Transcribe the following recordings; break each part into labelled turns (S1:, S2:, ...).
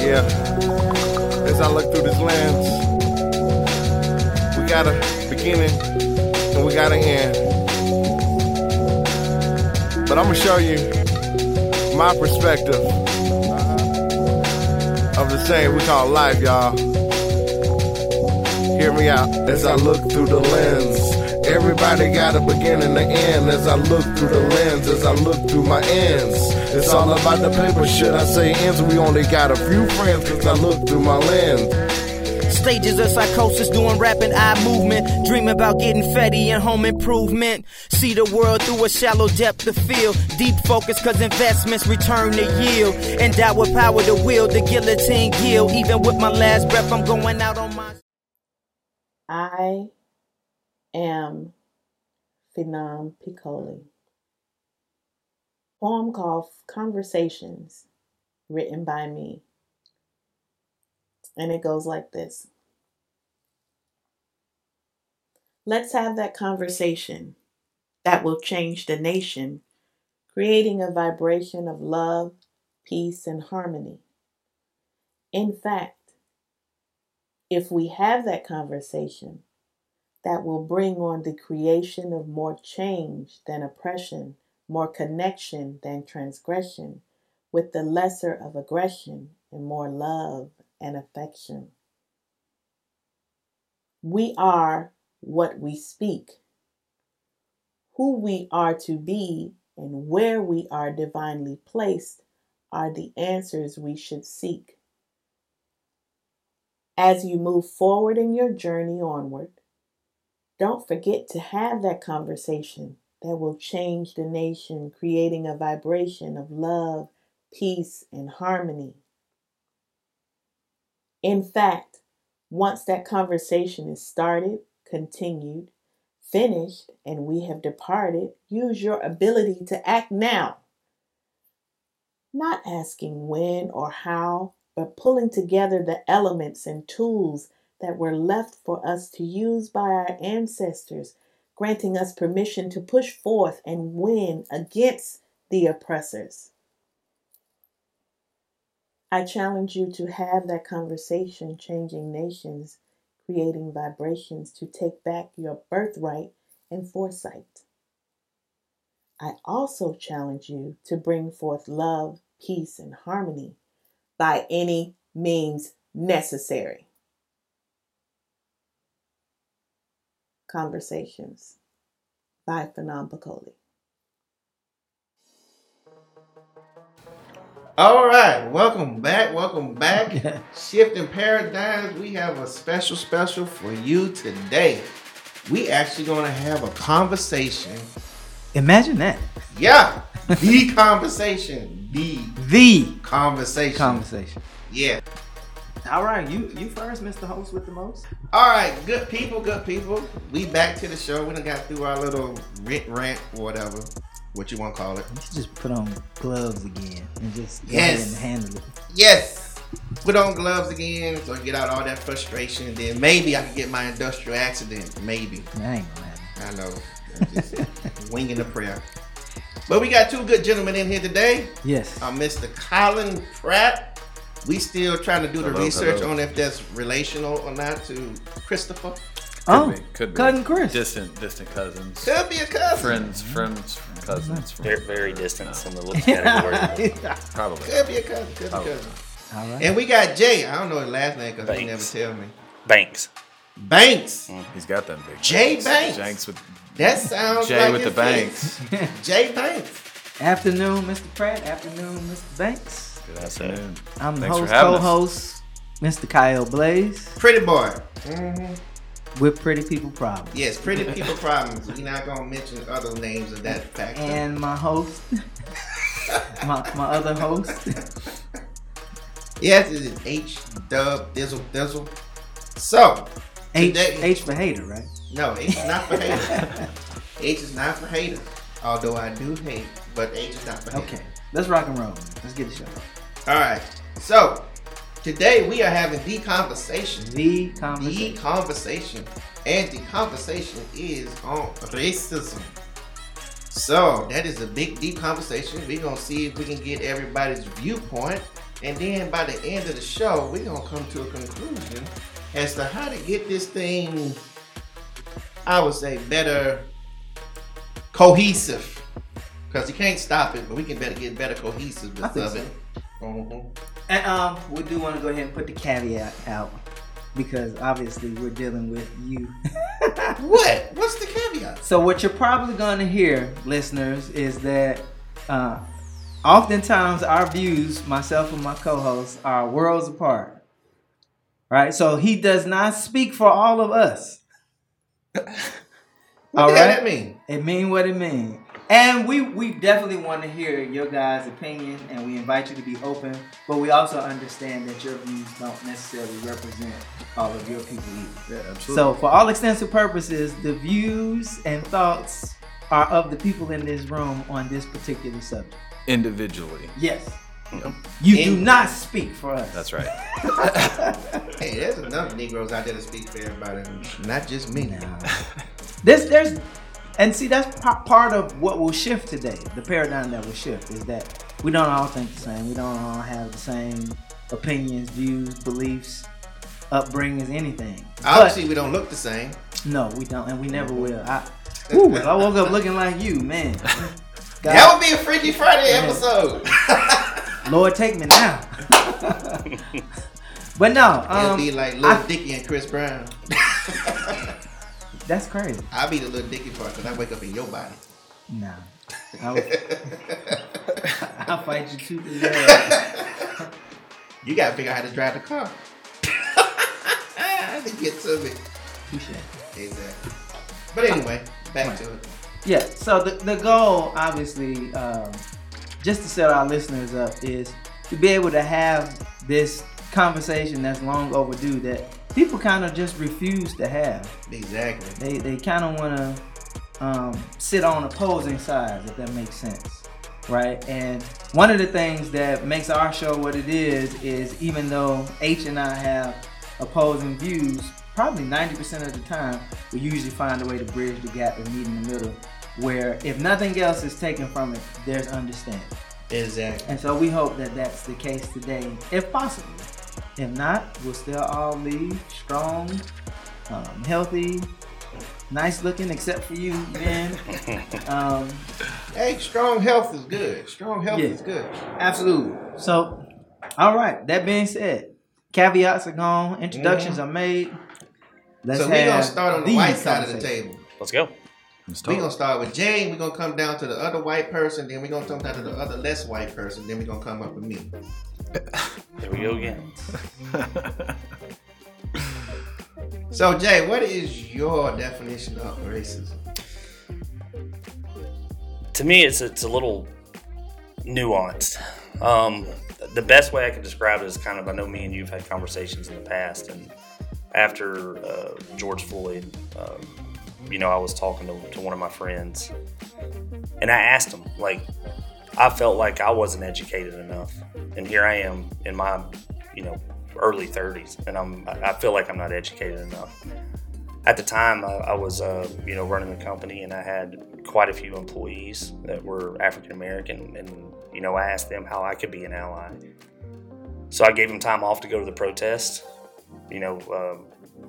S1: here as I look through this lens. We got a beginning and we got an end. But I'm gonna show you my perspective of the same we call life, y'all. Hear me out as I look through the lens. Everybody got a beginning and an end as I look through the lens, as I look through my ends. It's all about the paper shit. I say ends, we only got a few friends because I look through my lens.
S2: Stages of psychosis, doing rapid eye movement. Dream about getting fatty and home improvement. See the world through a shallow depth of field. Deep focus, cause investments return to yield. And die with power to wield the guillotine yield. Even with my last breath, I'm going out on my.
S3: I am Phenom Piccoli. Poem called Conversations, written by me. And it goes like this Let's have that conversation that will change the nation, creating a vibration of love, peace, and harmony. In fact, if we have that conversation, that will bring on the creation of more change than oppression, more connection than transgression, with the lesser of aggression and more love and affection. We are what we speak. Who we are to be and where we are divinely placed are the answers we should seek. As you move forward in your journey onward, don't forget to have that conversation that will change the nation, creating a vibration of love, peace, and harmony. In fact, once that conversation is started, continued, finished, and we have departed, use your ability to act now. Not asking when or how, but pulling together the elements and tools that were left for us to use by our ancestors, granting us permission to push forth and win against the oppressors. I challenge you to have that conversation, changing nations, creating vibrations to take back your birthright and foresight. I also challenge you to bring forth love, peace, and harmony by any means necessary. Conversations by Fanon Piccoli.
S4: All right, welcome back, welcome back. Shifting paradigms, we have a special special for you today. We actually going to have a conversation.
S2: Imagine that.
S4: Yeah, the conversation, the
S2: The
S4: conversation.
S2: conversation.
S4: yeah.
S2: All right, you you first, Mr. Host with the most.
S4: All right, good people, good people. We back to the show. We done got through our little rent rant or whatever, what you want to call it.
S5: You should just put on gloves again and just go
S4: Yes.
S5: ahead and handle it.
S4: Yes. Put on gloves again so I get out all that frustration. Then maybe I can get my industrial accident. Maybe.
S5: That ain't gonna happen.
S4: I know. I'm just winging a prayer. But we got two good gentlemen in here today.
S5: Yes.
S4: Uh, Mr. Colin Pratt. We still trying to do the
S6: Hello,
S4: research
S6: hello.
S4: on if that's relational or not to Christopher.
S5: oh,
S6: be, could be.
S5: cousin Chris.
S6: Distant, distant cousins.
S4: Could be a cousin.
S6: Friends, friends, cousins. From,
S7: They're very distant from the look category.
S6: Probably.
S4: Could be a cousin. Could be a
S6: Oh.
S4: cousin.
S5: All right.
S4: And we got Jay. I don't know his last name because he never
S7: Banks.
S4: tell me.
S7: Banks.
S4: Banks.
S6: He's got them big.
S4: Jay Banks.
S6: Banks with
S4: That sounds
S6: Jay
S4: like
S6: with the
S4: his
S6: Banks.
S4: face. Jay Banks.
S5: Oh, Afternoon, Mr. Pratt. Afternoon, Mr. Banks.
S6: Good afternoon.
S5: I'm the
S6: Thanks for
S5: host,
S6: having us.
S5: co-host, Mr. Kyle Blaze.
S4: Pretty boy. Mm-hmm.
S5: with Pretty People Problems.
S4: Yes, pretty people problems. We're not gonna mention other names of that factor.
S5: And my host, my, my other host,
S4: yes, it is H Dub Dizzle Dizzle. So,
S5: H,
S4: Today-
S5: H for hater, right?
S4: no, H is not for haters. H is not for haters. Although I do hate, but H is not for haters.
S5: Okay, let's rock and roll. man. Let's get it show.
S4: All right. So today we are having the conversation.
S5: The
S4: The
S5: conversation.
S4: conversation, and the conversation is on racism. So that is a big, deep conversation. We're gonna see if we can get everybody's viewpoint And then by the end of the show, we're gonna come to a conclusion as to how to get this thing, I would say, better cohesive. Because you can't stop it, but we can better get better
S5: I
S4: cohesiveness
S5: think
S4: of
S5: so.
S4: it. Mhm.
S5: And um, we do want to go ahead and put the caveat out because obviously we're dealing with you.
S4: What? What's the caveat?
S5: So what you're probably going to hear, listeners, is that uh, oftentimes our views, myself and my co-hosts, are worlds apart. Right? So he does not speak for all of us.
S4: What
S5: All
S4: the hell
S5: right.
S4: that mean?
S5: It mean what it mean. And we we definitely want to hear your guys' opinion, and we invite you to be open. But we also understand that your views don't necessarily represent all of your people either.
S6: Yeah, absolutely.
S5: So, for all extensive purposes, the views and thoughts are of the people in this room on this particular subject.
S6: Individually.
S5: Yes. You do not speak for us.
S6: That's right.
S4: Hey, there's enough Negroes out there to speak for everybody, not just me.
S5: No. This there's and see that's pa- part of what will shift today. The paradigm that will shift is that we don't all think the same. We don't all have the same opinions, views, beliefs, upbringings, anything.
S4: Obviously, we don't look the same.
S5: But no, we don't, and we never
S4: Mm-hmm.
S5: will. I, whew, if I woke up looking like you, man.
S4: That
S5: God,
S4: would be a Freaky Friday episode.
S5: Lord, take me now. but no,
S4: It'll
S5: um,
S4: be like Little
S5: I-
S4: Dicky and Chris Brown.
S5: that's crazy.
S4: I'll be the Little Dicky part because I wake up in your body.
S5: Nah. I would- I'll fight you too. Yeah.
S4: You gotta figure out how to drive the car. to get to it.
S5: Touche.
S4: Exactly. But anyway, back to it.
S5: Yeah, so the, the goal, obviously, um, just to set our listeners up, is to be able to have this conversation that's long overdue that people kind of just refuse to have.
S4: Exactly.
S5: They, they kind of want to um, sit on opposing sides, if that makes sense, right? And one of the things that makes our show what it is is even though H and I have opposing views, probably 90% of the time, we usually find a way to bridge the gap and meet in the middle, where if nothing else is taken from it, there's understanding.
S4: Exactly.
S5: And so we hope that that's the case today, if possible. If not, we'll still all leave strong, um, healthy, nice looking, except for you, man. um,
S4: Hey, strong health is good. Strong health
S5: Yeah.
S4: is good.
S5: absolutely. So, all right. That being said, caveats are gone, introductions are made. Let's
S4: Mm-hmm. so we're gonna
S5: have
S4: start on the
S5: these
S4: white side of the
S5: conversations.
S4: table.
S7: Let's go.
S6: Let's
S4: We're gonna
S6: talk.
S4: start with Jane, we're gonna come down to the other white person, then we're gonna come down to the other less white person, then we're gonna come up with me.
S7: Here we go again.
S4: So Jay, what is your definition of racism?
S7: to me, it's it's a little nuanced. Um, the best way I can describe it is kind of I know me and you've had conversations in the past, and after uh, George Floyd, um, you know, I was talking to, to one of my friends, and I asked him like, I felt like I wasn't educated enough, and here I am in my, you know, early 30s, and I'm I I feel like I'm not educated enough at the time I, I was uh, you know running the company and I had quite a few employees that were African American and you know I asked them how I could be an ally so I gave them time off to go to the protest you know um,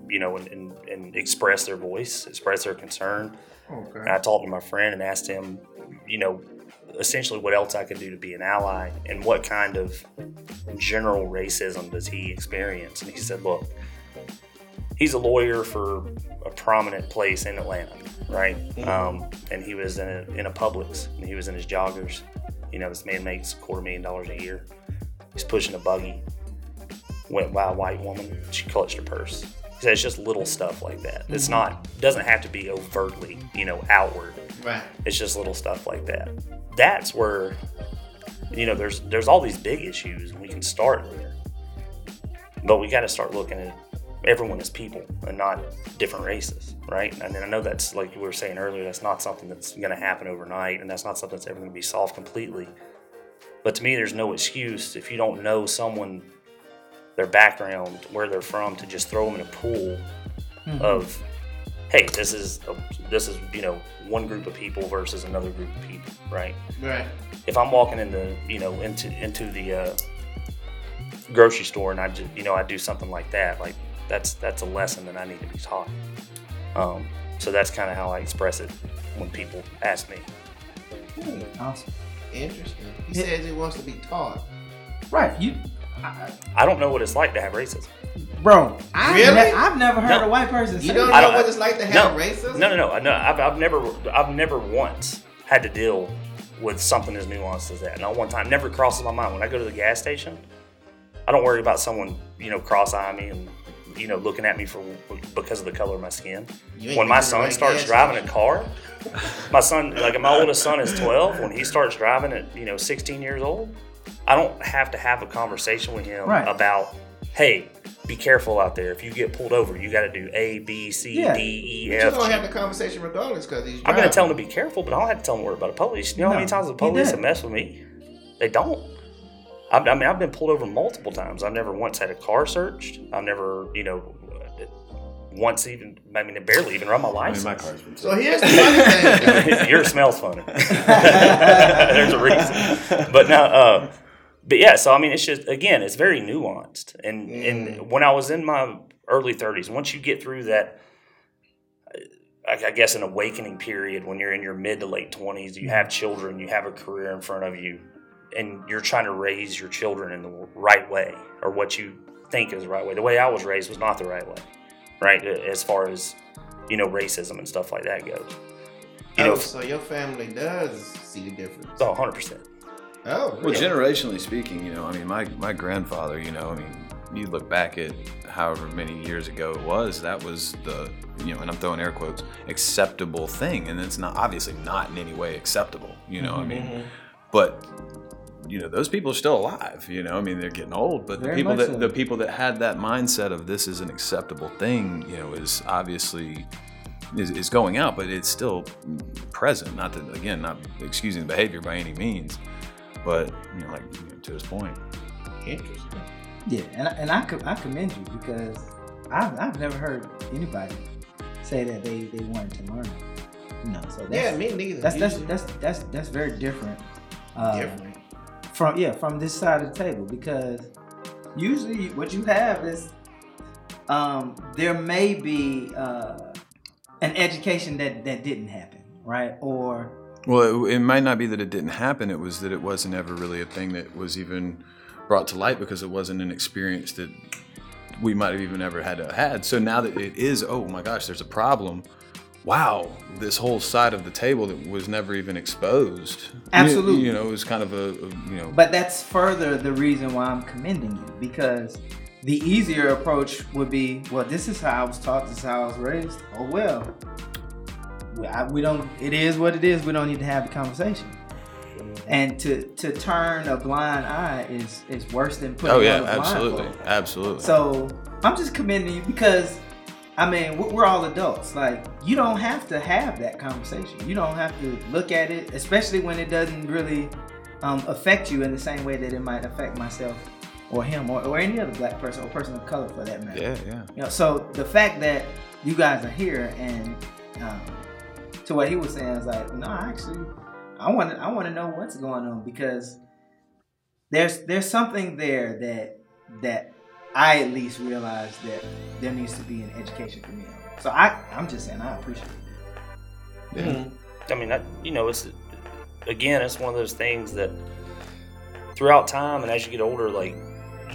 S7: you know and, and, and express their voice express their concern
S5: Oh,
S7: and
S4: Okay.
S7: I talked to my friend and asked him you know essentially what else I could do to be an ally and what kind of general racism does he experience and he said look he's a lawyer for a prominent place in Atlanta, right? Um, and he was in a, in a Publix, and he was in his joggers. You know, this man makes a quarter million dollars a year. He's pushing a buggy. Went by a white woman. She clutched her purse. He said it's just little stuff like that. It's not doesn't have to be overtly, you know, outward.
S4: Right.
S7: It's just little stuff like that. That's where you know there's there's all these big issues and we can start there. But we got to start looking at everyone as people and not different races, right? And then I know that's like we were saying earlier that's not something that's going to happen overnight and that's not something that's ever going to be solved completely. But to me there's no excuse if you don't know someone their background, where they're from to just throw them in a pool of hey, this is this is you know one group of people versus another group of people, right?
S4: Right.
S7: If I'm walking into you know into into the uh, grocery store and I just, you know, I do something like that, like that's that's a lesson that I need to be taught. Um, so that's kind of how I express it when people ask me.
S5: Awesome.
S4: Interesting. He says he wants to be taught.
S5: Right. You, I,
S7: I don't know what it's like to have racism.
S5: bro. I
S4: Really?
S5: ne- I've never heard
S7: No.
S5: a white person say
S4: You don't
S5: that.
S4: know
S7: I don't-
S4: what it's like to
S7: no,
S4: have racism?
S7: No, no, no, no. I've, I've never, I've never once had to deal with something as nuanced as that. Not one time. Never crosses my mind when I go to the gas station. I don't worry about someone, you know, cross-eyeing me and you know looking at me for because of the color of my skin.
S4: You ain't
S7: When my
S4: been to the
S7: son
S4: right
S7: starts
S4: gas
S7: driving a
S4: station.
S7: car, my son, like my oldest son is 12. When he starts driving at you know 16 years old, I don't have to have a conversation with him
S5: Right.
S7: about, hey. Be careful out there. If you get pulled over, you got to do A, B, C, D, E, F.
S5: Yeah.
S4: You're gonna have the conversation regardless because he's.
S7: I'm gonna
S4: driving.
S7: tell them to be careful, but I don't have to tell them to worry about the police. You know how many
S5: No,
S7: times the
S5: he
S7: police
S5: did.
S7: have messed with me? They don't. I, I mean, I've been pulled over multiple times. I've never once had a car searched. I've never, you know, once even. I mean, barely even run my
S6: I mean,
S7: license.
S6: my car's been
S4: So here's the funny thing.
S7: Yours smells funny. There's a reason. But no, uh, but yeah. So I mean, it's just again, it's very nuanced. And and when I was in my early 30s, once you get through that, I, I guess an awakening period when you're in your mid to late 20s, you have children, you have a career in front of you, and you're trying to raise your children in the right way or what you think is the right way. The way I was raised was not the right way, right? As far as you know, racism and stuff like that goes. You
S4: oh,
S7: know,
S4: so your family does see the difference.
S7: Oh, 100%.
S4: Oh,
S6: Well,
S4: really?
S6: generationally speaking, you know, I mean, my, my grandfather, you know, I mean, you look back at however many years ago it was, that was the, you know, and I'm throwing air quotes, acceptable thing. And it's not, obviously not in any way acceptable, you know,
S4: Mm-hmm.
S6: I mean, but, you know, those people are still alive, you know, I mean, they're getting old, but
S5: Very
S6: the people
S5: much
S6: that,
S5: so.
S6: the people that had that mindset of this is an acceptable thing, you know, is obviously, is, is going out, but it's still present. Not that, again, not excusing the behavior by any means, but you know, like you know, to his point,
S4: Interesting.
S5: Yeah, and I, and I, co- I commend you because I've, I've never heard anybody say that they, they wanted to learn. No, so that's,
S4: Yeah, me neither.
S5: that's, that's
S4: Usually
S5: that's that's that's very different. Uh,
S4: different.
S5: from yeah from this side of the table because usually what you have is um, there may be uh, an education that that didn't happen right or
S6: Well, it, it might not be that it didn't happen. It was that it wasn't ever really a thing that was even brought to light because it wasn't an experience that we might have even ever had had. So now that it is, oh my gosh, there's a problem. Wow, this whole side of the table that was never even exposed. You-
S5: Absolutely.
S6: you, know, it was kind of a, a you know.
S5: but that's further the reason why I'm commending you because the easier approach would be well this is how I was taught this is how I was raised oh well we, I, we don't it is what it is we don't need to have a conversation and to to turn a blind eye is is worse than putting
S6: oh yeah,
S5: on a
S6: absolutely,
S5: blindfold.
S6: absolutely.
S5: So I'm just commending you because, I mean, we- we're all adults. Like, you don't have to have that conversation. You don't have to look at it, especially when it doesn't really um, affect you in the same way that it might affect myself or him or, or any other black person or person of color for that matter.
S6: yeah, yeah.
S5: You know, so the fact that you guys are here and um, to what he was saying is like, no, actually, I want to, I want to know what's going on because there's there's something there that that I at least realize that there needs to be an education for me. So I I'm just saying I appreciate it.
S7: I mean, I, you know, it's again, it's one of those things that throughout time and as you get older, like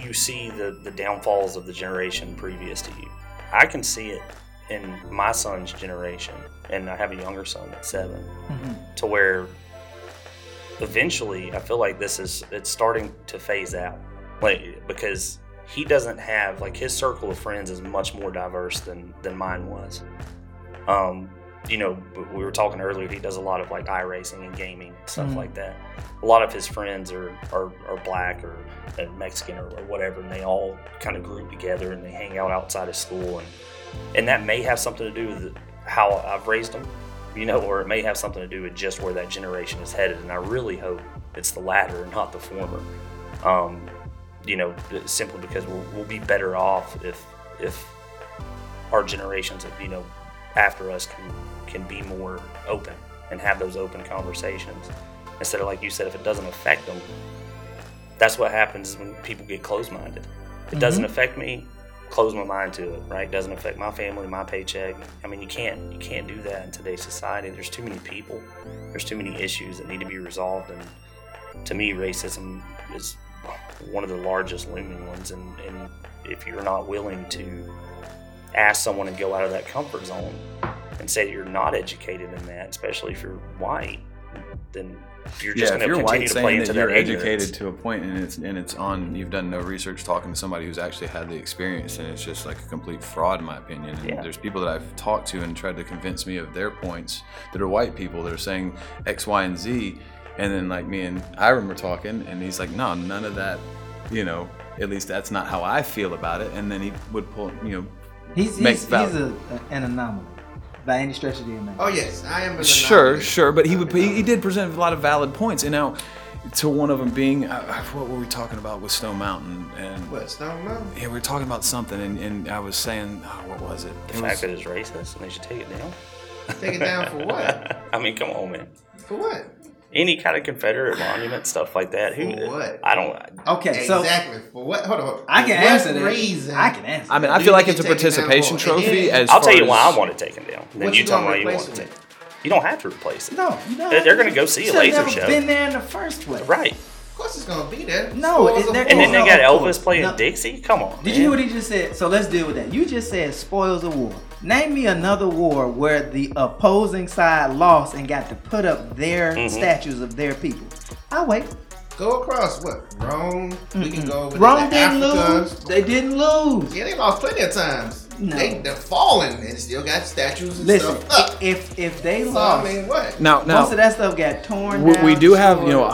S7: you see the the downfalls of the generation previous to you. I can see it in my son's generation, and I have a younger son that's seven,
S4: Mm-hmm.
S7: to where eventually I feel like this is it's starting to phase out, like because he doesn't have like his circle of friends is much more diverse than than mine was. Um, you know, b- we were talking earlier. He does a lot of like iRacing and gaming stuff
S5: Mhm.
S7: like that. A lot of his friends are are, are black or uh, Mexican or, or whatever, and they all kind of group together and they hang out outside of school, and and that may have something to do with how I've raised them, you know, or it may have something to do with just where that generation is headed. And I really hope it's the latter and not the former. Um, you know, simply because we'll, we'll be better off if if our generations, you know, after us can can be more open and have those open conversations instead of like you said, if it doesn't affect them, that's what happens when people get closed minded. It doesn't
S6: Mm-hmm.
S7: affect me. Close my mind to it, right? Doesn't affect my family, my paycheck. I mean, you can't you can't do that in today's society. There's too many people. There's too many issues that need to be resolved, and to me, racism is one of the largest looming ones. And, and if you're not willing to ask someone to go out of that comfort zone and say that you're not educated in that, especially if you're white, then you're just
S6: yeah, if
S7: going to
S6: you're
S7: continue
S6: white,
S7: to play
S6: saying
S7: into
S6: that you're
S7: their ignorance.
S6: educated to a point, and it's and it's on. You've done no research, talking to somebody who's actually had the experience, and it's just like a complete fraud, in my opinion. And
S7: Yeah.
S6: there's people that I've talked to and tried to convince me of their points that are white people that are saying X, Y, and Z, and then like me and I remember talking, and he's like, no, none of that, you know. At least that's not how I feel about it. And then he would pull, you know,
S5: He's
S6: Make
S5: he's, he's
S6: valid.
S5: a, an anomaly by any stretch of the imagination.
S4: Oh yes, I am. An
S6: Sure,
S4: anomaly.
S6: sure, but he would.
S4: I'm an
S6: He, he did present a lot of valid points, and now to one of them being, uh, what were we talking about with Snow Mountain? And
S4: anomaly. What's not mine?
S6: yeah, we were talking about something, and, and I was saying, oh, what was it?
S7: The
S6: It
S7: fact
S6: was-
S7: that it's racist and they should take it down.
S4: Take it down for what?
S7: I mean, come on, man.
S4: For what?
S7: Any kind of Confederate monument stuff like that. Who?
S4: For what?
S7: I don't.
S5: Okay, so
S4: exactly. For what? Hold on. hold on.
S5: I can
S4: For what
S5: answer that.
S4: Reason?
S5: I can answer.
S6: I mean,
S5: that.
S6: I
S4: You
S6: feel like
S4: can
S6: it's a
S4: take it down
S6: participation
S4: for- and
S6: trophy.
S4: then-
S6: Oh, As
S7: I'll tell
S6: far
S7: you why
S6: as-
S7: I want it taken down. Then
S4: What
S7: you
S4: you
S7: tell me
S4: gonna
S7: why you
S4: replace
S7: want it
S4: it
S7: taken.
S4: with?
S7: You don't have to replace it.
S5: No, you don't.
S7: They're- they're gonna go see a
S5: Should've
S7: laser
S5: never
S7: show.
S5: Been there in the first place,
S7: Right.
S4: Of course, it's gonna be there.
S5: No,
S4: Scores
S5: it-
S4: of
S5: they're-
S7: And then
S5: No,
S7: they got
S5: no,
S7: Elvis playing
S5: no.
S7: Dixie. Come on.
S5: Did you hear
S7: man.
S5: what he just said? So let's deal with that. You just said spoils of war. Name me another war where the opposing side lost and got to put up their
S7: Mm-hmm.
S5: statues of their people. I wait.
S4: Go across what? Rome. We can go over
S5: Rome
S4: to
S5: didn't
S4: Africa.
S5: lose. They didn't lose.
S4: Yeah, they lost plenty of times.
S5: No.
S4: They, they're falling and still got statues and
S5: Listen,
S4: stuff up.
S5: if if they
S4: So,
S5: lost,
S4: I mean, what?
S6: Now, now,
S5: most of that stuff got torn
S6: we,
S5: down.
S6: we do have you know a
S5: destroyed,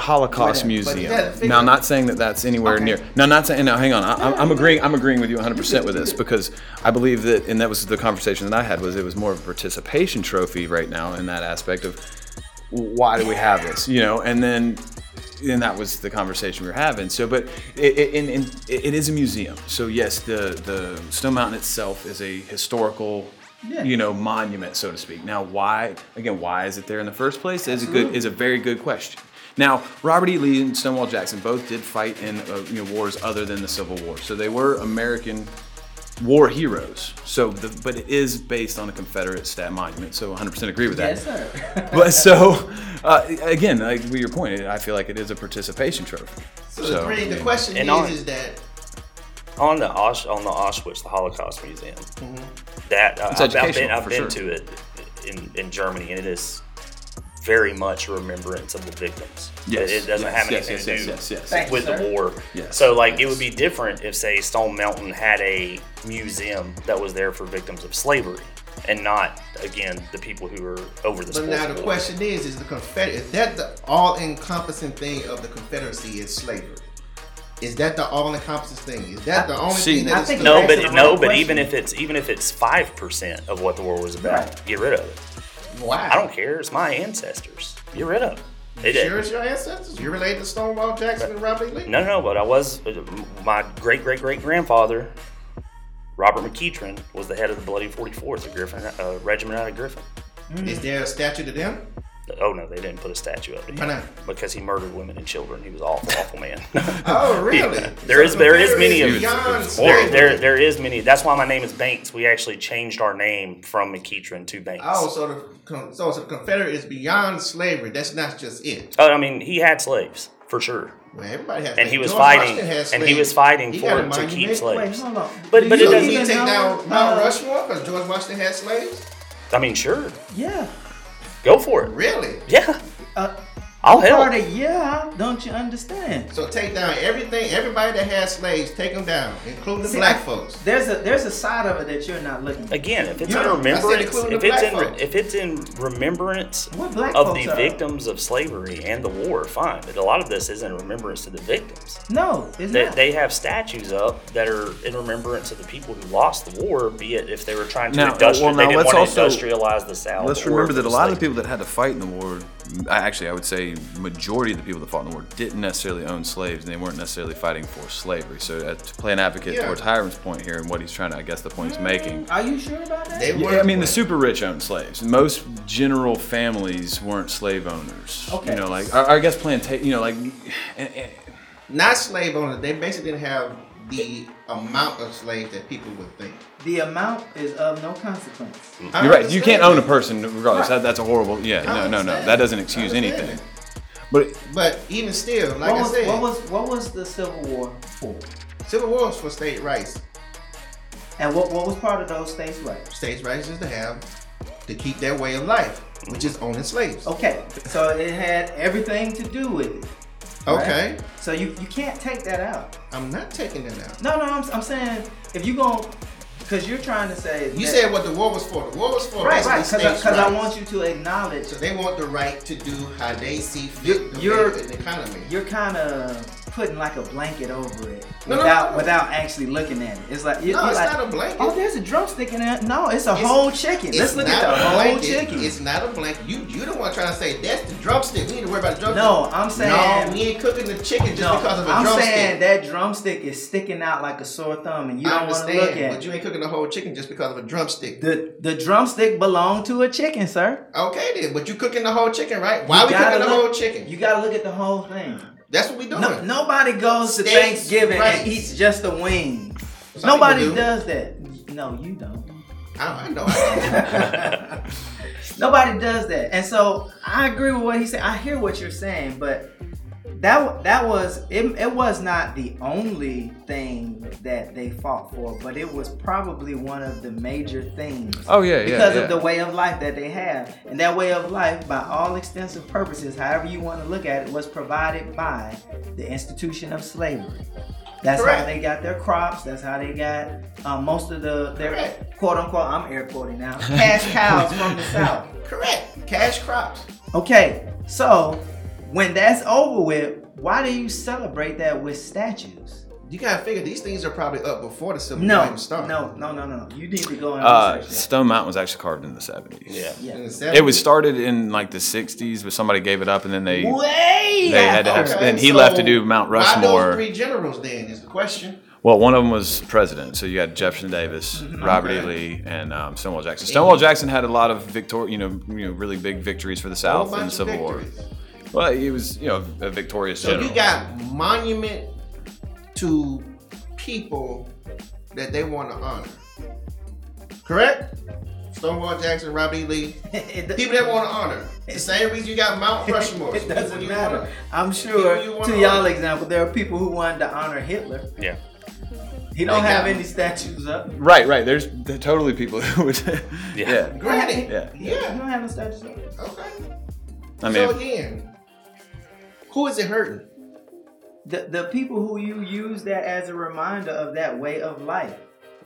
S5: whatever.
S6: Holocaust
S4: But you
S6: museum.
S4: gotta figure
S6: Now, I'm
S4: out-
S6: not saying that that's anywhere
S5: Okay.
S6: near. No, not saying. No, hang on. I, I'm, I'm agreeing. I'm agreeing with you 100 percent with this because I believe that, and that was the conversation that I had was it was more of a participation trophy right now in that aspect of why do we have this, you know, and then. And that was the conversation we were having. So, but it, it, and, and it it is a museum. So yes, the the Snow Mountain itself is a historical,
S5: Yeah.
S6: you know, monument, so to speak. Now, why again? Why is it there in the first place? Is a good is a very good question. Now, Robert E. Lee and Stonewall Jackson both did fight in uh, you know, wars other than the Civil War, so they were American war heroes. So, the, but it is based on a Confederate stat monument. So, 100% agree with that.
S5: Yes, sir.
S6: But so, uh, again, like with your point, I feel like it is a participation trophy.
S4: So, the, three, the question
S7: And
S4: is,
S7: on-
S4: is that
S7: on the Aus- on the Auschwitz, the Holocaust Museum. That uh,
S6: It's
S7: I've, I've
S6: educational,
S7: been I've
S6: for
S7: been
S6: sure.
S7: to it in, in Germany, and it is very much a remembrance of the victims.
S6: Yes,
S7: it, it doesn't
S6: yes,
S7: have
S6: yes,
S7: anything
S6: yes,
S7: to
S6: yes,
S7: do
S6: yes, yes,
S5: Thank you,
S7: with the
S5: sir.
S7: war.
S6: Yes,
S7: so like it
S6: yes.
S7: would be different if say Stone Mountain had a museum that was there for victims of slavery and not again the people who were over the.
S4: But
S7: sports
S4: now the
S7: war.
S4: question is: Is the Confederate? Is that the all-encompassing thing of the Confederacy is slavery? Is that the all-encompassing thing? Is that the only
S6: See,
S4: thing that
S5: I
S4: is
S5: think-
S4: still-
S7: No,
S5: Back to
S7: but
S5: the
S7: no,
S5: wrong
S7: but
S5: question.
S7: even if it's even if it's five percent of what the war was about, get rid of it.
S4: Why?
S7: I don't care. It's my ancestors. Get rid of it. It-
S4: Sure, it's your ancestors. You're related to Stonewall Jackson and Robert E. Lee.
S7: No, no, but I was uh, my great great great grandfather, Robert McEachern, was the head of the Bloody 44th, the Griffin uh, regiment out of Griffin.
S4: Is there a statue to them?
S7: Oh no, they didn't put a statue up to
S4: Why
S7: him
S4: not?
S7: because he murdered women and children. He was an awful, awful man.
S4: Oh, really?
S7: There is there is many
S4: Confederacy
S7: of
S4: is beyond
S7: there,
S4: slavery.
S7: there there is many. That's why my name is Banks. We actually changed our name from McEachern to Banks.
S4: Oh, so the con- so so the Confederate is beyond slavery. That's not just it.
S7: Oh, I mean, he had slaves for sure.
S4: Well, everybody has.
S7: And he was
S4: George
S7: fighting-
S4: Washington had
S7: and he
S4: slaves.
S7: was fighting
S4: He
S7: for
S4: got a
S7: it to keep
S4: monument.
S7: slaves.
S5: Wait, hold on.
S7: But-
S5: Do
S7: but
S5: you
S7: it
S4: So
S7: doesn't-
S4: he
S5: even
S4: take
S5: know-
S4: down Mount
S5: uh,
S4: Rushmore because George Washington had slaves.
S7: I mean, sure,
S5: Yeah.
S7: go for it.
S4: Really?
S7: Yeah,
S5: Uh,
S7: I'll help.
S5: part of yeah. Don't you understand?
S4: So take down everything, everybody that has slaves, take them down, including the
S5: See,
S4: black
S5: I-
S4: folks.
S5: There's a there's a side of it that you're not looking. at.
S7: Again, if it's
S5: Yeah, I
S7: in
S5: said
S7: remembrance,
S4: including
S7: if
S4: the
S7: it's
S4: black
S7: in
S4: folks.
S7: if it's in remembrance
S5: What black
S7: of
S5: folks
S7: the
S5: are-
S7: victims of slavery and the war, fine. But a lot of this is in remembrance to the victims.
S5: No, it's
S7: They,
S5: not.
S7: they have statues up that are in remembrance of the people who lost the war, be it if they were trying to
S6: Now-
S7: industri-
S6: well, now
S7: they didn't
S6: let's
S7: want
S6: also-
S7: to industrialize the South.
S6: Let's
S7: or
S6: remember
S7: if
S6: that
S7: it
S6: a
S7: was
S6: lot of the
S7: slavery.
S6: people that had to fight in the war, I- actually, I would say majority of the people that fought in the war didn't necessarily own slaves, and they weren't necessarily fighting for slavery. So uh, to play an advocate
S4: Yeah.
S6: towards Hiram's point here and what he's trying to, I guess, the point he's making.
S5: Are you sure about that?
S4: They were.
S6: Yeah, I mean, the super rich owned slaves. Most general families weren't slave owners.
S5: Okay.
S6: You know, like, or, or I guess planta- you know, like, and, and
S4: not slave owners. They basically didn't have the amount of slaves that people would think.
S5: The amount is of no consequence.
S4: I
S6: You're right. You
S4: understand
S6: can't own a
S4: that.
S6: person regardless. That, that's a horrible. Yeah.
S4: I
S6: No, no, no.
S4: understand
S6: That doesn't
S4: I
S6: excuse
S4: understand
S6: anything.
S4: that.
S6: But
S4: But even still, like
S5: what,
S4: I
S5: was,
S4: said,
S5: what was what was the Civil War for?
S4: civil wars for state rights.
S5: And what, what was part of those states' rights?
S4: States' rights is to have to keep their way of life, which is owning slaves.
S5: Okay, so it had everything to do with it. right?
S4: Okay,
S5: So you, you can't take that out.
S4: I'm not taking that out.
S5: No, no, I'm, I'm saying if you go, because you're trying to say
S4: You
S5: that-
S4: said what the war was for. The war was for
S5: right,
S4: basically
S5: right, because
S4: states'
S5: I
S4: rights.
S5: want you to acknowledge
S4: So they want the right to do how they see
S5: You're-
S4: fit
S5: you're-
S4: the economy.
S5: you're kind of putting like a blanket over it
S4: No, no,
S5: without
S4: no.
S5: without actually looking at it. It's like you-
S4: No,
S5: you're
S4: it's
S5: like,
S4: not a blanket.
S5: Oh, there's a drumstick in there. No, it's a
S4: It's-
S5: whole chicken.
S4: It's
S5: Let's look at
S4: not
S5: the
S4: a
S5: whole
S4: blanket.
S5: chicken.
S4: It's not a blanket. You you don't want to try to say that's the drumstick. We need to worry about the drumstick.
S5: No, I'm saying-
S4: no. We ain't cooking the chicken just
S5: no,
S4: because of a
S5: I'm
S4: drumstick.
S5: saying that drumstick is sticking out like a sore thumb, and you
S4: I
S5: don't want to
S4: understand,
S5: look at
S4: but
S5: it.
S4: you ain't cooking the whole chicken just because of a drumstick.
S5: The the drumstick belonged to a chicken, sir.
S4: Okay then, but you cooking the whole chicken, right? Why
S5: You
S4: we
S5: gotta
S4: cooking the
S5: look-
S4: whole chicken?
S5: You gotta look at the whole thing.
S4: that's what we doing.
S5: No, nobody goes to
S4: Steaks,
S5: Thanksgiving
S4: rice.
S5: and eats just a wing.
S4: Some
S5: nobody
S4: people do.
S5: does that. No, you don't.
S4: I, I know. I know.
S5: Nobody does that. And so I agree with what he said. I hear what you're saying, but that that was it, it was not the only thing that they fought for, but it was probably one of the major things.
S6: oh yeah, yeah.
S5: because
S6: yeah.
S5: of the way of life that they have. And that way of life, by all extensive purposes, however you want to look at it, was provided by the institution of slavery. That's how
S4: Correct.
S5: they got their crops. That's how they got um, most of the their
S4: Correct.
S5: quote unquote. I'm air quoting now. Cash cows from the south.
S4: Correct. Cash crops.
S5: Okay, so when that's over with, why do you celebrate that with statues?
S4: You gotta figure these things are probably up before the civil war
S5: No,
S4: even started.
S5: no, no, no, no. You need to go and
S6: uh,
S5: research
S6: Stone Mountain was actually carved in the 70s.
S7: Yeah.
S5: that.
S4: In
S5: Yeah.
S4: the
S6: It was
S4: 70s.
S6: started in like the 60s, but somebody gave it up, and then they
S5: Way
S6: they had to have.
S4: Okay,
S6: Then he
S4: so
S6: left to do Mount
S4: Why those
S6: Rushmore.
S4: three generals then is the question.
S6: Well, one of them was president, so you had Jefferson Davis, Robert E.
S4: Mm-hmm. Okay.
S6: Lee, and um, Stonewall Jackson. Stonewall Jackson had a lot of victor, you know, you know, really big victories for the
S4: Whole
S6: South in the
S4: bunch of
S6: Civil War.
S4: victories.
S6: Well, he was, you know, a victorious
S4: So
S6: general.
S4: you got monument to people that they want to honor. Correct? Stonewall Jackson, Robert E. Lee.
S5: It do-
S4: People that want to honor. It's the same reason you got Mount Rushmore.
S5: It
S4: People
S5: doesn't
S4: you
S5: matter.
S4: honor.
S5: I'm sure
S4: People you wanna
S5: to y'all
S4: honor.
S5: example, there are people who wanted to honor Hitler.
S7: Yeah.
S5: He don't
S4: They
S5: have
S4: got
S5: any statues up.
S6: right, right. There's there are totally people who would.
S7: Yeah.
S6: yeah.
S4: Granted.
S6: Yeah.
S5: He
S4: Yeah.
S5: don't have no statues up.
S4: Okay.
S6: I mean,
S4: so again, who is it hurting?
S5: The, the people who you use that as a reminder of that way of life.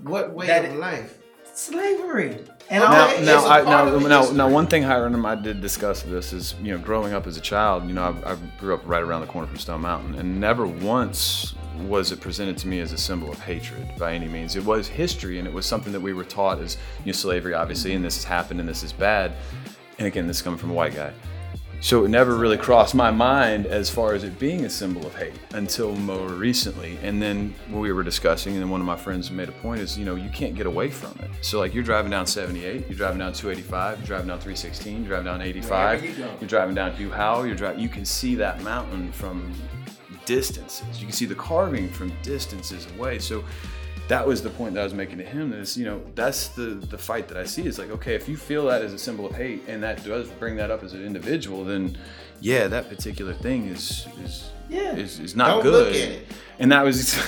S4: What way
S5: That-
S4: of life?
S5: Slavery. And
S4: Now-
S5: all
S6: Now,
S4: Okay,
S6: now,
S4: it's a
S6: I,
S4: part
S6: now,
S4: of the
S6: now,
S4: history.
S6: now, one thing Hiram I did discuss this is, you know, growing up as a child, you know, I, I grew up right around the corner from Stone Mountain, and never once was it presented to me as a symbol of hatred by any means. It was history, and it was something that we were taught as, you know, slavery, obviously, and this has happened, and this is bad. And again, this is coming from a white guy. So it never really crossed my mind as far as it being a symbol of hate until more recently. And then when we were discussing, and then one of my friends made a point is, you know, you can't get away from it. So like you're driving down 78, you're driving down 285, you're driving down 316, you're driving down 85,
S5: Wherever you go.
S6: are driving down Hugh Howell, you're driving, you can see that mountain from distances. You can see the carving from distances away. So that was the point that I was making to him is, you know, that's the the fight that I see is like, okay, if you feel that as a symbol of hate and that does bring that up as an individual, then yeah, that particular thing is is
S5: Yeah.
S6: is, is not
S4: Don't
S6: good.
S4: look at it.
S6: And that was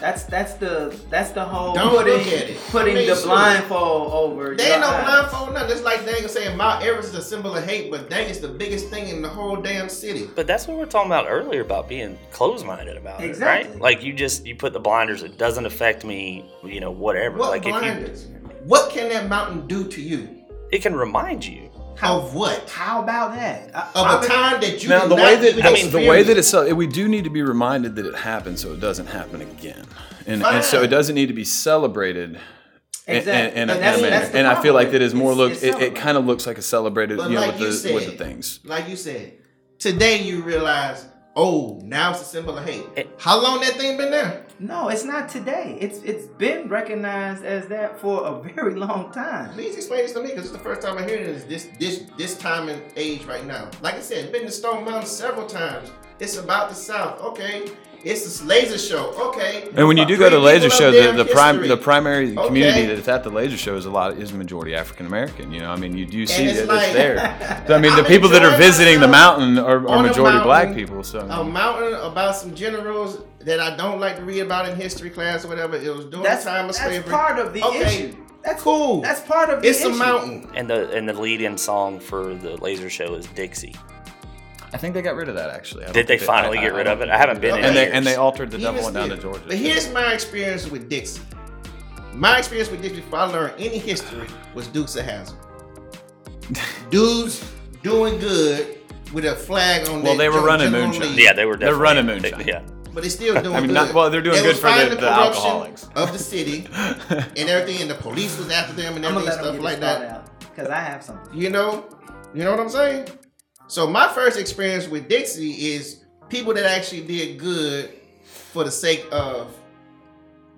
S5: That's that's the that's the whole
S4: Don't
S5: putting,
S4: look at it.
S5: putting
S4: I mean,
S5: the
S4: shoot.
S5: blindfold over.
S4: They
S5: your
S4: ain't no
S5: eyes.
S4: blindfold nothing. It's like they ain't saying Mount Everest is a symbol of hate, but dang, it's the biggest thing in the whole damn city.
S7: But that's what we were talking about earlier about being closed minded about it,
S5: Exactly.
S7: right? Like you just you put the blinders. It doesn't affect me. You know, whatever.
S4: What
S7: like
S4: blinders? What can that mountain do to you?
S7: if you, it can remind you.
S4: Of what?
S5: How about that? I-
S4: Of
S5: I
S4: a
S5: would-
S4: time that you
S6: now
S4: did
S6: the
S4: not
S6: way that
S4: even
S6: I mean, the way that
S4: experience.
S6: it's we do need to be reminded that it happened so it doesn't happen again. And, and so
S4: Fine.
S6: it doesn't need to be celebrated in-
S5: Exactly.
S6: in, in, a-
S5: that's-
S6: in a
S5: that's
S6: manner.
S5: the
S6: And I feel
S5: problem.
S6: like that is more
S5: It's-
S6: look.
S5: it's
S6: It, it
S5: celebrated.
S6: kind of looks like a celebrated,
S4: But
S6: you know,
S4: like
S6: with
S4: you
S6: the
S4: said,
S6: with the things.
S4: Like you said, today you realize, oh, now it's a symbol of hate.
S6: Eh.
S7: It-
S4: How long that thing been there?
S5: No, it's not today. It's it's been recognized as that for a very long time.
S4: Please explain this to me, because it's the first time I'm hearing this this this this time and age right now. Like I said, been to Stone Mountain several times. It's about the South. Okay, It's this laser show. Okay.
S6: And when you do go to
S4: Three
S6: laser
S4: people
S6: show,
S4: up there
S6: the
S4: in
S6: the, prim-
S4: history.
S6: the primary
S4: Okay.
S6: community that's at the laser show is a lot is majority African American. You know, I mean, you do see
S4: it's
S6: that
S4: like-
S6: it's there. So, I mean, the
S4: I'm
S6: people that are
S4: enjoying
S6: visiting the
S4: myself
S6: mountain are,
S4: on
S6: are
S4: the
S6: majority black
S4: mountain. Um,
S6: people. So
S4: a mountain about some generals that I don't like to read about in history class or whatever. It was during
S5: That's,
S4: the time of
S5: that's
S4: slavery.
S5: part of the
S4: Okay,
S5: issue. That's
S4: cool.
S5: That's part of the
S4: It's
S5: issue.
S4: a mountain.
S7: And the and the lead in song for the laser show is Dixie.
S6: I think they got rid of that actually. I don't
S7: Did they
S6: think
S7: finally
S6: I-
S7: get
S6: I-
S7: rid of it? I haven't been in
S6: And they
S7: years.
S6: and they altered the
S4: Even
S6: double one down to
S4: still.
S6: Georgia.
S4: But here's my experience with Dixie. My experience with Dixie before I learned any history was Dukes of Hazard. Dudes doing good with a flag on
S6: Well,
S4: their
S6: they were
S4: gen-
S6: running
S4: general
S6: moonshine.
S4: lead,
S7: yeah, they were.
S6: They're
S7: Definitely,
S6: running moonshine.
S7: they- yeah,
S4: but they still doing.
S6: I mean,
S4: good.
S6: not- well, they're doing
S4: They
S6: good
S4: was
S6: for the-
S4: fighting
S6: the
S4: corruption
S6: alcoholics.
S4: of the city and everything, and the police was after them and
S5: I'm gonna
S4: everything
S5: let them
S4: stuff
S5: get
S4: like
S5: like
S4: that.
S5: out because I have something.
S4: You know, you know what I'm saying? So my first experience with Dixie is people that actually did good for the sake of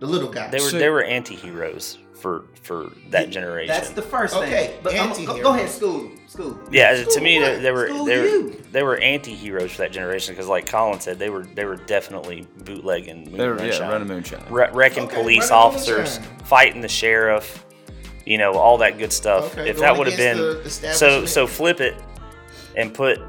S4: the little guy.
S7: they were.
S6: So-
S7: they were anti-heroes for for that generation.
S5: That's the first
S4: Okay,
S5: thing. But I'm, go,
S4: anti-hero.
S5: go ahead, school, school.
S7: yeah, to
S5: School
S7: me, they,
S5: what?
S7: they were
S5: School
S7: they were,
S5: you.
S7: they were anti-heroes for that generation because, like Colin said, they were they were definitely bootlegging
S6: They were,
S7: moonshine.
S6: yeah, running moonshine.
S7: Wre- wrecking
S4: Okay,
S7: police
S4: running
S7: officers,
S4: moonshine.
S7: fighting the sheriff, you know, all that good stuff.
S4: Okay,
S7: if
S4: going
S7: that would have
S4: against
S7: been
S4: the
S7: so,
S4: establishment.
S7: so flip it and put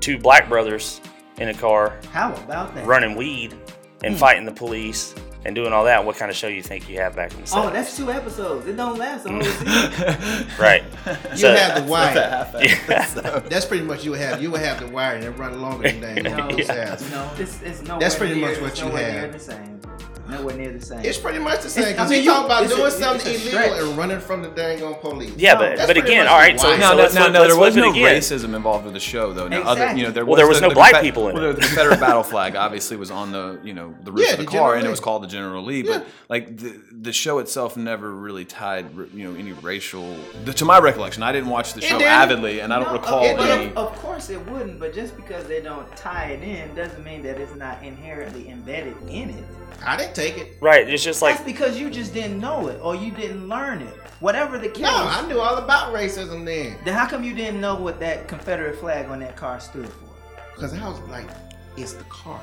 S7: two black brothers in a car
S5: How about that?
S7: running weed
S4: Hmm.
S7: and fighting the police and doing all that. What kind of show you think you have back in the
S5: Oh,
S7: 70s?
S5: that's two episodes. It don't last the whole season.
S7: right.
S4: you
S7: so-
S4: have the wire.
S7: Yeah.
S4: That's pretty much you would have. You would have the wire and it run longer than that.
S5: No,
S4: Dukes of Hazzard.
S5: no, it's it's nowhere
S4: That's pretty
S5: near,
S4: much what
S5: it's
S4: you
S5: nowhere
S4: had.
S5: Near the same. Nowhere near the same.
S4: It's pretty much the same.
S5: It's- I
S4: Because
S5: mean,
S4: you
S5: you-
S4: talk about
S5: it's a-
S4: doing
S5: it's
S4: something
S5: a
S4: illegal
S5: stretch.
S4: and running from the dang on police.
S7: Yeah,
S5: No,
S7: but
S4: that's
S7: but
S4: pretty
S7: again,
S4: much
S7: all right. So,
S4: why.
S7: so
S6: No, no,
S7: let's
S6: no,
S7: flip-
S6: no.
S7: let's
S6: There was
S7: flip
S6: no
S7: it again.
S6: racism involved with the show, though. Now, other,
S5: Exactly.
S6: you know, there
S7: Well,
S6: was
S7: there was
S6: the,
S7: no
S6: the
S7: black
S6: Confed-
S7: people in
S6: well,
S7: it.
S6: The Confederate battle flag obviously was on the you know the roof
S4: Yeah,
S6: of the,
S4: the
S6: car,
S4: General
S6: and it
S4: Lee.
S6: was called the General Lee. But
S4: Yeah.
S6: like the the show itself never really tied r- you know any racial. the- to my recollection, I didn't watch the show
S4: didn't.
S6: avidly, and I don't
S5: No,
S6: recall
S5: Of,
S6: any.
S5: of- of course it wouldn't, but just because they don't tie it in doesn't mean that it's not inherently embedded in it.
S4: I didn't take it.
S7: Right. It's just like
S5: That's because you just didn't know it or you didn't learn it. Whatever the case.
S4: No, I knew all about racism then.
S5: Then how come you didn't know what that Confederate flag on that car stood for?
S4: Because I was like, it's the car.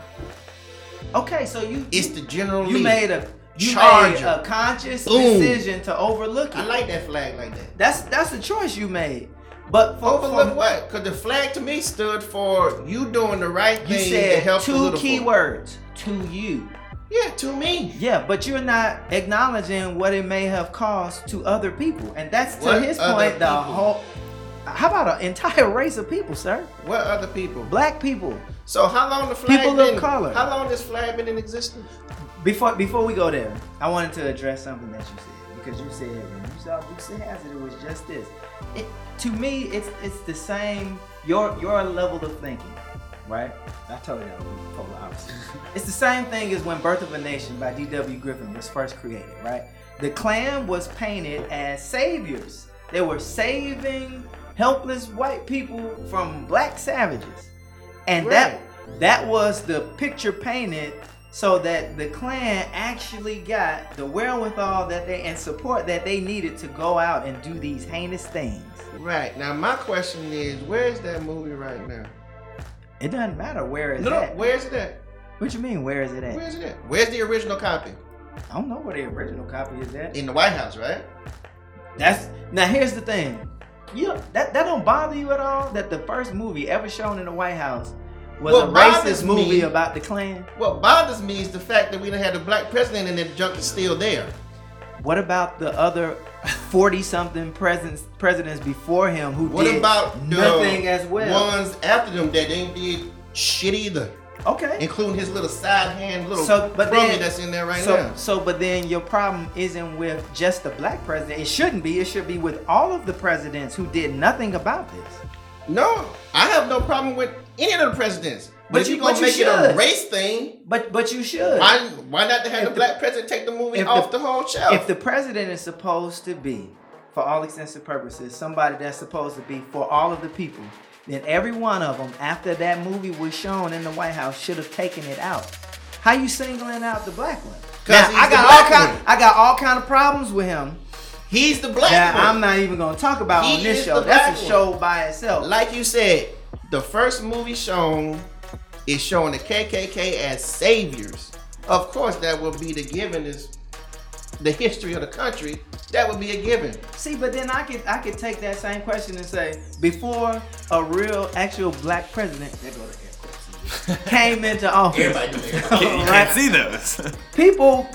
S5: Okay, so you
S4: It's the General
S5: you
S4: Lee.
S5: made a you made
S4: Charger.
S5: a conscious
S4: Boom.
S5: decision to overlook
S4: I
S5: it.
S4: like that flag like that.
S5: That's that's a choice you made. But for,
S4: Overlook
S5: for-
S4: what? Because the flag to me stood for you doing the right
S5: you
S4: thing to
S5: said
S4: help the
S5: two
S4: little folk.
S5: keywords to you.
S4: Yeah, to me.
S5: Yeah, but you're not acknowledging what it may have caused to other people, and that's to
S4: What
S5: his
S4: other
S5: point. The
S4: people?
S5: whole how about an entire race of people, sir?
S4: What other people?
S5: Black people.
S4: So how long the flag
S5: People of
S4: been?
S5: color.
S4: How long this flag been in existence?
S5: Before before we go there, I wanted to address something that you said because you said when you saw Dukes of Hazard, it was just this. It, to me, it's it's the same your your level of thinking, right? I told you that was polar opposite. it's the same thing as when Birth of a Nation by D.W. Griffin was first created, right? The Klan was painted as saviors. They were saving helpless white people from black savages. And that that was the picture painted so that the Klan actually got the wherewithal that they and support that they needed to go out and do these heinous things.
S4: Right. Now my question is, where is that movie right now?
S5: It doesn't matter where is
S4: No, no,
S5: that.
S4: where's it at?
S5: what you mean where is it at?
S4: Where's it at? Where's the original copy?
S5: I don't know where the original copy is at.
S4: In the White House, right?
S5: That's now here's the thing. You don't- that that don't bother you at all that the first movie ever shown in the White House was
S4: What
S5: a
S4: bothers
S5: racist movie
S4: me-
S5: about the Klan?
S4: What bothers me is the fact that we done had a black president and that junk is still there.
S5: What about the other forty something presidents presidents before him who
S4: What
S5: did
S4: about the
S5: nothing as well?
S4: ones after them that ain't did shit either,
S5: okay.
S4: including his little side hand little
S5: So, but
S4: crummy
S5: then-
S4: that's in there right
S5: so,
S4: now?
S5: so, but then your problem isn't with just the black president. It shouldn't be. It should be with all of the presidents who did nothing about this.
S4: No, I have no problem with any of the presidents. But,
S5: But
S4: if
S5: you-
S4: you, gonna
S5: but you
S4: make it a
S5: should.
S4: race thing,
S5: But, but you should.
S4: why why not have the
S5: the-
S4: black president take the movie
S5: if
S4: off
S5: the-
S4: the, whole shelf?
S5: If the president is supposed to be, for all extents and purposes, somebody that's supposed to be for all of the people, then every one of them, after that movie was shown in the White House, should have taken it out. How you singling out the black one?
S4: 'Cause
S5: Now,
S4: he's
S5: I
S4: the
S5: got all
S4: black
S5: kind,
S4: one.
S5: I got all kind of problems with him
S4: He's the black
S5: that
S4: one.
S5: I'm not even gonna talk about
S4: He
S5: on this
S4: is
S5: show.
S4: the
S5: That's a
S4: black
S5: show by itself.
S4: like you said, the first movie shown is showing the KKK as saviors. Of course, that would be the given is the history of the country. That would be a given.
S5: See, but then I could I could take that same question and say, before a real actual black president there go the air quotes, came into office,
S6: You can't see those.
S5: people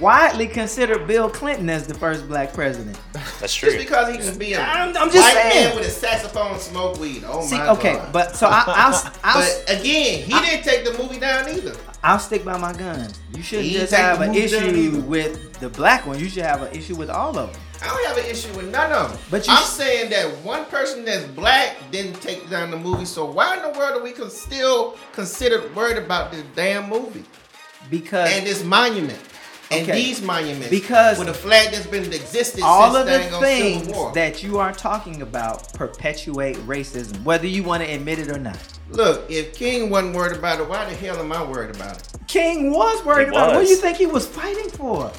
S5: widely consider Bill Clinton as the first black president.
S7: That's true.
S4: Just because he can be a
S5: I'm- I'm just
S4: white
S5: saying.
S4: man with a saxophone and smoke weed. Oh
S5: See,
S4: my
S5: okay,
S4: god.
S5: but so I, I'll, I'll,
S4: But again, he didn't take the movie down either.
S5: I'll stick by my guns. You shouldn't
S4: He
S5: just
S4: take
S5: have
S4: the
S5: an
S4: move down
S5: issue
S4: either.
S5: with the black one. You should have an issue with all of them.
S4: I don't have an issue with none of them.
S5: But
S4: But
S5: you-
S4: I'm saying that one person that's black didn't take down the movie. So why in the world are we con- still considered worried about this damn movie
S5: Because
S4: and this monument and
S5: Uh, Okay.
S4: these monuments?
S5: Because-
S4: with a flag that's been in existence
S5: all
S4: since
S5: of the
S4: dang on
S5: things
S4: Civil War.
S5: that you are talking about perpetuate racism, whether you want to admit it or not.
S4: Look, if King wasn't worried about it, why the hell am I worried about it?
S5: King was worried
S7: He
S5: about it. what do you
S7: was.
S5: think he was fighting for?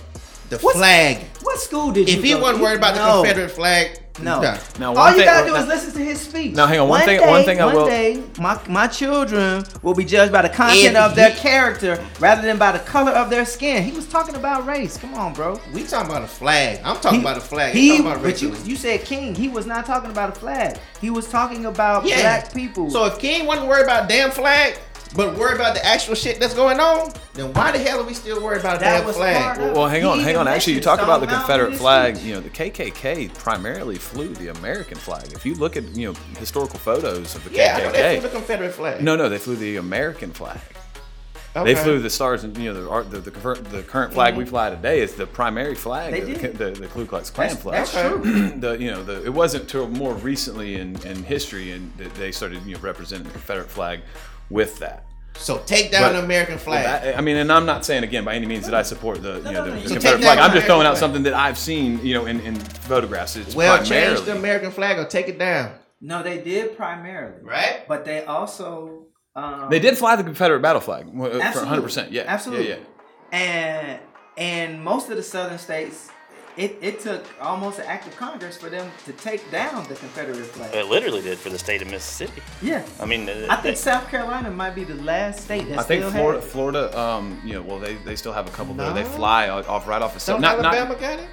S4: The
S5: What's-
S4: flag.
S5: What school did you
S4: If he
S5: go to?
S4: wasn't worried about the
S5: No.
S4: Confederate flag,
S5: No.
S4: nah.
S6: Now,
S5: All
S6: one
S5: you
S6: thing-
S5: gotta do
S6: now-
S5: is listen to his speech.
S6: Now, hang on, one thing-
S5: Day,
S6: one thing I
S5: one
S6: will-
S5: day, my my children will be judged by the content
S4: If
S5: of their
S4: he-
S5: character rather than by the color of their skin. He was talking about race. Come on, bro.
S4: We talking about a flag. I'm talking
S5: He-
S4: about a flag.
S5: He,
S4: He, talking about
S5: but you,
S4: racially.
S5: you said king. He was not talking about a flag. He was talking about
S4: Yeah.
S5: black people.
S4: So if King wasn't worried about damn flag, but worried about the actual shit that's going on, then why the hell are we still worried about a
S5: That
S4: damn
S5: was
S4: flag?
S5: part of-
S6: Well, hang
S5: He
S6: on,
S5: even
S6: hang on. Actually, you
S5: mentioned
S6: talk about the
S5: Stone Mountain in
S6: Confederate
S5: his
S6: flag.
S5: speech.
S6: You know, the KKK primarily flew the American flag. If you look at you know historical photos of the
S4: yeah, I know they flew the
S6: KKK,
S4: Confederate flag.
S6: no, no, they flew the American flag.
S4: Okay. Mm.
S6: They flew the stars, and you know the ar- the, the, confer- the current flag we fly today is the primary flag,
S5: They
S6: of the,
S5: did.
S6: the, the Ku Klux Klan
S5: That's-
S6: flag.
S5: that's
S6: true. the you know the it wasn't till more recently in, in history and that they started you know representing the Confederate flag with that.
S4: So take down
S6: But-
S4: the American flag.
S6: Well, I, I mean, and I'm not saying again by any means that I support the, you
S5: no,
S6: know, the,
S5: no, you
S6: the
S4: take
S6: Confederate
S4: that
S6: flag. I'm just
S4: American
S6: throwing out
S4: flag.
S6: something that I've seen, you know, in, in photographs. It's
S4: well,
S6: primarily
S4: change the American flag or take it down.
S5: No, they did primarily.
S4: Right?
S5: But they also um,
S6: they did fly the Confederate battle flag uh, for
S5: Absolutely.
S6: 100. percent Yeah,
S5: absolutely.
S6: Yeah, yeah.
S5: And and most of the southern states, it, it took almost an act of Congress for them to take down the Confederate flag.
S7: It literally did for the state of Mississippi.
S5: Yeah,
S7: I mean, uh,
S5: I think
S7: they-
S5: South Carolina might be the last state that
S6: I think
S5: still
S6: Florida,
S5: had. it.
S6: Florida, um, you know, well, they, they still have a couple there. They
S4: No.
S6: fly o- off right off the state.
S4: Don't
S6: Not
S4: Alabama
S6: not
S4: got it?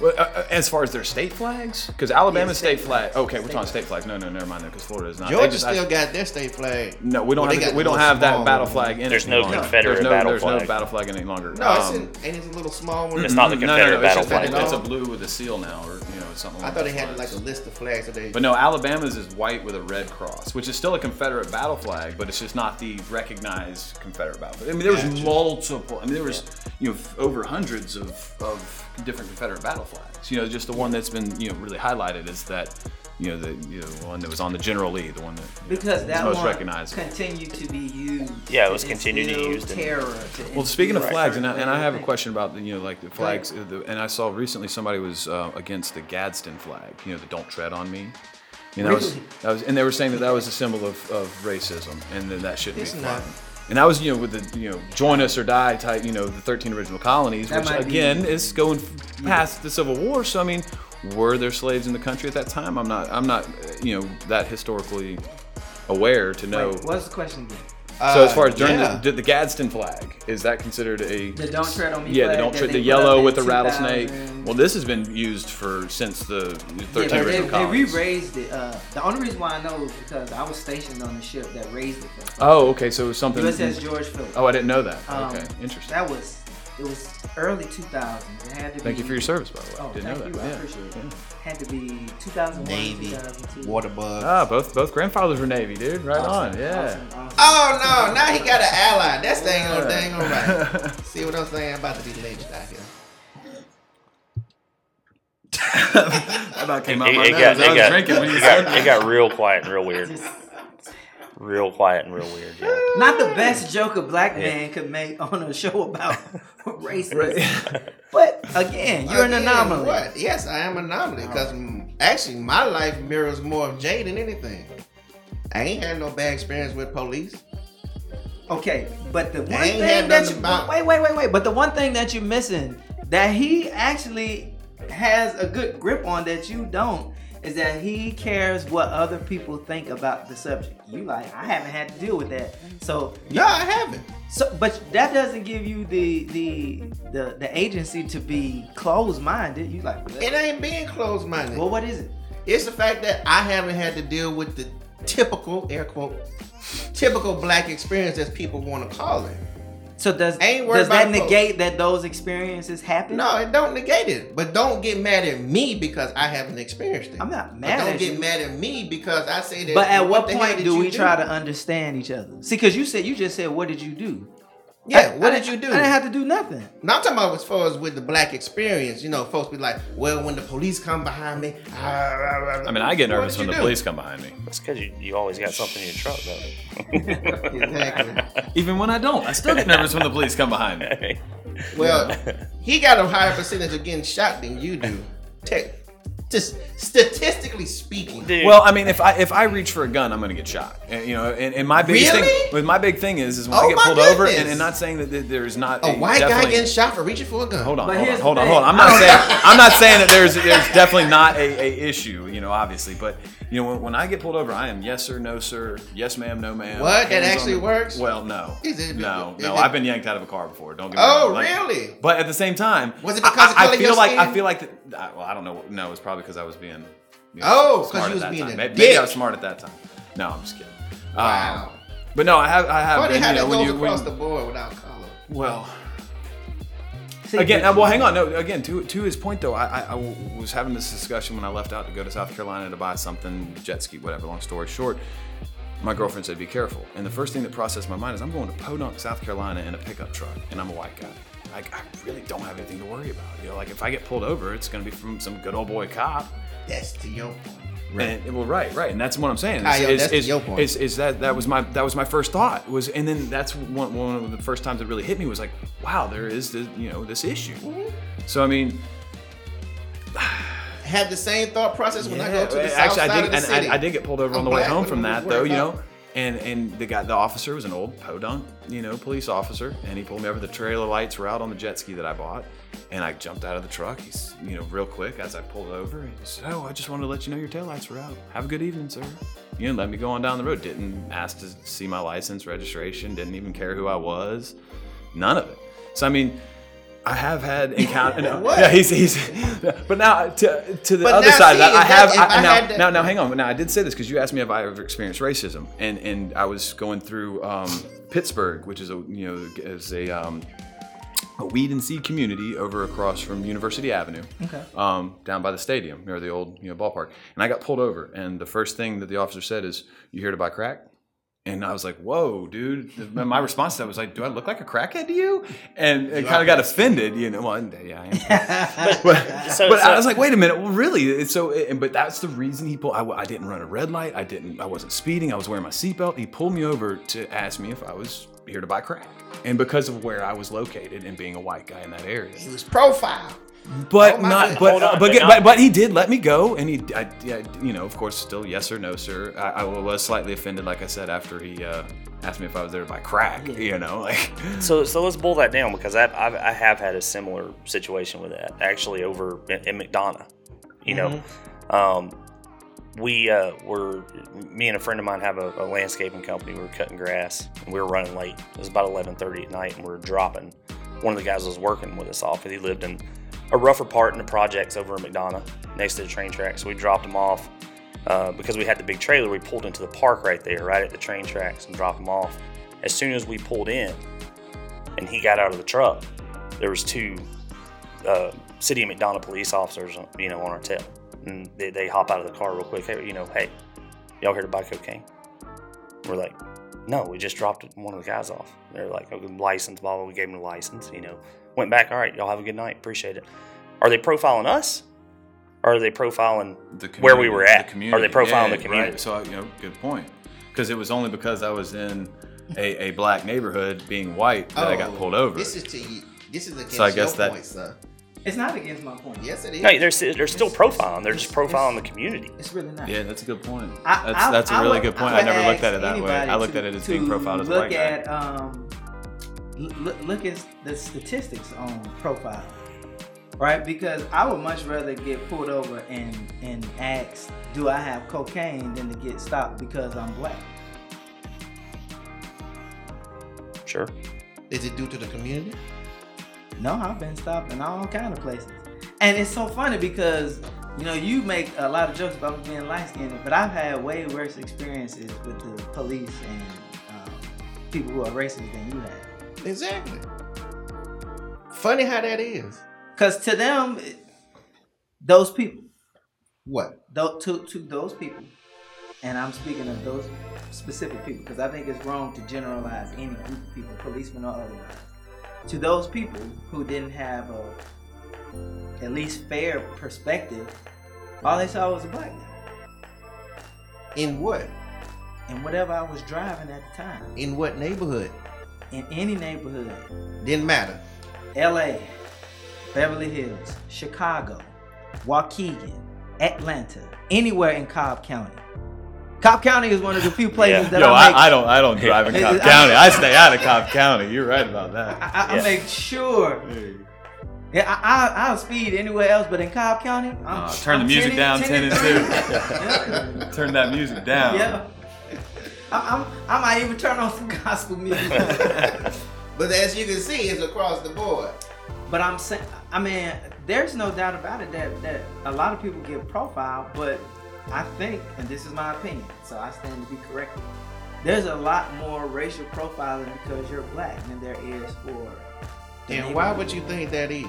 S6: well, uh, uh, as far as their state flags, because Alabama's
S5: state
S6: state, flag.
S5: flags.
S6: Okay, we're
S5: State
S6: talking state flags. No, no, never mind. Because Florida is not. They
S4: Georgia
S6: just- I-
S4: still got their state flag.
S6: no, we don't
S4: Well, they
S6: have
S4: got
S6: we don't
S4: little
S6: have that
S4: small
S6: battle
S4: one.
S6: flag in it
S7: There's no
S6: anymore.
S7: Confederate
S6: there's no,
S7: battle
S6: there's no
S7: flag.
S6: battle flag in any longer.
S4: No, it's
S6: Um,
S4: in, and it's a little small one.
S7: It's not the
S6: No, no,
S7: Confederate
S6: no, it's
S7: battle
S6: just like
S7: flag.
S4: that
S6: It's a
S4: all.
S6: blue with a seal now, or you know, something.
S4: I
S6: along
S4: thought they
S6: those
S4: had like
S6: lines.
S4: a list of flags that they.
S6: But no, Alabama's is white with a red cross, which is still a Confederate battle flag, but it's just not the recognized Confederate battle. flag. I mean, there was
S4: Gotcha.
S6: multiple. I mean, there was you know f- over hundreds of, of different Confederate battle flags. You know, just the one that's been you know really highlighted is that you know the you know, one that was on the General Lee, the one that you know,
S5: Because
S6: was
S5: that
S6: most
S5: one
S6: recognized.
S5: continued to be used.
S7: Yeah, it was
S5: instill
S7: continued to used in-
S5: terror.
S6: Well, speaking of flags, and I, and I have a question about the you know like the flags, uh, the, and I saw recently somebody was uh, against the Gadsden flag, you know, the "Don't Tread on Me." You know, that was,
S5: Really?
S6: that was, and they were saying that that was a symbol of, of racism, and that that shouldn't
S4: It's
S6: be
S4: not.
S6: flying. And that was you know with the you know join us or die type, you know, the 13 original colonies,
S5: That
S6: which
S5: might be-
S6: again is going f- past the Civil War. So I mean, were there slaves in the country at that time? I'm not, I'm not, uh, you know, that historically aware to know.
S5: Wait, what's the question again?
S6: So as far as during
S4: yeah.
S6: the, did the Gadsden flag, is that considered a
S5: The don't tread on me
S6: Yeah,
S5: flag
S6: the don't
S5: that
S6: tread
S5: they
S6: the
S5: put up
S6: yellow
S5: in
S6: with the rattlesnake.
S5: 2000.
S6: Well, this has been used for since the 13
S5: Yeah, but they,
S6: original
S5: they
S6: colonies.
S5: re-raised it. Uh, the only reason why I know is because I was stationed on the ship that raised it. For
S6: oh, okay, so it was something.
S5: USS George Phillips.
S6: oh, I didn't know that.
S5: Um,
S6: okay, interesting.
S5: That was it was early 2000. It had to
S6: Thank
S5: be,
S6: you for your service, by the way.
S5: Oh,
S6: didn't
S5: thank
S6: know
S5: you. I
S6: that.
S5: appreciate it.
S6: yeah.
S5: Had to be 2001,
S4: Navy,
S5: 2002.
S4: water bug.
S6: Ah, both both grandfathers were Navy, dude. Right on. Yeah.
S5: Awesome, awesome.
S4: Oh no, now he got an ally. That's dang on dang on right. See what I'm saying? I'm about to be lynched out here.
S6: That about came
S7: it, it got, it, got, it, got, it got real quiet and real weird. Real quiet and real weird. Yeah.
S5: Not the best joke a black man could make on a show about racism. But again, you're an
S4: Again,
S5: anomaly.
S4: What? Yes, I am an anomaly because actually my life mirrors more of Jay than anything. I ain't had no bad experience with police.
S5: Okay, but the one
S4: ain't
S5: thing
S4: had
S5: that
S4: nothing
S5: you
S4: about-
S5: wait, wait, wait, wait. But the one thing that you're missing that he actually has a good grip on that you don't is that he cares what other people think about the subject. You like, I haven't had to deal with that. So
S4: Yeah, I haven't.
S5: so but that doesn't give you the the the, the agency to be closed minded. You like
S4: It ain't being closed minded.
S5: well what is it?
S4: It's the fact that I haven't had to deal with the typical air quote typical black experience as people want to call it.
S5: So does
S4: Ain't worried
S5: does that
S4: about folks.
S5: negate that those experiences happen?
S4: No, it don't negate it. But don't get mad at me because I haven't experienced it.
S5: I'm not
S4: But
S5: mad
S4: don't
S5: at
S4: get
S5: you.
S4: mad at me because I say that.
S5: But at
S4: "Well,
S5: what
S4: the hell
S5: point
S4: did
S5: do
S4: you
S5: we try to understand each other? See, because you said you just said, "What did you do?"
S4: Yeah,
S5: I-
S4: what
S5: I
S4: did you
S5: didn't- I
S4: do?
S5: didn't have to do nothing.
S4: Now I'm talking about as far as with the black experience, you know, folks be like, well, when the police come behind me, ah,
S6: I
S4: I
S6: mean, I get nervous when the police come behind me.
S7: It's because you, you always got something in your truck, though.
S4: Exactly.
S6: Even when I don't, I still get nervous when the police come behind me.
S4: Well, he got a higher percentage of getting shot than you do. Tech, just statistically speaking.
S7: Dude,
S6: Well, I mean, if I if I reach for a gun, I'm gonna get shot. And, you know, and, and my biggest
S4: Really?
S6: thing, with my big thing is, is when
S4: Oh,
S6: I get
S4: my
S6: pulled over, and,
S4: goodness.
S6: and not saying that th- there's not
S4: A white guy
S6: definitely-
S4: getting shot for reaching for a gun.
S6: Hold on,
S5: But
S6: hold on,
S5: here's the
S6: hold on,
S5: thing.
S6: hold on. I'm
S5: I
S6: not
S5: don't-
S6: saying I'm not saying that there's there's definitely not a, a issue, you know, obviously. But you know, when, when I get pulled over, I am yes sir, no sir, yes ma'am, no ma'am.
S4: What? That
S6: Hands on
S4: actually
S6: the-
S4: works?
S6: Well, no,
S4: Is it-
S6: no,
S4: is
S6: no.
S4: it-
S6: I've been yanked out of a car before. Don't get me
S4: Oh,
S6: wrong. Like-
S4: really?
S6: But at the same time,
S4: Was it
S6: I-
S4: because of
S6: I, I
S4: color of
S6: feel
S4: your
S6: like I
S4: skin?
S6: feel like that. I- Well, I don't know. No, it was probably because I was being. you know,
S4: Oh, 'cause
S6: smart
S4: you
S6: at
S4: was
S6: that
S4: being
S6: time.
S4: a
S6: May- Maybe
S4: dick.
S6: I was smart at that time. No, I'm just kidding. Um,
S4: Wow.
S6: But no, I have. I have.
S4: Funny
S6: been,
S4: how
S6: you know,
S4: that
S6: when
S4: goes
S6: you- when-
S4: across the board without color.
S6: Well,
S5: See,
S6: again,
S5: but-
S6: uh, well, hang on. No, again, to to his point though, I, I, I w- was having this discussion when I left out to go to South Carolina to buy something, jet ski, whatever. Long story short, my girlfriend said, "Be careful." And the first thing that processed my mind is, I'm going to Podunk, South Carolina, in a pickup truck, and I'm a white guy. Like, I really don't have anything to worry about. You know, like if I get pulled over, it's going to be from some good old boy cop.
S4: That's to your point.
S6: Right. And, well, right, right, and that's what I'm saying.
S4: Ah,
S6: Is,
S4: yo,
S6: is-
S4: that's
S6: is-
S4: your point.
S6: is- is that that was my that was my first thought was, and then that's one one of the first times it really hit me was like, wow, there is this, you know this issue.
S4: Mm-hmm.
S6: So I mean,
S4: Had the same thought process when I
S6: yeah,
S4: go to the
S6: actually,
S4: south side
S6: I did,
S4: of the
S6: and
S4: city.
S6: I, I did get pulled over
S4: I'm
S6: on the way
S4: black,
S6: home
S4: but
S6: from
S4: I'm
S6: that
S4: worried
S6: though, you
S4: about-
S6: know. And and the guy, the officer was an old podunk, you know, police officer, and he pulled me over. The trailer lights were out on the jet ski that I bought, and I jumped out of the truck. He's, you know, real quick as I pulled over. He said, "Oh, I just wanted to let you know your taillights were out. Have a good evening, sir." You know, let me go on down the road. Didn't ask to see my license, registration. Didn't even care who I was. None of it. So I mean. I have had encounter. no,
S4: What?
S6: Yeah, he's, he's but now to, to the
S4: But
S6: other
S4: now,
S6: side, of
S4: see,
S6: that, I
S4: if that-
S6: have
S4: if
S6: I,
S4: I
S6: now,
S4: had to-
S6: now now hang on. Now I did say this because you asked me if I ever experienced racism, and and I was going through um, Pittsburgh, which is a you know is a um, a weed and seed community over across from University Avenue, okay. um, down by the stadium near the old you know ballpark, and I got pulled over, and the first thing that the officer said is, "You here to buy crack?" And I was like, "Whoa, dude!" And my response to that was like, "Do I look like a crackhead to you?" And it kind of got offended, you know. Well, and- yeah, I am but,
S7: So-
S6: but
S7: so-
S6: I was like, wait a minute. Well, really? It's so, and, but that's the reason he pulled. I, w- I didn't run a red light. I didn't. I wasn't speeding. I was wearing my seatbelt. He pulled me over to ask me if I was here to buy crack, and because of where I was located and being a white guy in that area.
S4: He was profiled.
S6: But
S4: Oh my
S6: not.
S4: goodness.
S6: But,
S7: Hold on,
S6: but,
S7: but
S6: but
S7: not-
S6: but he did let me go, and he. I, yeah, you know, of course, still yes or no, sir. I, I was slightly offended, like I said, after he. Uh, Asked me if I was there to buy crack, you know, like
S7: So, so let's boil that down because I've, I've, I have had a similar situation with that actually over in, in McDonough. You
S6: Mm-hmm.
S7: know, um, we uh, were me and a friend of mine have a, a landscaping company. We were cutting grass. And we were running late. It was about eleven thirty at night, and we were dropping. One of the guys was working with us off because he lived in a rougher part in the projects over in McDonough next to the train track. So we dropped him off uh, because we had the big trailer. We pulled into the park right there, right at the train tracks, and dropped him off. As soon as we pulled in, and he got out of the truck, there was two uh, city of McDonough police officers, you know, on our tail, and they, they hop out of the car real quick. Hey, you know, hey, y'all here to buy cocaine? We're like, no, we just dropped one of the guys off. They're like, okay, license, blah, blah. We gave him a license, you know. Went back. All right, y'all have a good night. Appreciate it. Are they profiling us? Or are they profiling
S6: the
S7: where we were
S6: community-
S7: at?
S6: the
S7: are
S6: community.
S7: they profiling
S6: Yeah,
S7: the community?
S6: Right. So you know, good point. Because it was only because I was in a, a black neighborhood, being white, that I
S5: Oh,
S6: got pulled over.
S4: Oh, This is to you. This is against
S6: So I guess
S4: your
S6: that-
S4: point, sir.
S5: it's not against my point.
S4: Yes, it is.
S7: No, they're, they're still profiling. They're just profiling the community.
S5: It's really not.
S6: yeah, that's a good point.
S5: I-
S6: that's
S5: I-
S6: that's a
S5: I
S6: really
S5: would-
S6: good point.
S5: would
S6: I, never looked
S5: ask
S6: at it that way.
S5: anybody
S6: I looked
S5: to-
S6: at it as
S5: to
S6: being profiled as a
S5: look
S6: white guy.
S5: at, Um, l- look, look at the statistics on profile. right? Because I would much rather get pulled over and and asked, "Do I have cocaine?" than to get stopped because I'm black.
S7: Sure.
S4: Is it due to the community?
S5: No, I've been stopped in all kind of places, and it's so funny because you know you make a lot of jokes about me being light skinned, but I've had way worse experiences with the police and um, people who are racist than you have.
S4: Exactly. Funny how that is.
S5: Because to them, it- those people,
S4: What?
S5: tho- to, to those people, and I'm speaking of those specific people, because I think it's wrong to generalize any group of people, policemen or otherwise. To those people who didn't have a at least fair perspective, all they saw was a black guy
S4: In what?
S5: and whatever I was driving at the time
S4: In what neighborhood?
S5: in any neighborhood,
S4: Didn't matter.
S5: L.A., Beverly Hills, Chicago, Waukegan, Atlanta, anywhere in Cobb County. Cobb County is one of the few places
S7: Yeah.
S5: that
S6: Yo,
S5: I
S6: I,
S5: make.
S6: I don't, I don't drive in
S5: It-
S6: Cobb
S5: it-
S6: County. I stay out of Cobb County. You're right about that.
S5: I, I
S7: Yeah.
S5: make sure. Yeah, I, I, I'll speed anywhere else, but in Cobb County, I'm,
S6: Nah, Uh, turn the
S5: I'm
S6: music
S5: 10
S6: down,
S5: 10 and
S6: 10 and
S5: 3. yeah.
S6: Turn that music down.
S5: yeah. I, I'm, I might even turn on some gospel music.
S4: But as you can see, it's across the board.
S5: But I'm saying, I mean, there's no doubt about it that, that a lot of people get profiled, but I think, and this is my opinion, so I stand to be corrected, there's a lot more racial profiling because you're black than there is for. the
S4: And why
S5: neighborhood.
S4: would you think that is?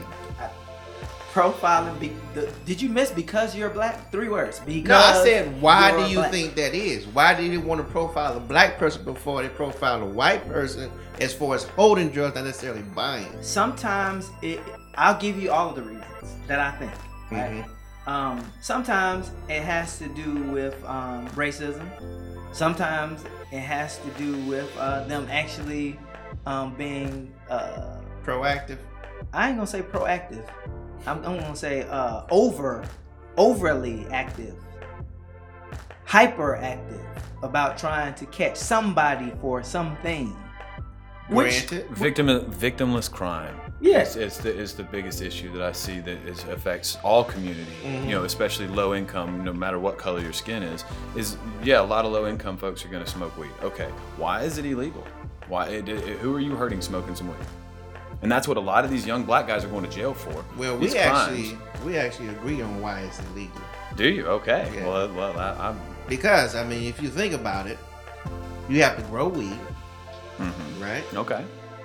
S5: profiling? Be, the, did you miss because you're black? Three words. Because
S4: No, I said, why
S5: you're
S4: do you
S5: black.
S4: think that is? Why do they want to profile a black person before they profile a white person as far as holding drugs, not necessarily buying?
S5: Sometimes it. I'll give you all of the reasons that I think. Right?
S4: Mm-hmm.
S5: Um, sometimes it has to do with um, racism. Sometimes it has to do with uh, them actually um, being, uh,
S4: Proactive.
S5: I ain't gonna say proactive. I'm, I'm gonna say uh, over, overly active, hyperactive about trying to catch somebody for something. Which,
S4: Granted.
S6: Victim, victimless crime.
S5: yes,
S6: It's, it's the is the biggest issue that I see that is, affects all community.
S4: Mm-hmm.
S6: You know, especially low income, no matter what color your skin is. Is yeah, a lot of low income folks are going to smoke weed. Okay, why is it illegal? Why? It, it- who are you hurting smoking some weed? And that's what a lot of these young black guys are going to jail for.
S4: Well, we
S6: These
S4: actually
S6: crimes.
S4: we actually agree on why it's illegal.
S6: do you okay?
S4: Yeah.
S6: Well, well, I, I'm
S4: Because I mean, if you think about it, you have to grow weed,
S6: mhm.
S4: right?
S6: okay.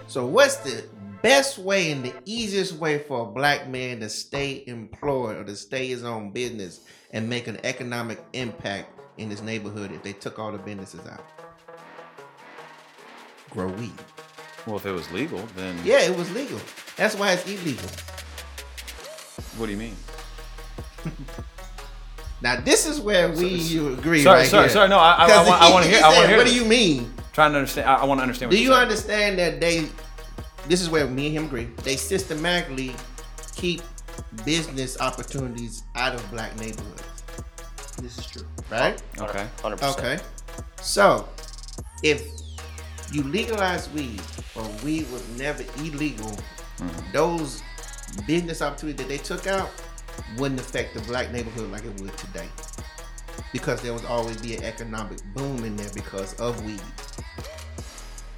S4: So what's the best way and the easiest way for a black man to stay employed or to stay his own business and make an economic impact in his neighborhood if they took all the businesses out? Grow weed.
S6: Well, if it was legal, then
S4: Yeah, it was legal. That's why it's illegal.
S6: What do you mean?
S4: Now this is where we you agree
S6: Sorry,
S4: right
S6: sorry,
S4: here.
S6: sorry, no, I- I-
S4: 'Cause
S6: I want- I
S4: he-
S6: wanna
S4: he
S6: hear- I wanna
S4: said,
S6: hear
S4: What
S6: it."
S4: do you mean?
S6: Trying to understand. I, I want to understand. What
S4: Do you
S6: you're saying.
S4: understand that they, this is where me and him agree, they systematically keep business opportunities out of black neighborhoods,
S5: this is true.
S4: right?
S6: Okay.
S7: 100%.
S4: Okay. So, if you legalize weed, or weed was never illegal,
S6: Mm-hmm.
S4: those business opportunities that they took out wouldn't affect the black neighborhood like it would today. Because there would always be an economic boom in there because of weed.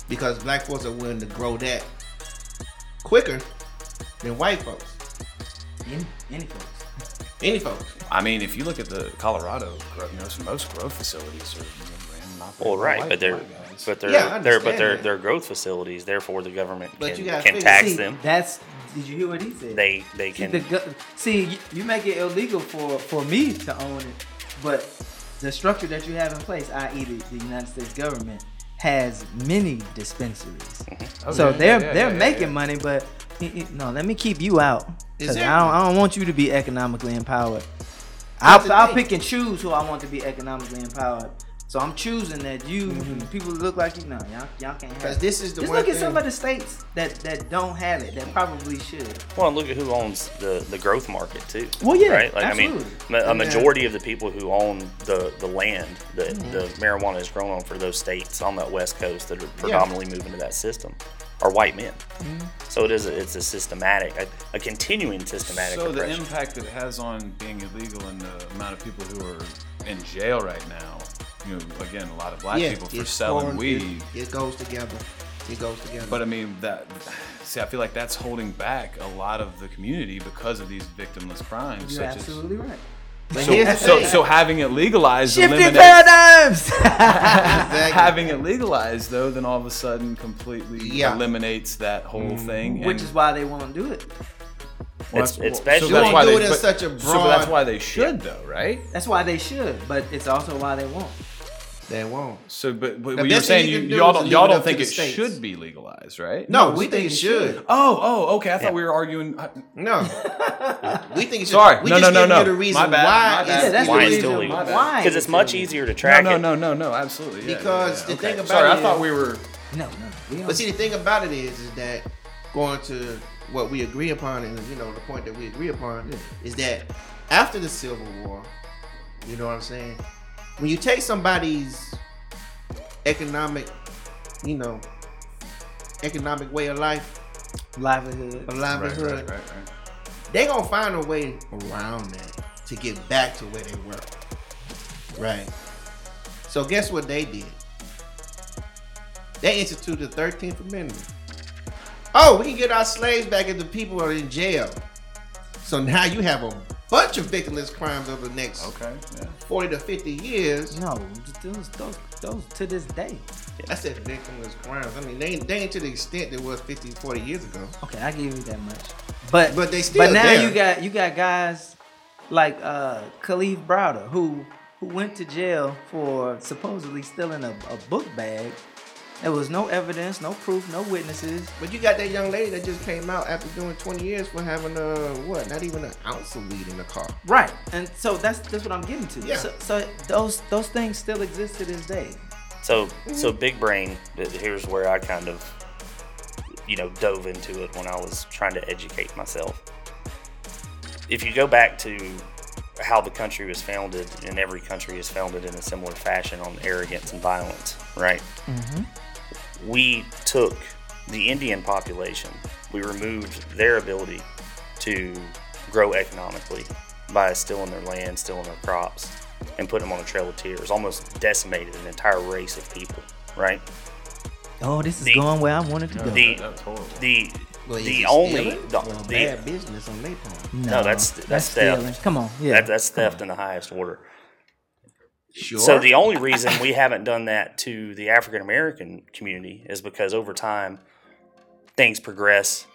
S4: Because black folks are willing to grow that quicker than white folks.
S5: Any, any folks.
S4: Any folks.
S6: I mean, if you look at the Colorado, grow- you know, so most growth facilities are you know, ran and operated
S7: Well,
S6: by
S7: right,
S6: white-
S7: but they're
S6: white guys.
S7: but they're
S4: Yeah, I
S7: they're but
S4: understand
S7: they're
S4: that.
S7: they're growth facilities. Therefore, the government
S4: But
S7: can,
S4: you gotta
S7: can
S4: figure-
S7: tax
S5: See,
S7: them.
S5: That's. Did you hear what he said?
S7: They they
S5: See,
S7: can.
S5: the, go- see you, you make it illegal for for me to own it, but the structure that you have in place, i.e., the, the United States government, has many dispensaries.
S7: Mm-hmm.
S6: Oh,
S5: so
S6: yeah,
S5: they're
S6: yeah, yeah,
S5: they're
S6: yeah,
S5: making
S6: yeah.
S5: money, but y- y- no, let me keep you out 'cause
S4: Exactly.
S5: I don't I don't want you to be economically empowered. I'll,
S4: the
S5: I'll
S4: thing.
S5: pick and choose who I want to be economically empowered. So I'm choosing that you people that look like you. No, y'all, y'all can't have.
S4: 'Cause
S5: it.
S4: Mm-hmm. this is the
S5: Just
S4: one
S5: look at
S4: thing-
S5: some of the states that that don't have it that probably should.
S7: Well, and look at who owns the, the growth market too.
S5: Well, yeah,
S7: right. Like
S5: absolutely.
S7: I mean, ma- a majority of the people who own the, the land that
S4: Mm-hmm.
S7: the marijuana is grown on
S4: Mm-hmm.
S7: for those states on that West Coast that are predominantly moving to that system are white men. So it is. A, it's a systematic, a, a continuing systematic
S6: So the
S7: oppression.
S6: impact it has on being illegal and the amount of people who are in jail right now, you know, again, a lot of black people for
S4: it's
S6: selling
S4: corn-
S6: weed.
S4: It, it goes together. It goes together.
S6: But I mean that. See, I feel like that's holding back a lot of the community because of these victimless crimes.
S5: You're
S6: such
S5: absolutely right.
S4: But
S6: As, so, so having it legalized
S5: Shifting paradigms.
S6: eliminates.
S4: Exactly.
S6: Having it legalized, though, then all of a sudden completely
S4: Yeah.
S6: eliminates that whole thing.
S5: Which is why they won't do it.
S6: well,
S7: It's-
S6: that's-
S7: it's
S6: well,
S7: basically-
S6: that's
S7: You
S6: why
S4: do
S6: they-
S4: it in
S6: but-
S4: such a
S6: so, but that's
S4: broad-
S6: why they should, though, right?
S5: That's why they should, but it's also why they won't.
S4: they won't.
S6: So, but, but
S4: The
S6: you're
S4: best thing
S6: saying
S4: you
S6: you,
S4: can do
S6: y'all
S4: is
S6: don't
S4: leave
S6: y'all
S4: it
S6: don't
S4: up to
S6: think
S4: the
S6: it
S4: states.
S6: should be legalized, right?
S4: No, we think it
S5: should.
S4: should.
S6: Oh, oh, okay. I
S7: Yeah.
S6: thought we were arguing. uh, I-
S4: No, we think it should.
S6: Sorry.
S4: we
S6: No,
S4: just
S6: no, no,
S4: giving you the
S6: no. My
S4: reason
S6: bad,
S4: why.
S6: my bad.
S5: Yeah, that's
S7: why
S5: the
S7: it's
S5: reason
S7: illegal.
S5: why.
S7: Because it's much
S5: illegal.
S7: easier to track
S6: no,
S7: it.
S6: no, no, no, no. Absolutely. Yeah, yeah,
S4: Because
S6: yeah,
S4: the thing
S6: okay.
S4: about
S6: sorry,
S4: it
S6: I thought
S4: is-
S6: we were.
S5: No, no. We don't.
S4: But see, the thing about it is, is that going to what we agree upon, and you know, the point that we agree upon is that after the Civil War, you know what I'm saying? When you take somebody's economic, you know, economic way of life,
S5: livelihood.
S4: of
S6: Right,
S4: livelihood,
S6: right, right, right.
S4: they gonna find a way around that to get back to where they were. Right. So guess what they did? They instituted the Thirteenth Amendment. Oh, we can get our slaves back if the people are in jail. So now you have a bunch of victimless crimes over the next
S6: Okay. Yeah.
S4: forty to fifty years.
S5: No, those, those, those to this day.
S4: I said victimless crimes. I mean, they, they ain't to the extent it was 50, 40 years ago.
S5: Okay, I give you that much. But
S4: But they still
S5: But now
S4: there.
S5: you got you got guys like uh Khalif Browder who who went to jail for supposedly stealing a, a book bag. There was no evidence, no proof, no witnesses.
S4: But you got that young lady that just came out after doing 20 years for having uh what? Not even an ounce of weed in the car.
S5: Right. And so that's that's what I'm getting to.
S4: Yeah.
S5: So, so those those things still exist to this day.
S7: So, so big brain. th- Here's where I kind of, you know, dove into it when I was trying to educate myself. If you go back to how the country was founded, and every country is founded in a similar fashion on arrogance and violence, right? We took the Indian population. We removed their ability to grow economically by stealing their land, stealing their crops, and putting them on a trail of tears. Almost decimated an entire race of people, right?
S5: Oh, this is
S7: The-
S5: going where I wanted to go.
S7: the-
S6: that, that was horrible.
S7: The
S4: Well,
S7: the
S4: you
S7: only
S4: stealing?
S7: the,
S4: Well,
S7: the-
S4: bad business on their part.
S5: no,
S7: that's- that's theft.
S5: stealing. Come on. Yeah.
S7: that, that's theft in the highest order.
S4: Sure.
S7: So the only reason we haven't done that to the African American community is because over time things progress,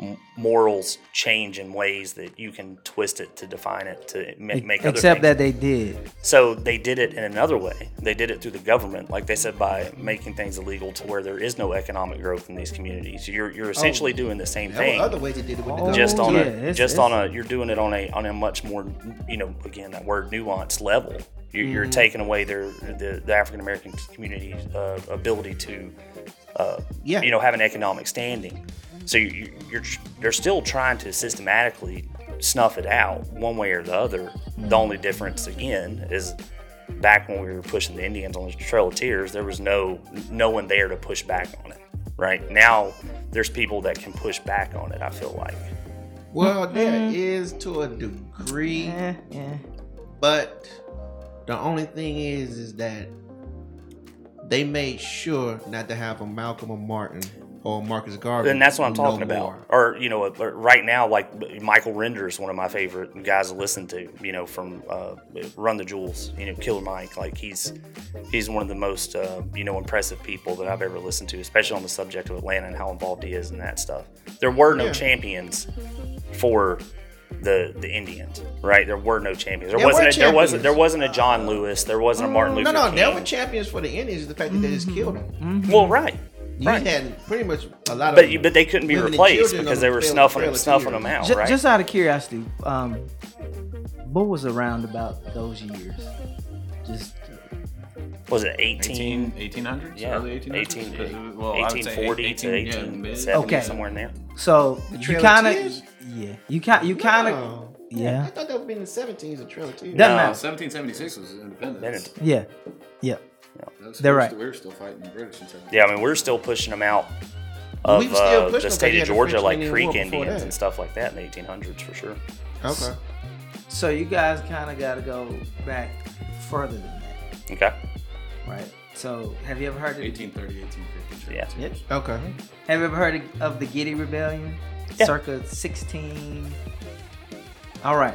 S7: m- morals change in ways that you can twist it to define it to ma-
S5: E-
S7: make other
S5: Except
S7: things.
S5: that they did.
S7: So they did it in another way. They did it through the government, like they said, by making things illegal to where there is no economic growth in these communities. You're you're essentially doing the same
S4: there
S7: thing.
S4: were other ways they did it Oh, with the
S5: Oh,
S4: government.
S7: just on
S5: yeah,
S7: a
S5: it's-
S7: just
S5: it's-
S7: on a you're doing it on a on a much more you know again that word nuanced level you're, you're
S5: Mm-hmm.
S7: taking away their the, the african american community uh, ability to uh,
S4: Yeah.
S7: you know have an economic standing so you- you, you're tr- they're still trying to systematically snuff it out one way or the other the only difference again is back when we were pushing the indians on the trail of tears there was no no one there to push back on it right now there's people that can push back on it i feel like
S4: Well, there is to a degree,
S5: Yeah, Eh, yeah.
S4: but the only thing is, is that they made sure not to have a Malcolm or Martin or Marcus Garvey.
S7: And that's what I'm
S4: no
S7: talking about.
S4: more.
S7: Or you know, uh, or right now, like Michael Render is one of my favorite guys to listen to. You know, from uh, Run the Jewels. You know, Killer Mike. Like he's he's one of the most uh, you know impressive people that I've ever listened to, especially on the subject of Atlanta and how involved he is in that stuff. There were no
S4: Yeah.
S7: champions for the the Indians, right? There were no champions. There,
S4: There were
S7: wasn't. A, there wasn't.
S4: champions. Mm,
S7: There wasn't a John Lewis. There wasn't a Martin
S4: No,
S7: Luther
S4: no,
S7: King.
S4: they were champions for the Indians. The fact that they just killed them.
S7: well, right.
S4: You
S7: Right.
S4: had pretty much a lot of.
S7: But you, but they couldn't be
S4: women and
S7: replaced
S4: children
S7: because
S4: on
S7: they
S4: the
S7: were
S4: trail-
S7: snuffing
S4: trail
S7: them,
S4: of
S7: snuffing
S4: tears.
S7: them out,
S5: Ju-
S7: right?
S5: Just out of curiosity, um, what was around about those years? Just
S7: was it 18?
S6: 18, 1800s?
S7: Yeah,
S6: Early 1800s?
S7: 18,
S6: well, I would say
S7: 1840
S6: 18,
S7: to
S6: yeah, in the mid-
S7: 1870,
S5: Okay.
S7: somewhere in there.
S5: so you
S4: Trail of
S5: kind of
S4: Tears?
S5: yeah, you kind you kind of
S4: No. I
S5: yeah
S4: thought that would be in the 17s or trail of
S5: doesn't
S4: tears.
S7: No.
S5: matter.
S6: 1776 was independence.
S7: Then
S5: Yeah, yeah.
S6: That was-
S5: They're
S6: we were
S5: right.
S6: still- We were still fighting the British in 1776.
S7: Yeah, I mean, we're still pushing them out of
S4: We still
S7: uh,
S4: pushing
S7: the
S4: 'em 'cause
S7: state
S4: we
S7: of
S4: had the
S7: Georgia,
S4: French
S7: like
S4: Indian
S7: Creek
S4: War before
S7: Indians
S4: that.
S7: and stuff like that in the 1800s for sure.
S4: Okay.
S5: So you guys kind of got to go back further than that,
S7: Okay.
S5: right? So have you ever heard of,
S6: 1830, 1850. sure.
S7: Yeah.
S5: Yep.
S4: Okay.
S5: have you ever heard of, of the Giddy Rebellion,
S7: Yeah.
S5: circa 16? All right.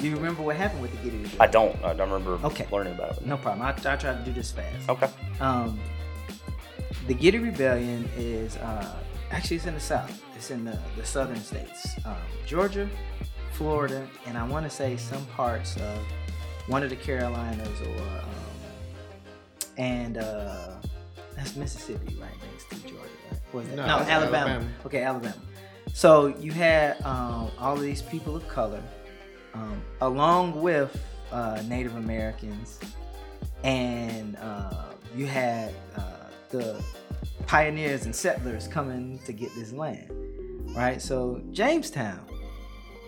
S5: Do you remember what happened with the Giddy Rebellion?
S7: I don't. I don't remember
S5: Okay.
S7: learning about it.
S5: No problem. I, I try to do this fast.
S7: Okay.
S5: Um, the Giddy Rebellion is uh, actually it's in the South. It's in the, the southern states, um, Georgia, Florida, and I want to say some parts of one of the Carolinas or um, and uh, that's Mississippi right next to Georgia. Right? Or is that-
S4: No,
S5: No,
S4: that's
S5: Alabama.
S4: Alabama.
S5: Okay, Alabama. So you had um, all of these people of color, um, along with uh, Native Americans, and uh, you had uh, the pioneers and settlers coming to get this land, right? So Jamestown,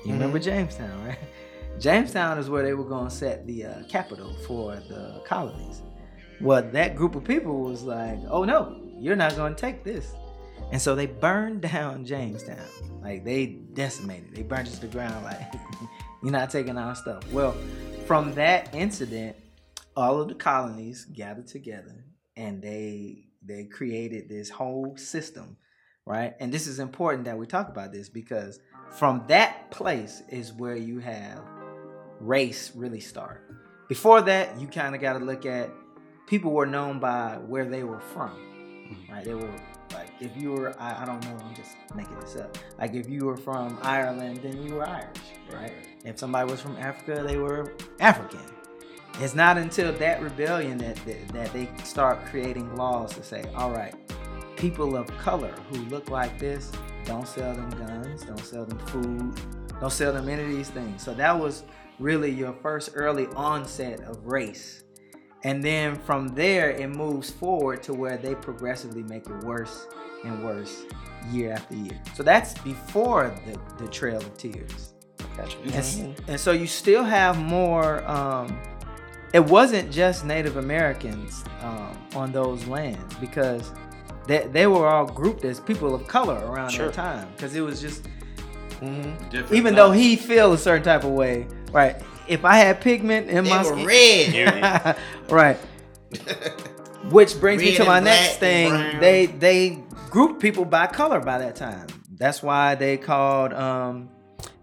S5: you remember Jamestown, right? Jamestown is where they were going to set the uh, capital for the colonies. Well, that group of people was like, "Oh no, you're not going to take this," and so they burned down Jamestown. Like they decimated, they burned it to the ground. Like you're not taking our stuff. Well, from that incident, all of the colonies gathered together and they they created this whole system, right? And this is important that we talk about this because from that place is where you have race really start. Before that, you kind of got to look at people were known by where they were from, right? They were like if you were I, I don't know I'm just making this up. Like if you were from Ireland, then you were Irish, right? If somebody was from Africa, they were African. It's not until that rebellion that, that that they start creating laws to say, all right, people of color who look like this, don't sell them guns, don't sell them food, don't sell them any of these things. So that was really your first early onset of race. And then from there, it moves forward to where they progressively make it worse and worse year after year. So that's before the, the Trail of Tears.
S7: Gotcha.
S5: And, s-
S4: Mm-hmm.
S5: and so you still have more. Um, it wasn't just Native Americans um, on those lands because they, they were all grouped as people of color around
S7: Sure.
S5: that time because it was just
S4: Mm-hmm.
S6: Different
S5: even though
S6: times.
S5: he feel a certain type of way, right? If I had pigment in
S4: They
S5: my
S4: were
S5: skin-
S4: red.
S5: right. Which brings me
S4: Red
S5: to
S4: and
S5: my
S4: black
S5: next
S4: and
S5: thing.
S4: brown.
S5: They they grouped people by color by that time. That's why they called um,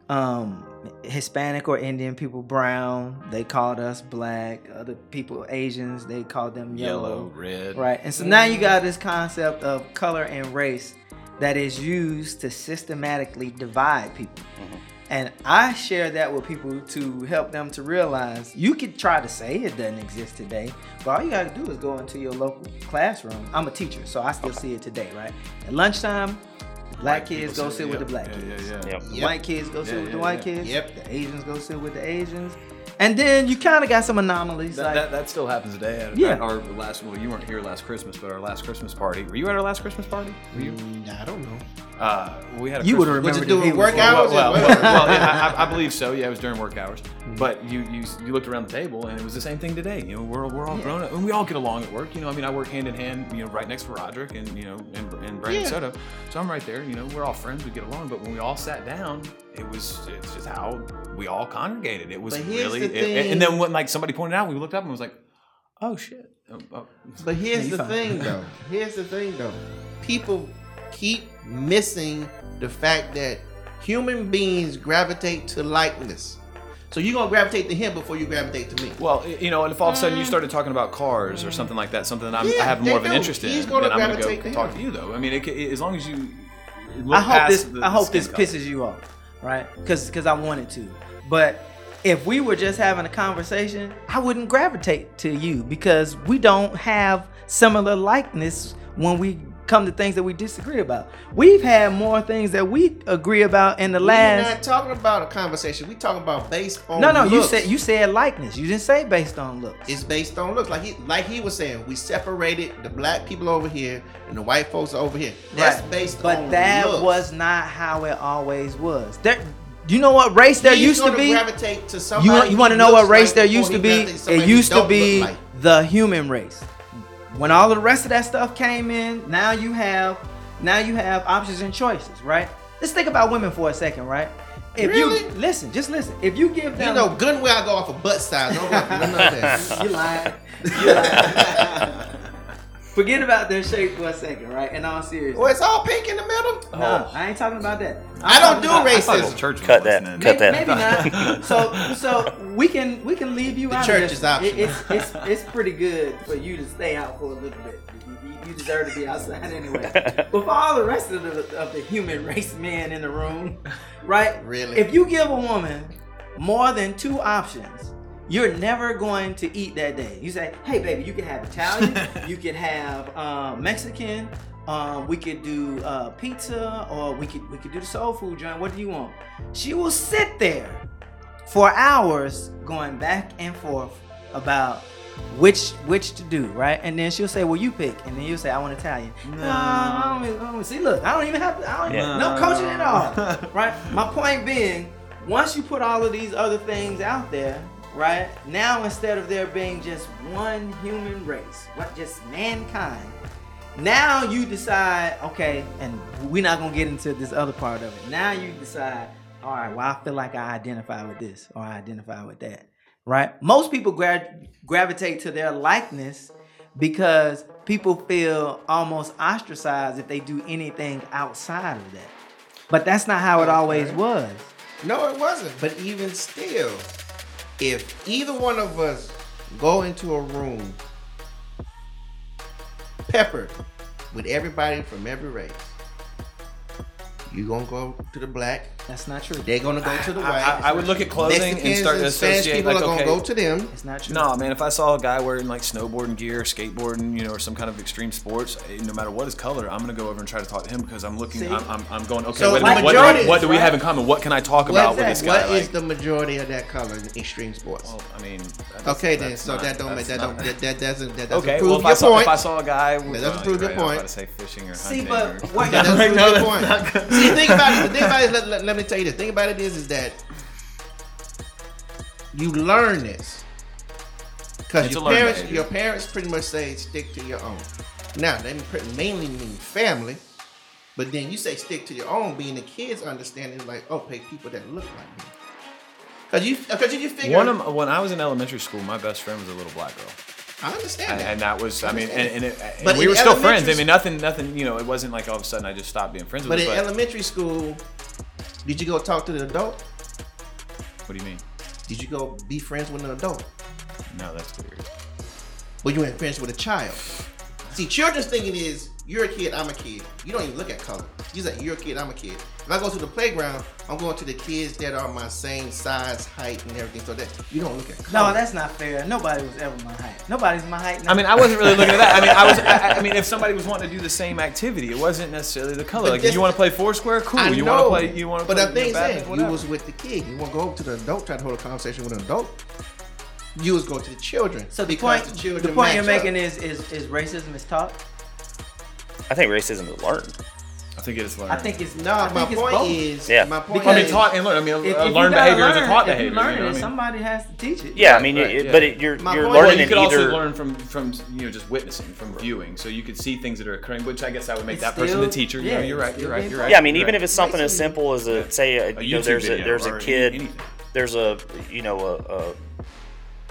S5: um, Hispanic or Indian people brown. They called us black. Other people Asians. They called them
S6: yellow,
S5: yellow.
S6: red.
S5: Right. And so now you got this concept of color and race that is used to systematically divide people. And I share that with people to help them to realize you could try to say it doesn't exist today, but all you gotta do is go into your local classroom. I'm a teacher, so I still see it today, right? At lunchtime, black kids go sit with the black kids.
S6: Yeah, yeah,
S7: Yep.
S5: The
S4: Yep.
S5: white kids go sit
S6: Yeah,
S5: with the
S6: yeah,
S5: white
S6: yeah.
S5: kids.
S4: Yep.
S5: The Asians go sit with the Asians. And then you kind of got some anomalies.
S6: That,
S5: like,
S6: that, that still happens today. At,
S5: Yeah.
S6: at our last, well, you weren't here last Christmas, but our last Christmas party. Were you at our last Christmas party? Were you?
S4: I don't know.
S6: Uh, we had a
S5: Mm. you would have
S4: What
S6: Christmas-
S5: remembered
S4: you
S5: if
S4: doing?
S5: he was-
S4: Work
S6: Well,
S4: hours?
S6: well,
S4: or
S6: well,
S4: what?
S6: well, yeah, I, I believe so. Yeah, it was during work hours. But you, you you looked around the table and it was the same thing today. You know, we're, we're all grown up and we all get along at work. You know, I mean, I work hand in hand. You know, right next to Roderick and you know and, and Brandon
S4: Yeah.
S6: Soto. So I'm right there. You know, we're all friends. We get along. But when we all sat down, it was it's just how we all congregated. It was
S4: But here's
S6: really.
S4: the
S6: it-
S4: thing.
S6: and then when like somebody pointed out, we looked up and was like, oh shit. Oh, oh.
S4: But here's
S5: you
S4: the
S5: fine.
S4: thing, though. Here's the thing, though. People keep missing the fact that human beings gravitate to likeness. So you're gonna gravitate to him before you gravitate to me.
S6: Well, i- you know, and if all of a sudden you started talking about cars or something like that, something that I'm,
S4: Um, Yeah,
S6: I have
S4: there
S6: more of an
S4: you go.
S6: interest in,
S4: He's
S6: then
S4: gonna
S6: I'm going
S4: gravitate
S6: to go
S4: to
S6: talk
S4: him.
S6: to you though. I mean, it, ca- as long as you. look
S5: I hope
S6: past
S5: this.
S6: the-
S5: I
S6: the
S5: hope
S6: skin
S5: this
S6: color.
S5: pisses you off, right? Because because I wanted to, but if we were just having a conversation, I wouldn't gravitate to you because we don't have similar likeness when we come to things that we disagree about. We've had more things that we agree about in the
S4: We're
S5: last.
S4: not talking about a conversation. We talking about based on
S5: No, no, you
S4: looks.
S5: said you said likeness. You didn't say based on looks.
S4: It's based on looks. Like he like he was saying, we separated the black people over here and the white folks over here. That's
S5: Right.
S4: based
S5: but
S4: on
S5: that
S4: looks.
S5: was not how it always was. There, you know what race there
S4: He's
S5: used to
S4: gonna
S5: be.
S4: gravitate to
S5: You,
S4: somebody
S5: you
S4: he
S5: want to know what
S4: looks
S5: race
S4: like
S5: there
S4: before
S5: used
S4: he
S5: to be?
S4: gravitates to
S5: It
S4: somebody he
S5: used to
S4: don't
S5: be
S4: look like.
S5: the human race. When all of the rest of that stuff came in, now you have Now you have options and choices, right? Let's think about women for a second, right? If
S4: Really?
S5: you listen, just listen. If you give them
S4: You know, gun where I go off of butt size. I don't want none of that.
S5: you lying. You lying. Forget about their shape for a second, right? In all seriousness.
S4: Well, it's all pink in the middle.
S5: No, I ain't talking about that. I'm
S4: I
S5: talking
S4: don't do
S5: about-
S4: racism.
S6: I thought the church was
S7: Cut that.
S6: listening.
S7: Cut
S5: Maybe,
S7: that.
S5: maybe not. So, so we can we can leave you
S4: The
S5: out.
S4: church
S5: of this.
S4: is optional.
S5: It- it's, it's it's pretty good for you to stay out for a little bit. You, you- you deserve to be outside anyway. but for all the rest of the of the human race men in the room, right?
S4: Really?
S5: If you give a woman more than two options, you're never going to eat that day. You say, "Hey, baby, you can have Italian, you can have uh, Mexican, um, we could do uh, pizza, or we could we could do the soul food joint. What do you want?" She will sit there for hours going back and forth about which which to do, right? And then she'll say, "Well, you pick," and then you'll say, "I want Italian." No, I don't, even- I don't- see. Look, I don't even have to. I don't
S7: Yeah.
S5: no coaching at all, right? My point being, once you put all of these other things out there, right? Now instead of there being just one human race, what just mankind, now you decide, okay, and we're not gonna get into this other part of it. Now you decide, all right, well, I feel like I identify with this or I identify with that, right? Most people gra- gravitate to their likeness because people feel almost ostracized if they do anything outside of that. But that's not how it always was.
S4: No, it wasn't. But even still, if either one of us go into a room peppered with everybody from every race, you gonna go to the black.
S5: That's not true.
S4: They're gonna go to the white.
S6: I, I would look at clothing and
S4: Mexicans
S6: start
S4: and
S6: to
S4: Spanish
S6: associate
S4: people
S6: like
S4: are gonna
S6: okay,
S4: go to them.
S5: It's not true.
S6: No, man. If I saw a guy wearing like snowboarding gear, skateboarding, you know, or some kind of extreme sports, eh, no matter what his color, I'm gonna go over and try to talk to him because I'm looking.
S5: See?
S6: I'm, I'm, I'm going. Okay,
S4: So
S6: wait a
S4: my
S6: minute. What, do
S4: majority
S6: we- what do we
S5: is, right?
S6: have in common? What can I talk
S4: What
S6: about
S4: is
S6: with this guy? Like,
S4: the majority of that color in extreme sports?
S6: well, I mean. that's-
S4: okay, then.
S6: that's
S4: So
S6: not-
S4: that don't make
S6: that's
S4: that
S6: not-
S4: don't that, that doesn't that doesn't
S6: Okay,
S4: prove
S6: well, if
S4: your
S6: I, saw,
S4: point.
S6: if I saw a guy, that
S4: doesn't prove your
S6: I was about
S4: point.
S6: to say fishing or
S5: See,
S6: hunting.
S5: but
S6: or-
S5: what
S4: That doesn't
S6: No,
S4: prove your
S6: that's
S4: point.
S6: not good.
S4: See, think about it. The thing about it, let, let, let me tell you this. Think about it is, is that you learn this because
S6: It's
S4: your
S6: a learned
S4: parents,
S6: behavior.
S4: your parents pretty much say stick to your own. Now they pr- mainly mean family, but then you say stick to your own, being the kids understanding like, oh, pay people that look like me. Cause you, cause you, you figure.
S6: One of my, when I was in elementary school, my best friend was a little black girl.
S4: I understand
S6: and,
S4: that.
S6: and that was I mean and, and, it, and
S4: But
S6: we
S4: in
S6: were still
S4: elementary
S6: friends. I mean nothing nothing you know it wasn't like all of a sudden I just stopped being friends
S4: but
S6: with
S4: in
S6: her. But
S4: elementary school, did you go talk to the adult?
S6: what do you mean?
S4: Did you go be friends with an adult?
S6: No, that's weird.
S4: but you ain't friends with a child. See, children's thinking is you're a kid, I'm a kid. You don't even look at color. You like you're a kid, I'm a kid. If I go to the playground, I'm going to the kids that are my same size, height, and everything. So that you don't look at color.
S5: No, that's not fair. Nobody was ever my height. Nobody's my height now.
S6: I mean I wasn't really looking at that. I mean I was I, I mean if somebody was wanting to do the same activity, it wasn't necessarily the color.
S4: But
S6: like
S4: this-
S6: you want to play foursquare, cool.
S4: I
S6: you
S4: know,
S6: want to play you want to
S4: But
S6: play
S4: the thing
S6: you know, badminton,
S4: is, you
S6: whatever.
S4: was with the kid. You want to go up to the adult, try to hold a conversation with an adult. You was going to the children.
S5: so the
S4: because
S5: point,
S4: the
S5: the,
S4: children
S5: point you're
S4: match up.
S5: making is, is is racism is taught.
S7: I think racism is learned.
S6: I think it's learned.
S5: I think it's
S4: No,
S5: I
S4: my
S5: think it's
S4: point
S5: both.
S4: is,
S7: Yeah.
S4: my point
S6: I mean
S4: is,
S6: taught and learned. I mean
S5: If,
S6: uh,
S5: if you
S6: learned
S5: gotta
S6: behavior is a
S5: learn-
S6: taught
S5: if
S6: behavior.
S5: You learn
S6: you know
S5: it,
S6: what I mean?
S5: somebody has to teach it.
S7: Yeah, I
S6: Right,
S7: mean,
S6: right,
S7: you,
S6: yeah.
S7: but it, you're
S4: My
S7: you're
S4: point-
S6: Well,
S7: learning
S6: you
S7: in
S6: could
S7: either.
S6: also learn from from you know just witnessing, from viewing, so you could see things that are occurring. Which I guess I would make
S5: It's
S6: that person
S5: still-
S6: the teacher.
S5: yeah,
S6: you know, you're
S5: it's
S6: right,
S5: still
S6: you're right,
S5: being
S6: you're
S5: taught.
S6: right.
S7: Yeah, I mean,
S6: you're
S7: even
S6: right.
S7: if it's something as simple as a say, a,
S6: a
S7: you know,
S6: YouTube
S7: there's a
S6: video
S7: there's
S6: or
S7: a
S6: any-
S7: kid,
S6: anything.
S7: there's a you know a, a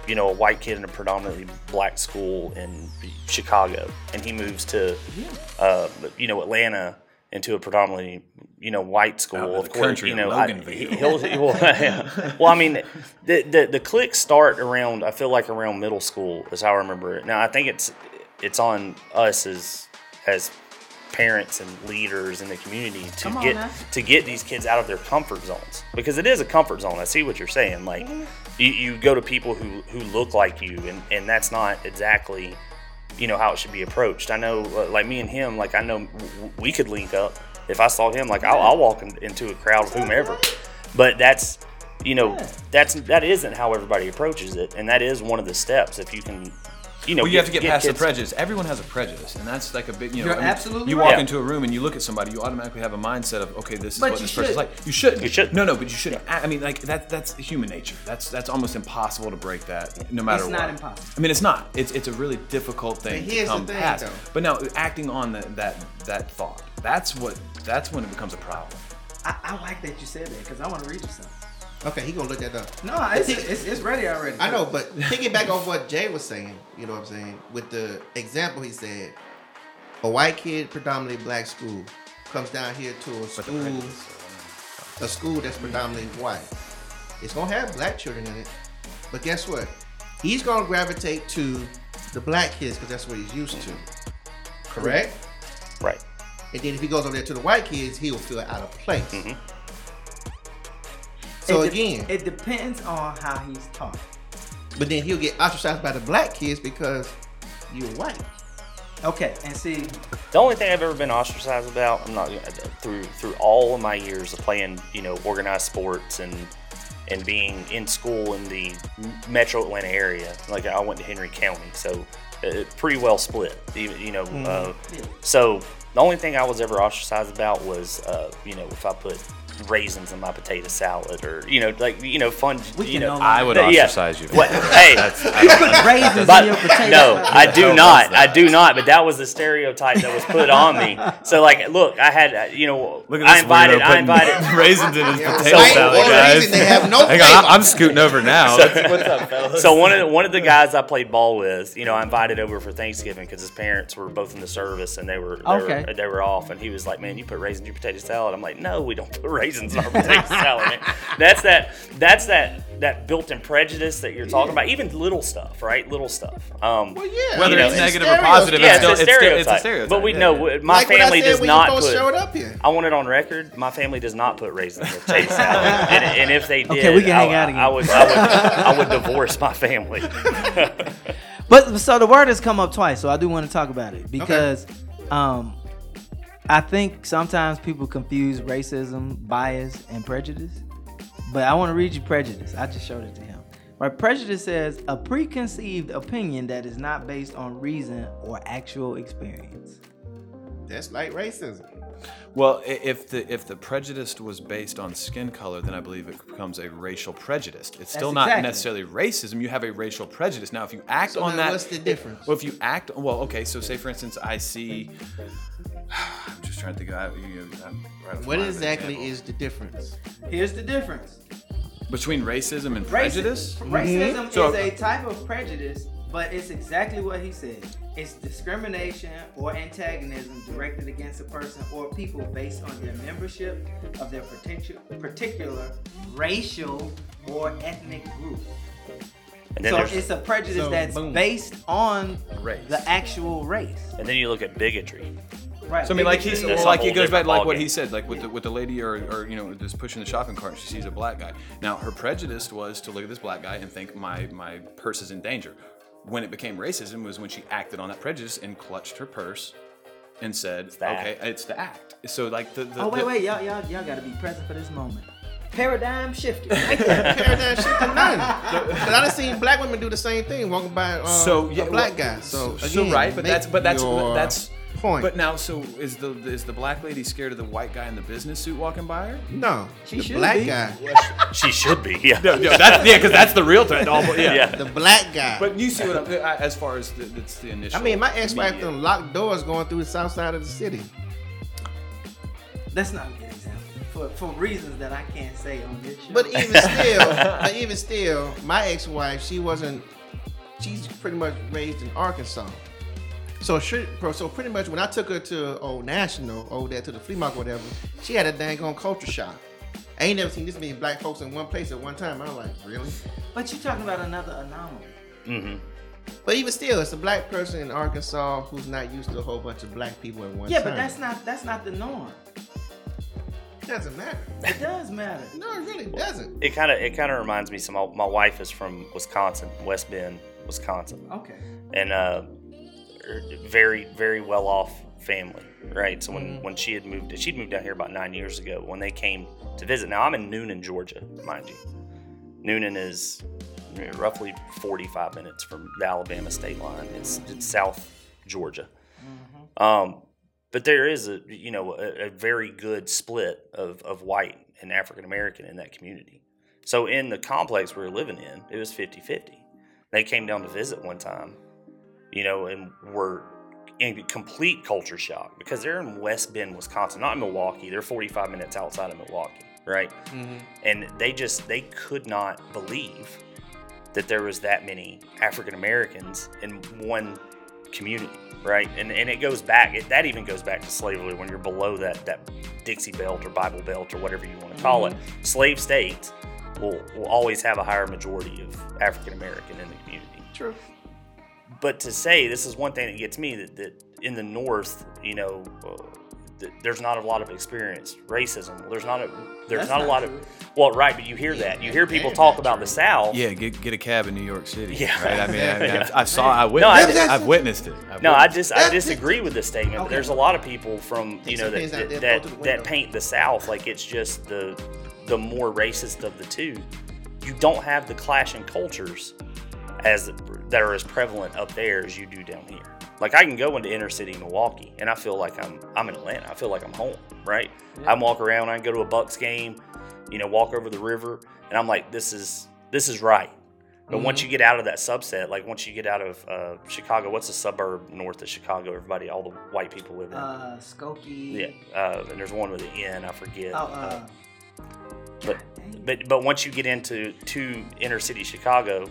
S7: you know a white kid in a predominantly black school in Chicago, and he moves to uh, you know Atlanta into a predominantly you know white school.
S6: Out in
S7: of
S6: Uh, the
S7: course,
S6: country
S7: you
S6: in
S7: know, I,
S6: Loganville.
S7: he- he'll, well, well, I mean, the, the the clicks start around. I feel like around middle school is how I remember it. Now I think it's it's on us as as parents and leaders in the community to
S5: Come on
S7: get
S5: now.
S7: to get these kids out of their comfort zones because it is a comfort zone. I see what you're saying. Like
S5: Mm-hmm.
S7: you, you go to people who who look like you, and and that's not exactly you know how it should be approached. I know, uh, like me and him, like I know w- w- we could link up. If I saw him, like I'll, I'll walk in, into a crowd with whomever. But that's you know that's that isn't how everybody approaches it, and that is one of the steps. If you can, you know,
S6: Well, you have to get, past
S7: kids-
S6: the prejudice. Everyone has a prejudice, and that's like a big. You know,
S5: You're
S6: I mean,
S5: absolutely
S6: You
S5: right.
S6: walk
S7: Yeah.
S6: into a room and you look at somebody, you automatically have a mindset of, okay, this is
S5: But
S6: what
S5: you
S6: this person's
S5: should.
S6: like. You shouldn't.
S7: You shouldn't.
S6: No, no, but you shouldn't. I I mean, like that. That's human nature. That's that's almost impossible to break that, no matter
S5: It's
S6: what.
S5: not impossible.
S6: I mean, it's not. It's it's a really difficult thing
S4: But
S6: to
S4: here's the
S6: come
S4: thing,
S6: past.
S4: though.
S6: But now, acting on the, that that thought That's what. That's when it becomes a problem.
S5: I, I like that you said that because I want to read you something.
S4: Okay, he gonna look that up.
S5: No, it's, it's, it's ready already.
S4: I know, but thinking back on what Jay was saying, you know what I'm saying? With the example he said, a white kid, predominantly black school, comes down here to a
S6: But the
S4: school,
S6: prejudice.
S4: a school that's predominantly white. It's gonna have black children in it, but guess what? He's gonna gravitate to the black kids because that's what he's used to. Correct.
S7: Right.
S4: And then if he goes over there to the white kids, he'll feel out of place.
S7: Mhm.
S4: So
S5: It de-
S4: again,
S5: it depends on how he's taught.
S4: but then he'll get ostracized by the black kids because you're white.
S5: Okay, and see,
S7: The only thing I've ever been ostracized about, I'm not through through all of my years of playing, you know, organized sports and and being in school in the metro Atlanta area. Like I went to Henry County, so uh, pretty well split. You, you know,
S5: Mm-hmm.
S7: uh, so the only thing I was ever ostracized about was, uh, you know, if I put raisins in my potato salad or you know, like you know, fun.
S5: We
S7: you
S5: can
S7: know,
S5: no
S6: I would
S7: Yeah.
S6: ostracize you.
S7: What? Hey,
S5: raisins in your potato.
S7: no,
S5: salad.
S7: I do
S6: Hell
S7: not.
S6: does
S7: I
S6: that.
S7: do not. But that was the stereotype that was put on me. So like, look, I had uh, you know,
S6: Look at
S7: I
S6: this
S7: invited,
S6: weirdo
S7: I
S6: putting
S7: invited.
S6: raisins in his potato
S4: Right,
S6: salad,
S4: for a
S6: guys.
S4: reason they have no
S6: Hang on, I'm,
S4: flavor.
S6: I'm scooting over now.
S7: What's up, fellas? So one of the, one of the guys I played ball with, you know, I invited over for Thanksgiving because his parents were both in the service and they were they,
S5: Okay.
S7: were they were off, and he was like, "Man, you put raisins in your potato salad." I'm like, "No, we don't put raisins in our potato salad." man." That's that. That's that. That built-in prejudice that you're talking about, even little stuff, right? Little stuff. Um,
S4: Well, yeah.
S6: Whether
S7: You know,
S6: it's
S7: it's
S6: negative or
S4: stereotype.
S6: positive,
S7: yeah,
S6: it's, still,
S7: it's, a
S6: it's, still,
S7: stereotype.
S6: it's a stereotype.
S7: But we
S6: yeah,
S7: know
S6: yeah.
S7: my
S4: Like what I
S7: family
S4: said
S7: does
S4: when you
S7: not
S4: first
S7: put.
S4: showed up here.
S7: I want it on record. My family does not put raisins in their potato salad, and, and if they did,
S5: Okay, we can hang
S7: I,
S5: out again.
S7: I would, I would, I would divorce my family.
S5: But so the word has come up twice, so I do want to talk about it because um, I think sometimes people confuse racism, bias, and prejudice. But I want to read you prejudice. I just showed it to him. Right, prejudice says a preconceived opinion that is not based on reason or actual experience.
S4: That's like racism.
S6: Well, i- if the if the prejudice was based on skin color, then I believe it becomes a racial prejudice. It's still not
S5: exactly.
S6: necessarily racism. You have a racial prejudice. Now, if you act
S4: So
S6: on
S4: now
S6: that,
S4: what's the difference?
S6: Well, if you act, well, okay. So, say for instance, I see. I'm just trying to think. I, you know, I'm right off the
S4: What
S6: line of an
S4: exactly
S6: example.
S4: is the difference?
S5: Here's the difference.
S6: between racism and prejudice?
S5: Racism
S6: Mm-hmm. So-
S5: is a type of prejudice, but it's exactly what he said. It's discrimination or antagonism directed against a person or people based on their membership of their particular particular racial or ethnic group.
S7: And then
S5: So
S7: there's,
S5: it's a prejudice
S4: So,
S5: that's
S4: boom.
S5: based on
S6: Race.
S5: the actual race.
S7: and then you look at bigotry.
S5: Right.
S6: So I mean, like he's
S7: That's a
S6: like he
S7: whole
S6: goes back
S7: different
S6: to like what
S7: ballgame.
S6: he said, like with the with the lady or or you know just pushing the shopping cart. and She sees a black guy. Now her prejudice was to look at this black guy and think my my purse is in danger. When it became racism was when she acted on that prejudice and clutched her purse and said,
S7: the
S6: "Okay, it's the act." So like the, the
S5: Oh wait,
S6: the-
S5: wait, y'all, y'all, y'all gotta be present for this moment. Paradigm shifted. Right there.
S4: Paradigm shit to none. But I done seen black women do the same thing, walking by uh,
S6: so yeah,
S4: a black
S6: well,
S4: guy. So,
S6: so,
S4: again,
S6: right, but
S4: make
S6: that's but that's
S4: your
S6: that's
S4: point.
S6: But now, so is the is the black lady scared of the white guy in the business suit walking by her?
S4: no,
S5: She
S4: the
S5: should
S4: black
S5: be.
S4: guy,
S7: She should be. Yeah.
S6: No, no, that's, yeah, because that's the real threat. to all-
S7: Yeah.
S4: the black guy.
S6: But you see what I'm I- as far as the, that's the initial.
S4: I mean, my ex-wife
S6: immediate-
S4: done locked doors going through the south side of the city.
S5: That's not a good example. For, for reasons that I can't say on this show.
S4: But even still, but even still, my ex-wife, she wasn't. She's pretty much raised in Arkansas. So she, so pretty much when I took her to Old National, over there to the flea market, or whatever, she had a dang on culture shock. I ain't never seen this many black folks in one place at one time. I was like, really?
S5: But you're talking about another anomaly.
S7: Mm-hmm.
S4: But even still, it's a black person in Arkansas who's not used to a whole bunch of black people at one
S5: yeah,
S4: time.
S5: but that's not that's not the norm.
S4: doesn't matter.
S5: It does matter.
S4: No, it really doesn't.
S7: It kind of it kind of reminds me. Some my, my wife is from Wisconsin, West Bend, Wisconsin.
S5: Okay.
S7: and uh, er, very very well off family right so when, when she had moved she'd moved down here about nine years ago when they came to visit now i'm in noonan georgia mind you noonan is you know, roughly 45 minutes from the alabama state line it's, it's south georgia um, but there is a you know a, a very good split of, of white and african american in that community so in the complex we were living in it was 50-50 they came down to visit one time you know, and were in complete culture shock because they're in West Bend, Wisconsin, not in Milwaukee. They're 45 minutes outside of Milwaukee, right? And they just they could not believe that there was that many African Americans in one community, right? And and it goes back. It, that even goes back to slavery when you're below that that Dixie Belt or Bible Belt or whatever you want to call it. Slave states will will always have a higher majority of African American in the community
S4: True.
S7: but to say this is one thing that gets me that, that in the north you know uh, th- there's not a lot of experience racism there's not a there's
S5: That's
S7: not, a
S5: not
S7: lot
S5: true.
S7: of well right but you hear that you hear people
S4: that's
S7: talk
S4: not
S7: about the south
S6: Yeah, get get a cab in New York City.
S7: Yeah.
S6: right? I mean, I, mean, I've- I saw, I
S7: No, I-
S6: witnessed, I, have witnessed it. I've
S7: no i
S6: witnessed
S7: just i
S4: That's-
S7: disagree with this statement but
S4: Okay.
S7: there's a lot of people from you
S4: Take
S7: know
S4: some
S7: that
S4: things out
S7: that
S4: there,
S7: that,
S4: throw it to the
S7: that
S4: window.
S7: paint the south like it's just the the more racist of the two you don't have the clash in cultures as that are as prevalent up there as you do down here. Like I can go into inner city Milwaukee and I feel like I'm I'm in Atlanta. I feel like I'm home, right? I can walk around, I can go to a Bucks game, you know, walk over the river, and I'm like, this is this is right. But
S5: Mm-hmm.
S7: once you get out of that subset, like once you get out of uh, Chicago, what's a suburb north of Chicago? Everybody, all the white people live in.
S5: Uh, Skokie.
S7: yeah, uh, and there's one with an N, I forget.
S5: Oh, uh,
S7: but but but once you get into to inner city Chicago,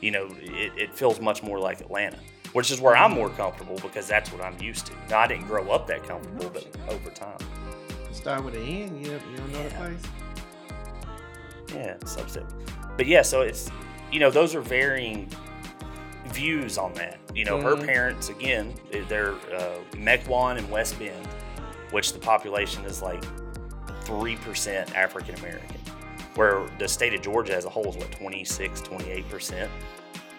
S7: you know it, it feels much more like Atlanta, which is where
S5: Mm-hmm.
S7: I'm more comfortable because that's what I'm used to. Now I didn't grow up that comfortable, but over time,
S4: Start with an N. You, you don't know the
S7: Yeah.
S4: place.
S7: yeah, subset. But yeah, so it's you know those are varying views on that. You know, her parents again, they're uh, Mequon and West Bend, which the population is like three percent African American, where the state of Georgia as a whole is what 26, 28 percent.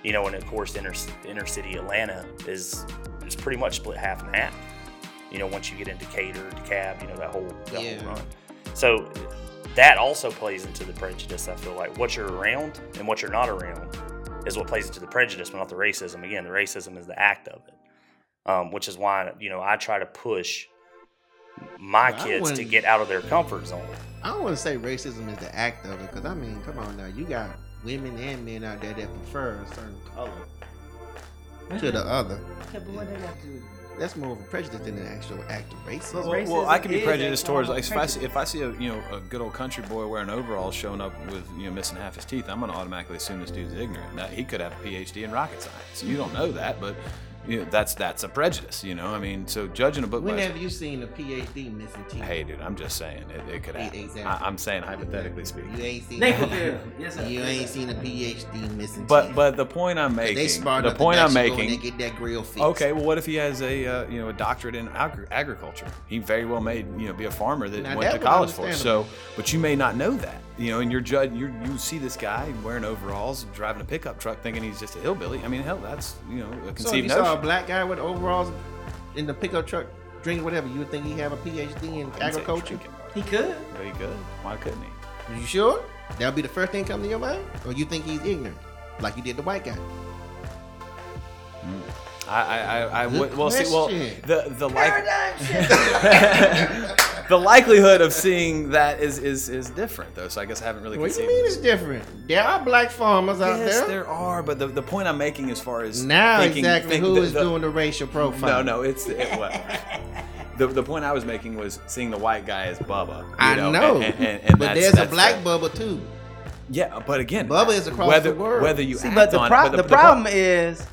S7: You know, and of course, inner inner city Atlanta is is pretty much split half and half. You know, once you get into Decatur, DeKalb, you know that whole that
S4: Yeah.
S7: whole run. So that also plays into the prejudice. I feel like what you're around and what you're not around is what plays into the prejudice, but not the racism. Again, the racism is the act of it, um, which is why you know I try to push my
S4: Well, I
S7: kids to
S4: wouldn't-
S7: get out of their comfort zone.
S4: I don't want to say racism is the act of it, because I mean, come on now, you got women and men out there that prefer a certain color to the other.
S5: yeah, but what they got to do?
S4: That's more of a prejudice than an actual act of racism.
S5: Well,
S6: Well,
S5: racism
S6: well, I can be
S5: is a
S6: prejudiced
S5: form
S6: towards
S5: of
S6: like if I see
S5: prejudice.
S6: if I see a you know a good old country boy wearing overalls showing up with you know missing half his teeth, I'm gonna automatically assume this dude's ignorant. Now, he could have a PhD in rocket science. You don't know that, but you know that's that's a prejudice. You know, I mean, so judging a book
S4: When
S6: by its
S4: have you seen a PhD missing teeth?
S6: Hey, dude, I'm just saying it, it could
S4: Yeah,
S6: happen.
S4: exactly.
S6: I, I'm saying hypothetically speaking.
S4: you ain't seen.
S5: Thank you, Bill. Yes, sir.
S4: You ain't seen a PhD missing
S6: But
S4: teeth.
S6: but the point I'm
S4: They
S6: making,
S4: smart
S6: the
S4: enough to
S6: point I'm
S4: actually go in
S6: making,
S4: and They get that grill fixed.
S6: Okay, well, what if he has a uh, you know a doctorate in agri- agriculture? He very well may you know be a farmer that
S4: Now,
S6: went
S4: that
S6: to
S4: would
S6: college for. So,
S4: understandable.
S6: but you may not know that, you know, and you're judge you you see this guy wearing overalls, driving a pickup truck, thinking he's just a hillbilly. I mean, hell, that's you know a
S4: So if you
S6: conceived
S4: saw a
S6: notion.
S4: black guy with overalls in the pickup truck, drink whatever, you would think he have a PhD in
S6: I didn't say
S4: agriculture.
S6: drinking,
S5: He could.
S6: But he could. Why couldn't he?
S4: You sure? That'll be the first thing come to your mind, or you think he's ignorant, like you did the white guy.
S6: I I I, I
S4: Good
S6: would. Well, see, well,
S4: question.
S6: the the like. the likelihood of seeing that is, is is different though, so I guess I haven't really
S4: What do you
S6: conceived
S4: mean it's different? There are black farmers out
S6: Yes, there?
S4: there.
S6: are, but the, the point I'm making as far as
S4: Now
S6: thinking,
S4: exactly
S6: think
S4: who
S6: the-
S4: is
S6: the-
S4: doing the racial
S6: No,
S4: profile?
S6: no, it's it, well, the the point I was making was seeing the white guy as Bubba. you
S4: I know,
S6: and, and, and
S4: but
S6: that's-
S4: there's a
S6: that's
S4: black
S6: the,
S4: Bubba too.
S6: Yeah, but again,
S4: Bubba is across
S6: whether
S4: the world.
S6: whether you
S5: See,
S6: act
S5: but the,
S6: on
S5: pro-
S6: it, but
S5: the, problem is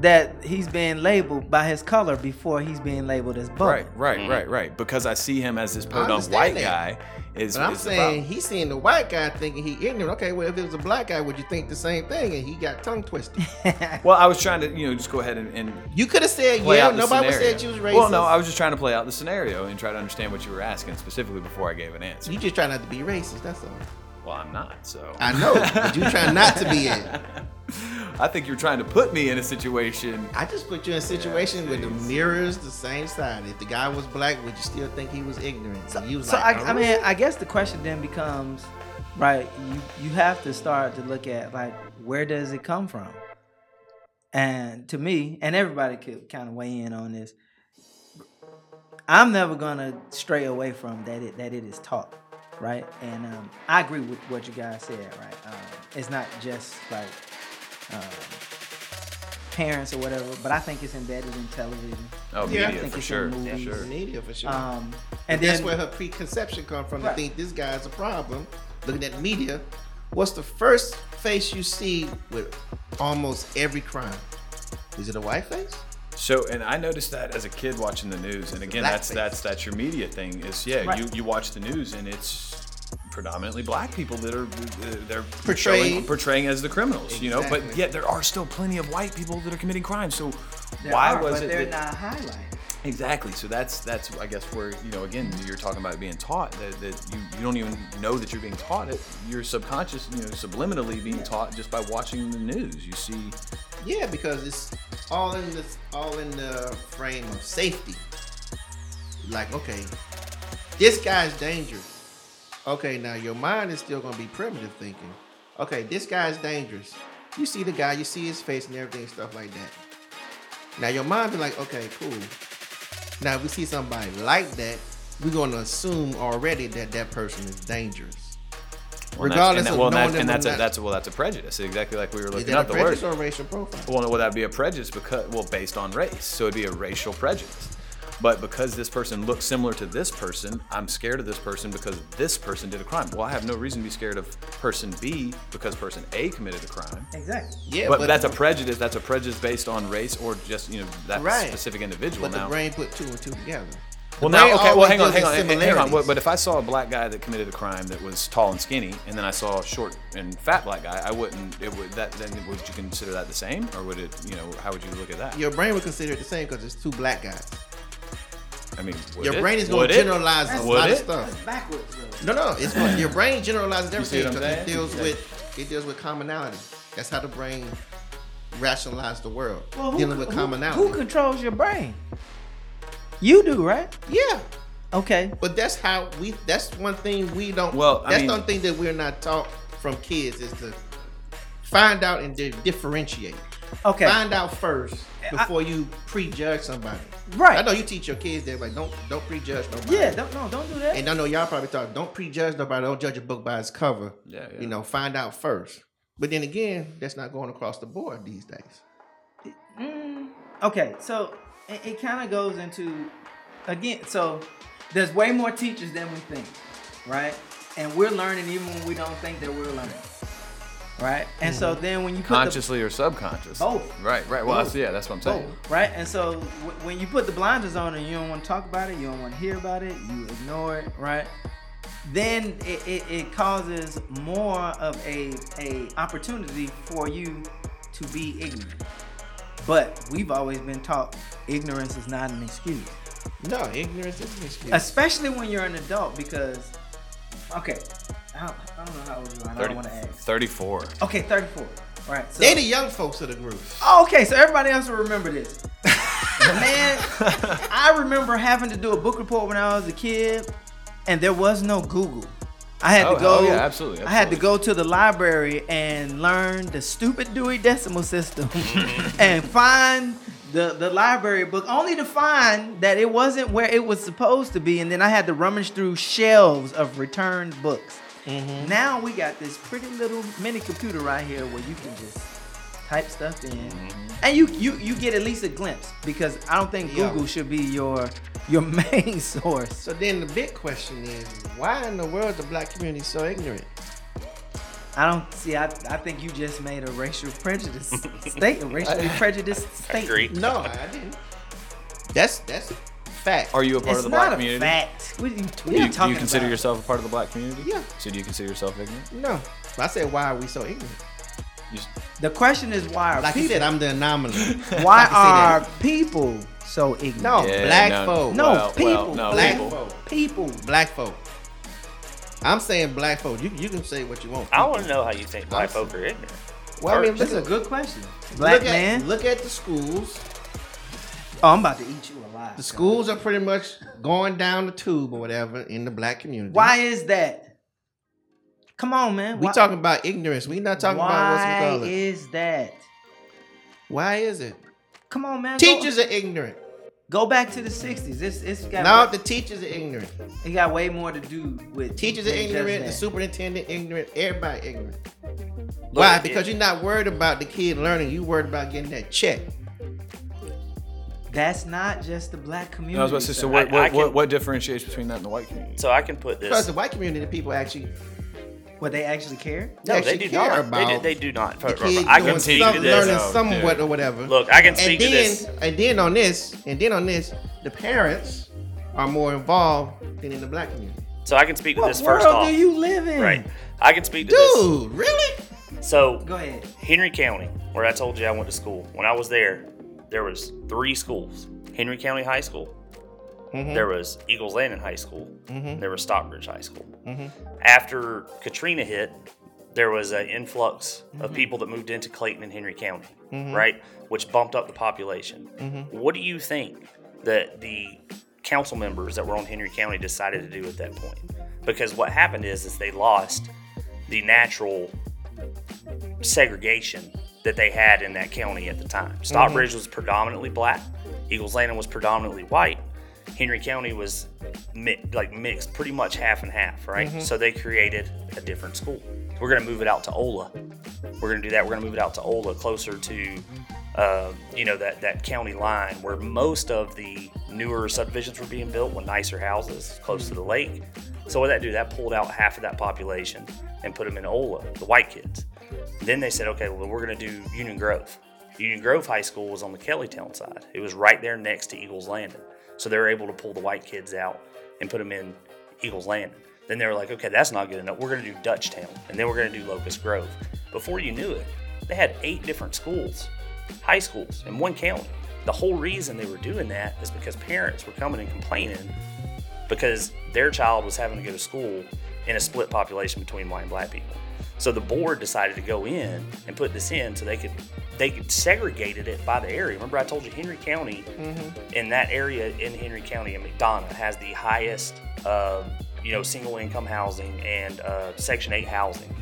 S5: that he's being labeled by his color before he's being labeled as Bubba. Mm-hmm.
S6: Right, right, right, right. Because I see him as this podunk
S4: understand
S6: white
S4: that.
S6: guy is.
S4: But I'm
S6: is the problem.
S4: saying he's seeing the white guy thinking he ignorant. Okay, well if it was a black guy, would you think the same thing? And he got tongue twisted.
S6: Well, I was trying to you know just go ahead and, and
S4: You could have said
S6: play
S4: yeah.
S6: out the
S4: Nobody
S6: scenario.
S4: said you was racist.
S6: Well, no, I was just trying to play out the scenario and try to understand what you were asking specifically before I gave an answer.
S4: You just try not to be racist. That's all.
S6: Well, I'm not, so.
S4: I know, but you try not to be in.
S6: I think you're trying to put me in a situation.
S4: I just put you in a situation where the mirrors the same side. If the guy was black, would you still think he was ignorant? So you was
S5: So
S4: like, "Oh,
S5: I, I mean, I guess the question then becomes, right? You you have to start to look at like where does it come from? And to me, and everybody could kind of weigh in on this. I'm never gonna stray away from that. It that it is taught, right? And um, I agree with what you guys said, right? Um, it's not just like um, parents or whatever, but I think it's embedded in television.
S6: Oh,
S4: Yeah, I
S6: media
S5: think
S6: for
S5: it's a
S6: sure.
S5: movie.
S6: for Sure.
S4: Media for sure.
S5: Um, and
S4: that's
S5: then
S4: where her preconception comes from.
S5: Right.
S4: To think this guy's a problem. Looking at media, what's the first face you see with almost every crime? Is it a white face?
S6: So, and I noticed that as a kid watching the news, and again,
S4: black
S6: that's
S4: face.
S6: that's that's your media thing. Is yeah,
S5: Right.
S6: you you watch the news, and it's predominantly black people that are uh, they're
S4: Portrayed.
S6: showing- portraying as the criminals, you know. But
S4: Exactly.
S6: yet there are still plenty of white people that are committing crimes. So
S5: there
S6: why
S5: are,
S6: was
S5: but
S6: it
S5: they're
S6: that-
S5: not highlighted?
S6: exactly? So that's that's I guess where you know again you're talking about being taught that, that you you don't even know that you're being taught it. You're subconscious, you know, subliminally being taught just by watching the news. You see,
S4: Yeah, because it's all in this, all in the frame of safety. Like, okay, this guy's dangerous. Okay, now your mind is still gonna be primitive thinking. Okay, this guy's dangerous. You see the guy, you see his face and everything, stuff like that. Now your mind be like, okay, cool. Now if we see somebody like that, we're gonna assume already that that person is dangerous.
S6: Well, and
S4: Regardless
S6: that's,
S4: of
S6: and that, well, and
S4: knowing
S6: that's, and
S4: them or
S6: that's a,
S4: not.
S6: that's a, well, that's a prejudice. Exactly like we were
S4: Is
S6: looking
S4: that a
S6: up the word.
S4: prejudice or a racial profile?
S6: Well, would that be a prejudice because well, based on race? So it'd be a racial prejudice. But because this person looks similar to this person, I'm scared of this person because this person did a crime. Well, I have no reason to be scared of person B because person A committed a crime.
S5: Exactly.
S4: Yeah,
S6: but, that's a prejudice. That's a prejudice based on race or just you know that
S4: Right.
S6: specific individual.
S4: But
S6: now,
S4: the brain put two and two together.
S6: well,
S4: The brain
S6: now, okay, well,
S4: always
S6: hang on,
S4: deals
S6: hang
S4: in
S6: on, hang- hang on.
S4: similarities.
S6: But if I saw a black guy that committed a crime that was tall and skinny, and then I saw a short and fat black guy, I wouldn't. It would that then would you consider that the same, or would it? You know, how would you look at that?
S4: your brain would consider it the same because it's two black guys.
S6: I mean, would
S4: Your
S6: it?
S4: brain is going
S6: Would
S4: to
S6: it?
S4: generalize a
S6: Would
S4: lot of
S6: it?
S4: stuff.
S5: That's backwards though.
S4: No, no, it's going, your brain generalizes
S6: see
S4: everything
S6: what I'm
S4: because it
S6: saying?
S4: deals
S6: Yeah.
S4: with it deals with commonality. That's how the brain rationalizes the world,
S5: Well, who,
S4: dealing with
S5: who-
S4: commonality.
S5: Who, controls your brain? You do, right?
S4: yeah,
S5: Okay.
S4: but that's how we. That's one thing we don't.
S6: Well, I
S4: that's
S6: mean-
S4: one thing that we're not taught from kids is to find out and di- differentiate.
S5: Okay.
S4: Find out first before you prejudge somebody.
S5: Right.
S4: I know you teach your kids that like don't don't prejudge nobody.
S5: Yeah. Don't no. Don't do that.
S4: And I know y'all probably thought, don't prejudge nobody, don't judge a book by its cover.
S6: Yeah, yeah.
S4: You know, find out first. But then again, that's not going across the board these days.
S5: Mm, okay, so it, it kind of goes into again. So there's way more teachers than we think, right? And we're learning even when we don't think that we're learning, right? And so then when you put
S6: consciously or subconscious.
S5: Both.
S6: Right, right. Well, that's, yeah, that's what I'm
S5: the
S6: saying.
S5: right, and so w- when you put the blinders on and you don't want to talk about it, you don't want to hear about it, you ignore it, right? Then it, it, it causes more of a a opportunity for you to be ignorant. But we've always been taught ignorance is not an excuse,
S4: No, ignorance is an excuse.
S5: especially when you're an adult. Because, okay, I don't, I don't know how old you are. and I
S6: 30,
S5: don't want to ask.
S6: 34.
S5: Okay, 34. Right. So,
S4: they the young folks of the group.
S5: Oh, okay, so everybody else will remember this. Man, I remember having to do a book report when I was a kid, and there was no Google. I had
S6: Oh,
S5: to go.
S6: hell yeah, absolutely,
S5: I had to
S6: absolutely.
S5: go to the library and learn the stupid Dewey Decimal System, and find the the library book, only to find that it wasn't where it was supposed to be. And then I had to rummage through shelves of returned books. Now we got this pretty little mini computer right here where you can just type stuff in, and you you you get at least a glimpse because I don't think
S4: Yeah.
S5: Google should be your your main source.
S4: So then the big question is, why in the world the black community so ignorant?
S5: I don't see. I, I think you just made a racial prejudice state, a racially prejudiced
S7: I
S5: state.
S7: agree.
S4: No, I didn't. That's that's fact.
S6: Are you a part
S5: It's
S6: of the
S5: not
S6: black
S5: a
S6: community?
S5: fact. What are you, what are
S6: Do
S5: you
S6: you, do
S5: talking
S6: you consider
S5: about?
S6: yourself a part of the black community?
S4: Yeah.
S6: So do you consider yourself ignorant?
S4: No. I said, why are we so ignorant?
S6: You s-
S5: The question is why are
S4: Like you
S5: people,
S4: said, I'm the anomaly.
S5: why
S4: I can
S5: are people so ignorant?
S4: No,
S6: Yeah,
S4: black
S6: no,
S4: folk.
S5: No,
S6: well,
S5: people,
S6: well, no,
S4: black
S6: people.
S4: folk.
S5: people.
S4: Black folk. I'm saying black folk. You, you can say what you want.
S7: I want to know how you think black folk are ignorant.
S4: Well, I mean,
S5: This is a
S4: listen,
S5: good question. Black
S4: look
S5: man.
S4: At, look at the schools.
S5: oh, I'm about to eat you alive.
S4: The schools are pretty much going down the tube or whatever in the black community.
S5: Why is that? Come on, man.
S4: We
S5: Why-
S4: talking about ignorance. We not talking
S5: why
S4: about what's it
S5: is that?
S4: Why is it?
S5: Come on, man.
S4: Teachers are ignorant.
S5: Go, go back to the '60s. It's it's got
S4: Now the teachers are ignorant.
S5: it got way more to do with
S4: Teachers are
S5: than just
S4: ignorant. The
S5: that.
S4: superintendent ignorant. Everybody ignorant. Why?
S7: it-
S4: Because you're not worried about the kid learning. You worried about getting that check.
S5: That's not just the black community.
S6: I was about to say, so
S5: sir.
S6: what,
S7: I-
S6: what,
S7: I
S6: what,
S7: can-
S6: what differentiates between that and the white community?
S7: So I can put
S4: Because
S7: this.
S4: the white community people actually
S5: what they actually care?
S7: No, they
S4: actually
S7: do
S4: care
S7: not. They do,
S4: about
S7: they do not.
S4: the kid
S7: I
S4: doing
S7: can speak
S4: some-
S7: to
S4: learning
S6: Oh,
S7: this.
S4: somewhat
S6: dude.
S4: or whatever.
S7: Look, I can
S4: and
S7: speak
S4: then
S7: to this.
S4: and then on this and then on this, the parents are more involved than in the black community.
S7: So I can speak to
S5: What
S7: this
S5: world
S7: first off.
S5: do you live in?
S7: Right. I can speak to this.
S4: Dude, really?
S7: So
S5: Go ahead.
S7: Henry County, where I told you I went to school. When I was there, there was three schools: Henry County High School,
S4: Mm-hmm,
S7: there was Eagles Landing High School, there was Stockbridge High School.
S4: mm-hmm.
S7: After Katrina hit, there was an influx of people that moved into Clayton and Henry County, right, which bumped up the population. What do you think that the council members that were on Henry County decided to do at that point? Because what happened is, is they lost the natural segregation that they had in that county at the time. Stockbridge was predominantly black. Eagles Landing was predominantly white. Henry County was mi- like mixed, pretty much half and half, right? So they created a different school. We're gonna move it out to Ola. We're gonna do that. We're gonna move it out to Ola, closer to, uh, you know, that that county line where most of the newer subdivisions were being built with nicer houses, close to the lake. So what did that do? That pulled out half of that population and put them in Ola, the white kids. Then they said, okay, well, we're going to do Union Grove. Union Grove High School was on the Kellytown side. It was right there next to Eagles Landing. So they were able to pull the white kids out and put them in Eagles Landing. Then they were like, okay, that's not good enough. We're going to do Dutchtown. And then we're going to do Locust Grove. Before you knew it, they had eight different schools, high schools in one county. The whole reason they were doing that is because parents were coming and complaining because their child was having to go to school in a split population between white and black people. So the board decided to go in and put this in so they could they could segregated it by the area. Remember I told you Henry County in that area in Henry County and McDonough has the highest uh, you know single income housing and uh, Section Eight housing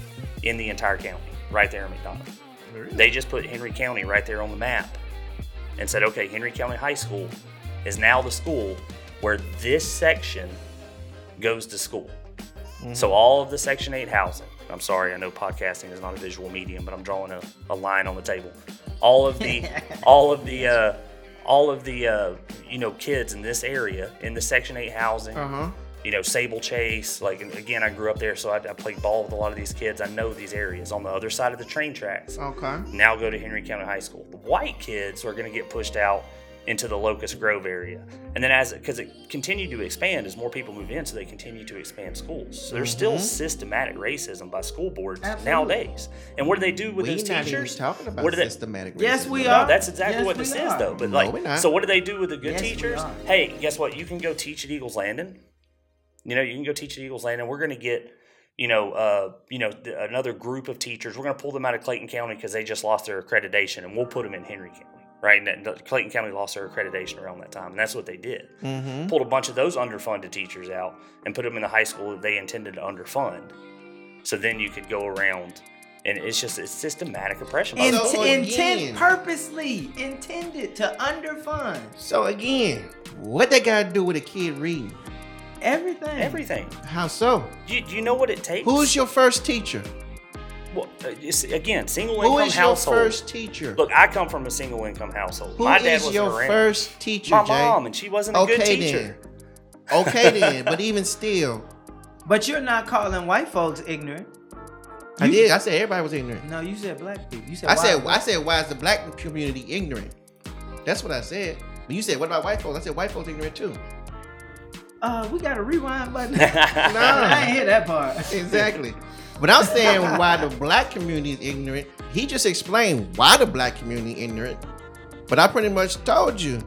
S7: in the entire county right there in McDonough. They just put Henry County right there on the map and said, okay, Henry County High School is now the school where this section goes to school. So all of the Section 8 housing, I'm sorry, I know podcasting is not a visual medium, but I'm drawing a, a line on the table. All of the, all of the, uh, all of the, uh, you know, kids in this area in the Section 8 housing,
S4: Uh-huh.
S7: you know, Sable Chase. Like, and again, I grew up there, so I, I played ball with a lot of these kids. I know these areas on the other side of the train tracks
S4: Okay.
S7: now go to Henry County High School. The white kids are going to get pushed out into the Locust Grove area. And then as because it continued to expand as more people move in, so they continue to expand schools. So there's still
S4: Mm-hmm.
S7: systematic racism by school boards
S5: Absolutely.
S7: nowadays. And what do they do with
S4: We're
S7: those
S4: not even
S7: teachers?
S4: talking about
S7: What do they-
S4: systematic
S5: Yes,
S4: racism.
S5: we
S7: no,
S5: are.
S7: that's exactly
S5: Yes,
S7: what
S5: we
S7: this is
S5: are.
S7: though. But
S4: No,
S7: like
S4: we're not.
S7: so what do they do with the good
S5: Yes, we
S7: teachers?
S5: are.
S7: Hey, guess what? You can go teach at Eagles Landing. You know, you can go teach at Eagles Landing. We're going to get you know, uh, you know, th- another group of teachers. We're going to pull them out of Clayton County because they just lost their accreditation, and we'll put them in Henry County, right? And that- that- Clayton County lost their accreditation around that time, and that's what they did.
S4: Mm-hmm.
S7: Pulled a bunch of those underfunded teachers out and put them in the high school that they intended to underfund. So then you could go around, and it's just it's systematic oppression. by
S5: Int-
S7: the-
S4: So again-
S5: intent purposely intended to underfund
S4: So again, what they gotta do with a kid reading?
S5: everything.
S7: everything.
S4: How so?
S7: You, you know what it takes.
S4: Who's your first teacher?
S7: Well, uh, it's- again single
S4: Who
S7: income
S4: is your
S7: household?
S4: first teacher?
S7: Look, I come from a single income household.
S4: Who
S7: My dad
S4: is
S7: was
S4: your
S7: around.
S4: first teacher,
S7: my
S4: Jay?
S7: mom, and she wasn't a good teacher.
S4: then. Okay then, but even still,
S5: But you're not calling white folks ignorant.
S4: I did. I said everybody was ignorant.
S5: No, you said black people. You said
S4: I
S5: white
S4: said,
S5: folks.
S4: I said, why is the black community ignorant? That's what I said. But you said, what about white folks? I said, white folks ignorant too.
S5: Uh, we got a rewind button. I
S4: No,
S5: didn't hear that part.
S4: exactly. But I'm saying why the black community is ignorant. He just explained why the black community ignorant. But I pretty much told you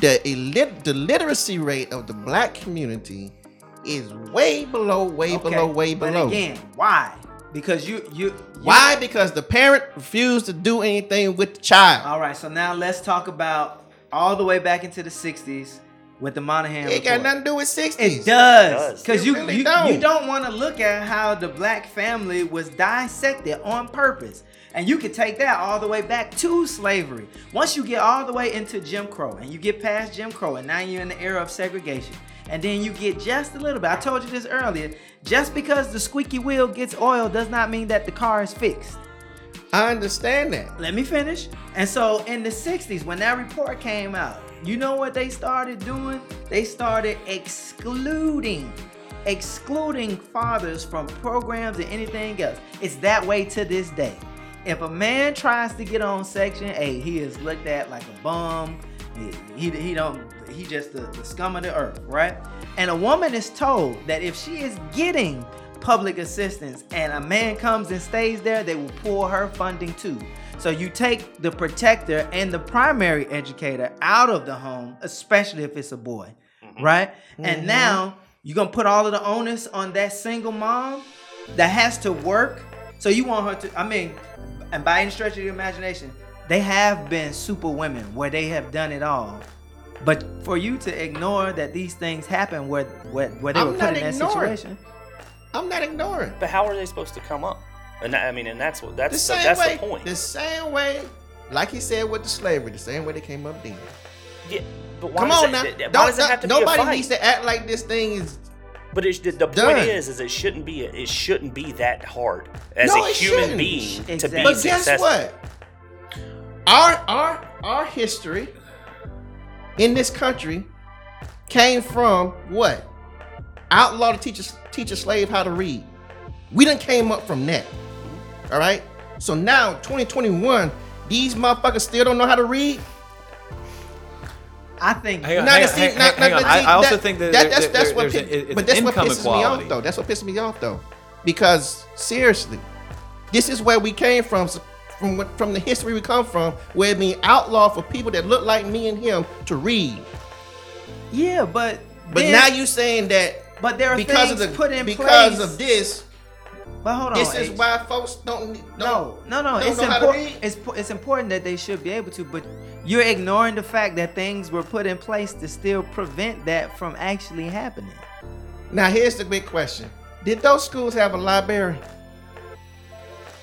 S4: the elit- the literacy rate of the black community is way below, way
S5: Okay,
S4: below, way
S5: but
S4: below.
S5: again, why? Because you you you-
S4: Why? Because the parent refused to do anything with the child.
S5: All right, so now let's talk about all the way back into the '60s with the Monahan
S4: It ain't
S5: report.
S4: got nothing to do with 60s.
S5: It does.
S7: Oh, It does.
S5: Because
S4: It
S5: you,
S4: really
S5: you,
S4: don't.
S5: you don't want to look at how the black family was dissected on purpose. And you can take that all the way back to slavery. Once you get all the way into Jim Crow and you get past Jim Crow and now you're in the era of segregation. And then you get just a little bit. I told you this earlier. Just because the squeaky wheel gets oil does not mean that the car is fixed.
S4: I understand that.
S5: Let me finish. And so in the 60s, when that report came out, you know what they started doing? They started excluding, excluding fathers from programs and anything else. It's that way to this day. If a man tries to get on Section 8, he is looked at like a bum. He, he, he don't he just the, the scum of the earth, right? And a woman is told that if she is getting public assistance and a man comes and stays there, they will pull her funding too. So you take the protector and the primary educator out of the home, especially if it's a boy, right? And now you're gonna put all of the onus on that single mom that has to work. So you want her to, I mean, and by any stretch of the imagination, they have been super women where they have done it all. But for you to ignore that these things happen where where, where they
S4: I'm
S5: were
S4: not
S5: put in that
S4: ignoring.
S5: situation.
S4: I'm not ignoring.
S7: But how are they supposed to come up? And that, I mean, and that's what that's
S4: The
S7: the,
S4: same
S7: that's
S4: way.
S7: the point.
S4: same way, like he said with the slavery, the same way they came up then.
S7: yeah, but why
S4: Come
S7: does
S4: on
S7: it,
S4: now.
S7: th- th- why
S4: Don't-
S7: does it have to
S4: don't-
S7: be a
S4: nobody
S7: fight?
S4: needs to act like this thing is.
S7: But it's, the, the point
S4: Done.
S7: is, is it shouldn't be it shouldn't be that hard as
S4: No,
S7: a
S4: it
S7: human
S4: shouldn't.
S7: being to
S5: Exactly.
S7: be
S4: But guess
S7: successful.
S4: what? Our our our history in this country came from what? Outlaw to teach a, teach a slave how to read. We done came up from that. All right. So now 2021, these motherfuckers still don't know how to read.
S5: I think
S6: Hang on,
S4: Not
S6: hang
S4: to
S6: on,
S4: see-
S6: hang-
S4: not-
S6: hang
S4: not
S6: on.
S4: to
S6: I,
S4: see-
S6: I also think that, there-
S4: that's
S6: there-
S4: that's what
S6: there's
S4: pi-
S6: an- it-
S4: but
S6: it's
S4: that's what
S6: income
S4: pisses me
S6: equality.
S4: off though. That's what pisses me off though, because seriously, this is where we came from. s- From what, from the history we come from, where it being outlawed for people that look like me and him to read.
S5: Yeah, but
S4: But
S5: then-
S4: now you saying that
S5: but there are
S4: because of
S5: things
S4: the
S5: put in
S4: because
S5: place.
S4: of this,
S5: but hold on.
S4: this is
S5: H.
S4: why folks don't, don't
S5: no, no, no.
S4: don't
S5: It's
S4: know how to
S5: important.
S4: read.
S5: It's po- it's important that they should be able to, but you're ignoring the fact that things were put in place to still prevent that from actually happening.
S4: Now here's the big question: Did those schools have a library?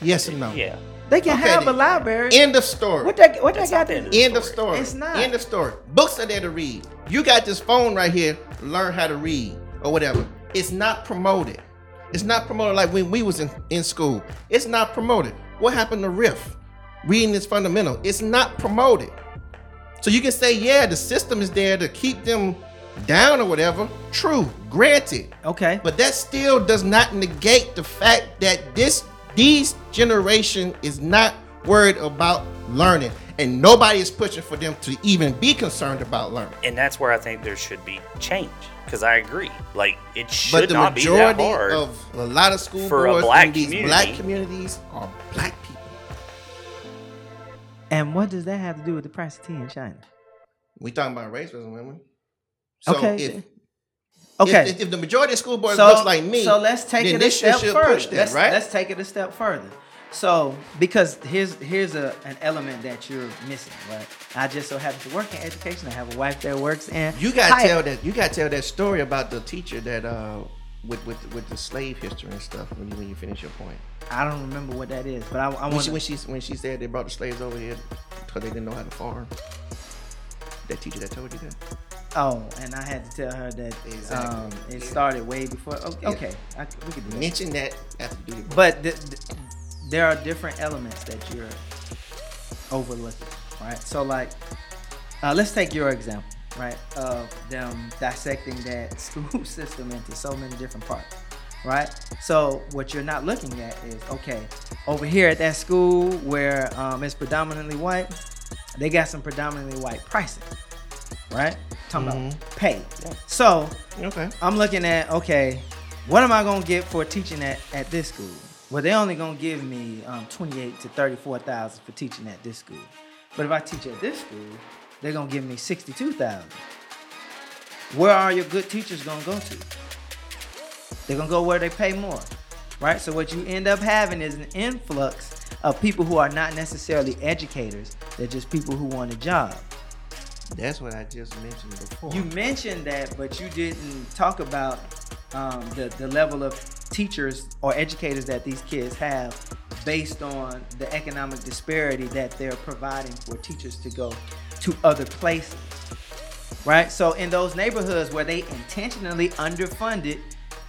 S4: Yes or no?
S7: Yeah,
S5: They can
S4: Okay,
S5: have a
S4: then.
S5: library.
S4: End of story.
S5: what that what that
S7: That's
S5: got
S7: not
S5: to
S7: the
S5: do?
S4: End of story.
S5: It's not.
S4: End of story. Books are there to read. You got this phone right here. Learn how to read or whatever. It's not promoted. It's not promoted like when we was in, in school. It's not promoted. What happened to Riff? Reading is fundamental. It's not promoted. So you can say, yeah, the system is there to keep them down or whatever. True. Granted.
S5: Okay.
S4: But that still does not negate the fact that this these generation is not worried about learning. And nobody is pushing for them to even be concerned about learning.
S7: and that's where I think there should be change because I agree. Like it should
S4: but the
S7: not be that
S4: majority
S7: hard.
S4: of a lot of school
S7: for a
S4: boards
S7: black
S4: in these
S7: community.
S4: black communities are black people.
S5: And what does that have to do with the price of tea in China?
S4: We talking about racism, aren't we? So
S5: Okay.
S4: if,
S5: Okay.
S4: if, if the majority of school boards
S5: so,
S4: looks like me,
S5: So let's take
S4: then
S5: it a
S4: this shit
S5: step
S4: should
S5: further.
S4: push that,
S5: let's,
S4: right?
S5: let's take it a step further. So because here's here's a, an element that you're missing, right? I just so happen to work in education. I have a wife that works in.
S4: You gotta
S5: higher-
S4: tell that. You gotta tell that story about the teacher that uh, with with with the slave history and stuff. When you when you finish your point,
S5: I don't remember what that is, but I, I
S4: when
S5: want.
S4: she when she when she said they brought the slaves over here because they didn't know how to farm. That teacher that told you that.
S5: Oh, and I had to tell her that
S4: Exactly.
S5: um, it started way before. Okay,
S4: Yeah.
S5: okay. I, we can do that.
S4: Mention that after you do your
S5: But th- th- there are different elements that you're overlooking, right? So, like, uh, let's take your example, right, of them dissecting that school system into so many different parts, right? So, what you're not looking at is okay, over here at that school where um, it's predominantly white, they got some predominantly white pricing, right? Talking about pay. So,
S4: point. Okay.
S5: I'm looking at okay, what am I gonna get for teaching at, at this school? Well, they only gonna give me um, 28 to 34 thousand for teaching at this school. But if I teach at this school, they're gonna give me 62 thousand. Where are your good teachers gonna go to? They're gonna go where they pay more, right? So what you end up having is an influx of people who are not necessarily educators. They're just people who want a job.
S4: That's what I just mentioned before.
S5: You mentioned that, but you didn't talk about um, the, the level of teachers or educators that these kids have based on the economic disparity that they're providing for teachers to go to other places. Right? So in those neighborhoods where they intentionally underfunded,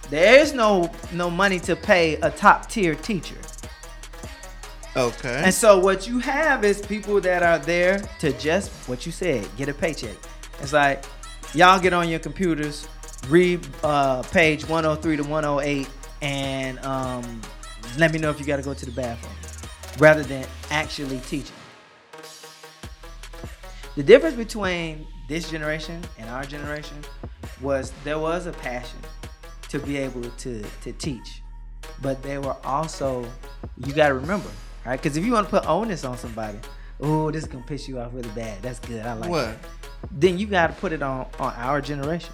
S5: there's no no money to pay a top tier teacher.
S4: okay.
S5: And so what you have is people that are there to just what you said, get a paycheck. It's like y'all get on your computers, read uh, page 103 to 108, and um, let me know if you got to go to the bathroom, rather than actually teaching. The difference between this generation and our generation was there was a passion to be able to to teach but they were also you got to remember right because if you want to put onus on somebody oh this is gonna piss you off really bad that's good i like
S4: What?
S5: it then you got to put it on on our generation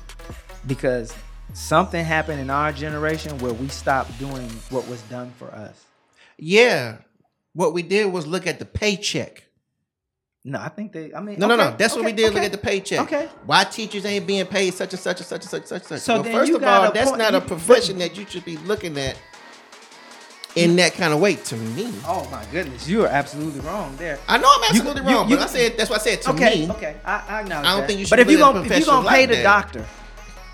S5: because something happened in our generation where we stopped doing what was done for us
S4: Yeah. What we did was look at the paycheck.
S5: no i think they i mean
S4: No, no,
S5: okay,
S4: no. That's what we
S5: okay,
S4: did. Look
S5: okay.
S4: at the paycheck.
S5: Okay.
S4: Why teachers ain't being paid such and such and such and such and such. and such.
S5: So
S4: well,
S5: then
S4: first
S5: you
S4: of
S5: got
S4: all,
S5: a
S4: that's
S5: point-
S4: not a
S5: you-
S4: profession that you should be looking at in that kind of way. To me,
S5: oh my goodness you are absolutely wrong there
S4: I know I'm absolutely
S5: you-
S4: wrong,
S5: you-
S4: but I said that's what I said. To
S5: okay,
S4: me,
S5: okay, I, I acknowledge
S4: I don't
S5: that.
S4: think you should
S5: But if
S4: put
S5: you
S4: it in
S5: gonna if you
S4: professions
S5: gonna pay
S4: like
S5: the
S4: that.
S5: doctor,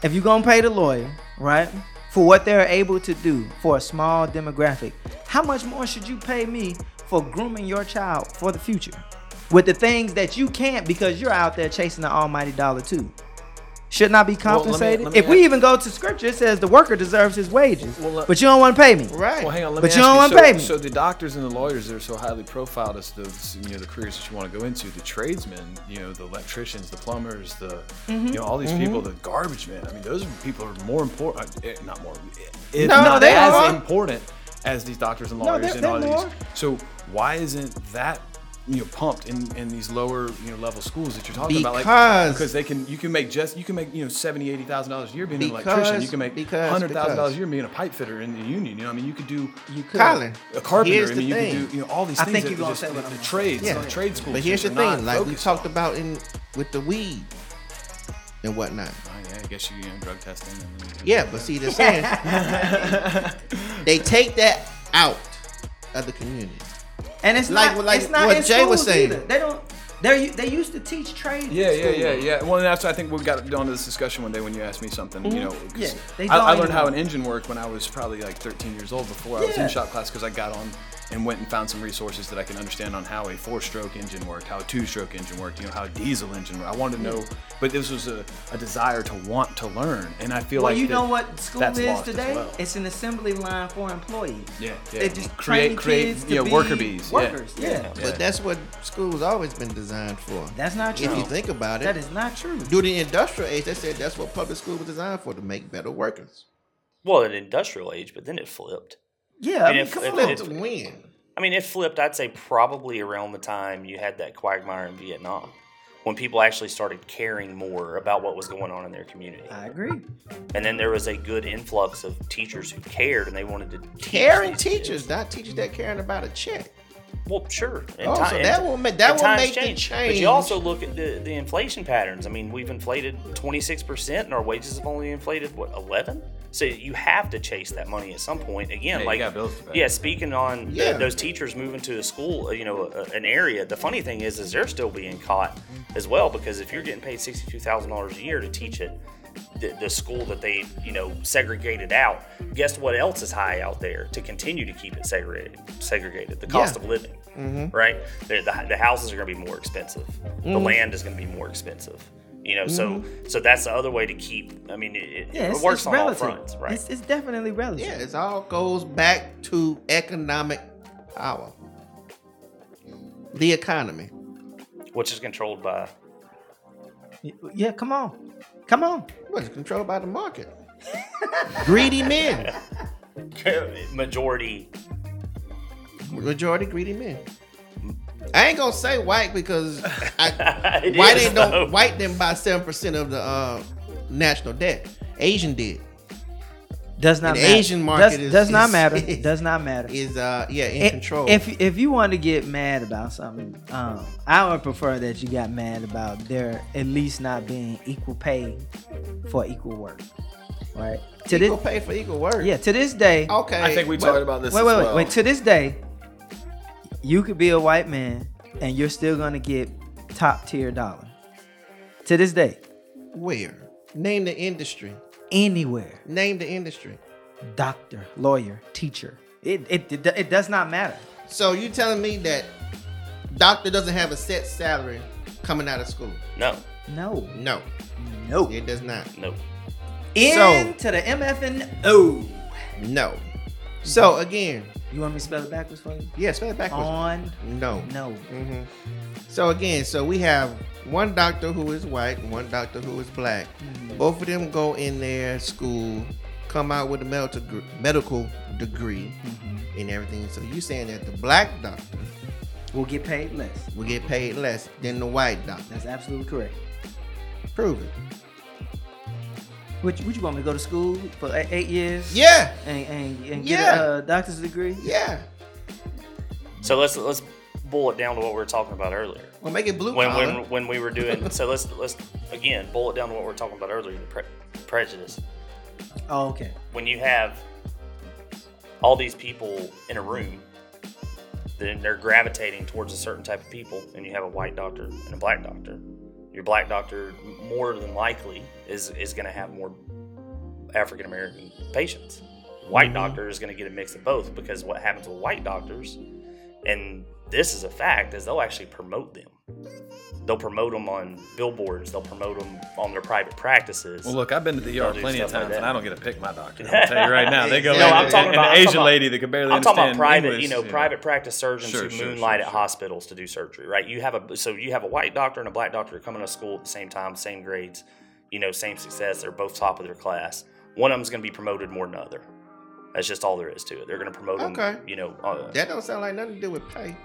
S5: if you gonna pay the lawyer, right, for what they're able to do for a small demographic, how much more should you pay me for grooming your child for the future, with the things that you can't because you're out there chasing the almighty dollar too? Should not be
S6: let me-
S5: compensated.
S6: let me
S5: if we
S6: ask-
S5: even go to scripture, it says the worker deserves his wages,
S6: Well, let-
S5: but you don't want to pay me.
S4: right?
S6: Well, hang on. Let
S5: But
S6: me
S5: you
S6: ask
S5: don't wanna
S6: so,
S5: pay me.
S6: So the doctors and the lawyers that are so highly profiled as the you know the careers that you want to go into. The tradesmen, you know, the electricians, the plumbers, the
S7: Mm-hmm.
S6: you know all these people, the garbage men. I mean, those people are more important. eh, Not more. If
S5: No,
S6: not
S5: they
S6: as
S5: are.
S6: important as these doctors and
S5: they're-
S6: lawyers and
S5: they're
S6: all
S5: more.
S6: these. So why isn't that? You know, pumped in, in these lower you know level schools that you're talking about, like
S4: Because-
S6: because they can you can make just you can make you know seventy eighty thousand dollars a year being an electrician,
S4: Because-
S6: you can make
S4: because-
S6: hundred thousand dollars
S4: because.
S6: a year being a pipe fitter in the union. You know, I mean, you could do
S4: You could. Colin,
S6: a carpenter.
S4: here's
S6: I
S4: the
S6: mean, you
S4: thing.
S6: could do you know all these
S5: I
S6: things.
S5: think
S6: that
S5: you're gonna
S6: just-
S5: say what
S6: the,
S5: I'm
S6: the
S5: gonna
S6: trades,
S4: Yeah.
S6: the trade schools.
S4: But here's the
S6: are not
S4: thing, like we
S6: focused
S4: talked
S6: on.
S4: about in with the weed and whatnot.
S6: Oh, yeah, I guess you, you know, drug testing. And, and-
S4: Yeah, but see, they're saying they take that out of the community.
S5: And it's
S4: Like-
S5: not
S4: like
S5: it's not
S4: what
S5: in
S4: Jay was
S5: schools
S4: saying.
S5: Either. They don't. They they used to teach trades. in
S6: Yeah, yeah,
S5: school.
S6: yeah, yeah. Well, and that's I think we got onto this discussion one day when you asked me something. You know, 'cause
S5: Mm-hmm. Yeah, they
S6: I, I
S5: don't
S6: learned how
S5: know.
S6: an engine worked when I was probably like 13 years old before I was
S5: Yeah.
S6: in shop class because I got on and went and found some resources that I can understand on how a four-stroke engine worked, how a two-stroke engine worked, you know, how a diesel engine worked. I wanted to know, but this was a, a desire to want to learn, and I feel
S5: Well,
S6: like
S5: you
S6: that-
S5: know what school
S6: that's
S5: is
S6: lost as
S5: today?
S6: well.
S5: It's an assembly line for employees.
S6: Yeah, yeah.
S5: They just
S6: Create-
S5: train
S6: create,
S5: kids to
S6: yeah,
S5: be
S6: worker bees, yeah.
S5: Workers. Yeah.
S6: Yeah.
S4: But that's what school's always been designed for.
S5: That's not true.
S4: If you think about it,
S5: That is not true.
S4: during the industrial age, they said that's what public school was designed for to make better workers.
S7: Well, an industrial age, but then it flipped.
S5: Yeah. I mean,
S7: And if-
S5: come
S7: if-
S5: on.
S4: Flip to win.
S7: I mean, it flipped, I'd say, probably around the time you had that quagmire in Vietnam when people actually started caring more about what was going on in their community.
S5: I agree.
S7: And then there was a good influx of teachers who cared and they wanted to teach
S4: Caring
S7: these kids.
S4: teachers, not teachers that caring about a check.
S7: Well, sure. And
S4: Oh, so
S7: ti-
S4: that
S7: and-
S4: will ma- that
S7: and
S4: will
S7: times
S4: make the
S7: But
S4: change.
S7: you also look at the, the inflation patterns. I mean, we've inflated 26% and our wages have only inflated, what, 11 So you have to chase that money at some point. Again,
S6: Yeah, you
S7: like,
S6: got bills to pay.
S7: yeah, speaking on the-
S4: Yeah.
S7: those teachers moving to a school, uh, you know, a, an area, the funny thing is, is they're still being caught as well because if you're getting paid $62,000 a year to teach it, the, the school that they, you know, segregated out, guess what else is high out there to continue to keep it segregated? Segregated, the cost
S4: Yeah.
S7: of living,
S5: Mm-hmm.
S7: right? The, the, the houses are going to be more expensive.
S5: Mm.
S7: The land is going to be more expensive. You know, so so that's the other way to keep. I mean, it, it-
S5: Mm-hmm. Yeah,
S7: it
S5: it's,
S7: works
S5: it's
S7: on
S5: relative.
S7: all fronts, right?
S5: It's, it's definitely relative.
S4: Yeah, it all goes back to economic power. The economy.
S7: Which is controlled by
S5: Yeah. Come on. Come on.
S4: Well, it's controlled by the market. greedy men.
S7: majority.
S4: Majority greedy men. I ain't gonna say white because I,
S7: It
S4: white
S7: is,
S4: ain't don't
S7: though.
S4: white didn't buy seven percent of the uh, national debt. Asian did.
S5: Does not
S4: The
S5: matter.
S4: Asian market
S5: does,
S4: is-
S5: does not
S4: is-
S5: matter. Does not matter.
S4: Is uh yeah in
S5: I-
S4: control.
S5: If if you want to get mad about something, um, I would prefer that you got mad about there at least not being equal pay for equal work, right? To
S4: equal
S5: this,
S4: pay for equal work.
S5: yeah, to this day.
S4: Okay.
S6: I think we
S4: well,
S6: talked about this.
S5: wait,
S6: as
S5: wait, wait,
S6: well.
S5: wait. To this day, you could be a white man and you're still gonna get top tier dollar. To this day,
S4: Where? Name the industry.
S5: anywhere,
S4: Name the industry.
S5: doctor, lawyer, teacher, it it it, it does not matter.
S4: So you telling me that doctor doesn't have a set salary coming out of school?
S7: No,
S5: No,
S4: No,
S5: no.
S4: it does not.
S7: no.
S5: In to the MFNO.
S4: No. So again,
S5: You want me to spell it backwards for you?
S4: yeah, spell it backwards.
S5: On
S4: no.
S5: Oh, no.
S4: hmm So again, so we have one doctor who is white, and one doctor who is black.
S5: Mm-hmm.
S4: Both of them go in their school, come out with a medical deg- medical degree
S5: Mm-hmm.
S4: and everything. So you saying that the black doctor
S5: We'll get paid less.
S4: will get paid less than the white doctor?
S5: That's absolutely correct.
S4: Prove it.
S5: Would you, would you want me to go to school for e, eight, eight years?
S4: Yeah,
S5: And, and, and get
S4: Yeah.
S5: a uh, doctor's degree?
S4: yeah.
S7: So let's let's boil it down to what we were talking about earlier.
S4: Well, make it blue
S7: When
S4: collar.
S7: when when we were doing so let's let's again boil it down to what we were talking about earlier. The pre- prejudice.
S5: Oh, okay.
S7: When you have all these people in a room, then they're gravitating towards a certain type of people, and you have a white doctor and a black doctor. Your black doctor more than likely is is going to have more African American patients. White doctor is going to get a mix of both because what happens with white doctors, and this is a fact, is they'll actually promote them. They'll promote them on billboards. They'll promote them on their private practices.
S6: Well, look, I've been to the ER
S7: do
S6: plenty of
S7: stuff like
S6: times, and
S7: that.
S6: I don't get to pick my doctor. I'll tell you right now, they go
S4: No,
S6: in
S4: I'm
S6: there,
S4: talking
S6: and
S7: about- I'm
S6: an Asian
S7: talking about-
S6: lady that could barely
S7: I'm talking about
S6: understand
S7: private,
S6: English,
S7: you know,
S6: yeah.
S7: private practice surgeons
S6: Sure,
S7: who
S6: sure,
S7: moonlight
S6: sure,
S7: at
S6: sure.
S7: hospitals to do surgery, right? You have a so you have a white doctor and a black doctor coming to school at the same time, same grades, you know, same success. They're both top of their class. One of them's going to be promoted more than the other. That's just all there is to it. They're going to promote
S4: Okay.
S7: them, you know. Uh,
S4: That don't sound like nothing to do with pay.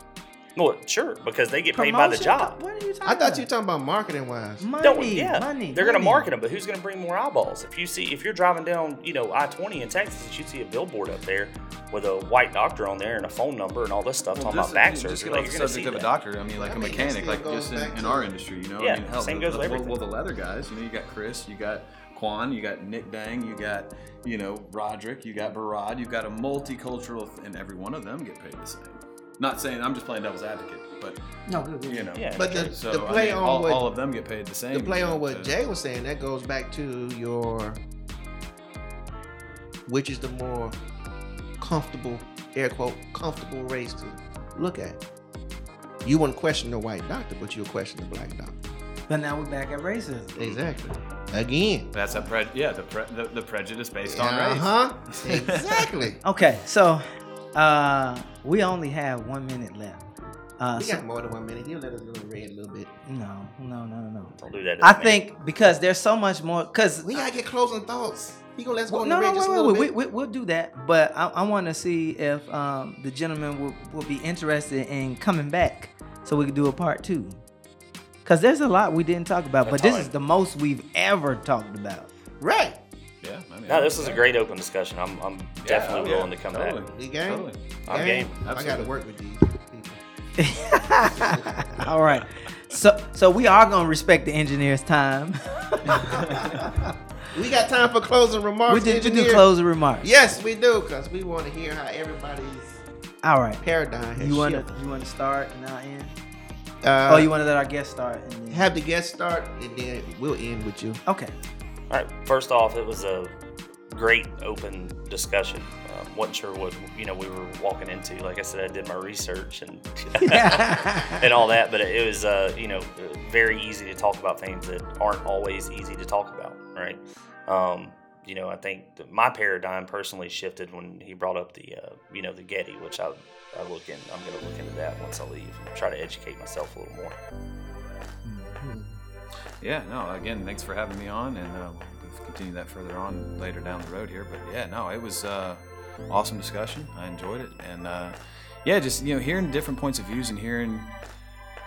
S7: well, sure, because they get paid by the
S5: Promotion?
S7: job.
S5: What are you talking
S4: I thought
S5: about?
S4: you were talking about marketing wise.
S5: money,
S7: Don't- yeah,
S5: money.
S7: they're going to
S5: money.
S7: market them, but who's going to bring more eyeballs? If you see, if you're driving down, you know, I twenty in Texas, and you see a billboard up there with a white doctor on there and a phone number and all this stuff
S6: Well,
S7: talking
S6: just-
S7: about back
S6: just
S7: surgery.
S6: get
S7: like,
S6: off
S7: you're
S6: the
S7: gonna
S6: subject
S7: see
S6: of a
S7: that.
S6: doctor. I mean, like
S4: I
S6: a
S4: mean, it
S6: mechanic,
S4: still
S6: like
S4: goes
S6: just in,
S4: back
S6: in
S4: to-
S6: our industry, you know.
S7: Yeah,
S6: I mean, hell,
S7: same
S6: the,
S7: goes
S6: the,
S7: with
S6: well,
S7: everything.
S6: well, the leather guys. You know, you got Chris, you got Quan, you got Nick Dang, you got you know Roderick, you got Barad, you got a multicultural, and every one of them get paid the same. Not saying I'm just playing devil's advocate, but
S5: No, good, good.
S6: you know,
S7: Yeah.
S4: But the,
S6: So
S4: the
S6: I
S4: play
S6: mean,
S4: on
S6: all,
S4: what
S6: all of them get paid the same.
S4: the play on
S6: except,
S4: what
S6: uh,
S4: Jay was saying that goes back to your which is the more comfortable air quote comfortable race to look at. You wouldn't question the white doctor, but you'll question the black doctor.
S5: But now we're back at racism.
S4: Exactly. Again.
S6: That's a pre- yeah, the, pre- the the prejudice based on race.
S4: Uh huh. Exactly.
S5: Okay, so uh, we only have one minute left. Uh,
S4: we
S5: so-
S4: got more than one minute. He'll let us go read a little bit.
S5: no, no, no, no.
S7: Don't do that. to
S5: I
S7: me.
S5: think because there's so much more. Because
S4: We gotta get closing thoughts. He gonna let us go
S5: Well,
S4: on
S5: no,
S4: the
S5: no,
S4: read just a
S5: wait,
S4: little
S5: wait, wait.
S4: bit.
S5: We, we'll do that. But I, I want to see if um, the gentleman will, will be interested in coming back so we can do a part two. Because there's a lot we didn't talk about, but this is the most we've ever talked about.
S4: Right.
S6: Yeah, I mean,
S7: No, this is a great open discussion. I'm, I'm definitely willing to come
S6: oh, totally.
S7: back.
S4: You game?
S6: Totally.
S7: I'm
S4: Yeah.
S7: game.
S4: I gotta
S6: Absolutely.
S4: work with these people.
S5: All right. So, so we are going to respect the engineer's time.
S4: We got time for closing remarks.
S5: we did we do
S4: engineer.
S5: closing remarks.
S4: Yes, we do, because we want to hear how everybody's
S5: All right.
S4: paradigm has
S5: You want
S4: shifted.
S5: to you want to start and I'll end.
S4: Uh,
S5: oh, you want to let our guest start and then.
S4: have the guest start, and then we'll end with you.
S5: okay.
S7: All right. First off, it was a great open discussion. Um, wasn't sure what you know we were walking into. Like I said, I did my research and and all that, but it was uh, you know very easy to talk about things that aren't always easy to talk about, right? Um, you know, I think that my paradigm personally shifted when he brought up the uh, you know the Getty, which I I look in. I'm going to look into that once I leave and try to educate myself a little more.
S4: Mm-hmm.
S6: Yeah, no, again, thanks for having me on, and uh, we'll continue that further on later down the road here. But yeah, no, it was uh, awesome discussion. I enjoyed it, and uh, yeah, just you know, hearing different points of views and hearing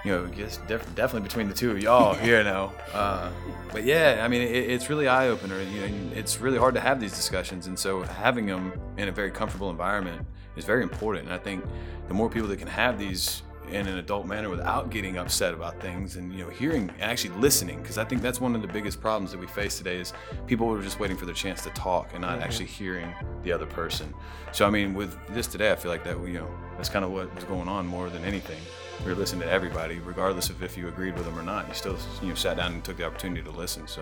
S6: you know, just def- definitely between the two of y'all here now. Uh, but yeah, I mean, it, it's really eye opener. You know, it's really hard to have these discussions, and so having them in a very comfortable environment is very important. And I think the more people that can have these in an adult manner without getting upset about things and you know hearing and actually listening because i think that's one of the biggest problems that we face today is people are just waiting for their chance to talk and not actually hearing the other person so i mean with this today i feel like that you know that's kind of what was going on more than anything we were listening to everybody regardless of if you agreed with them or not you still you know sat down and took the opportunity to listen so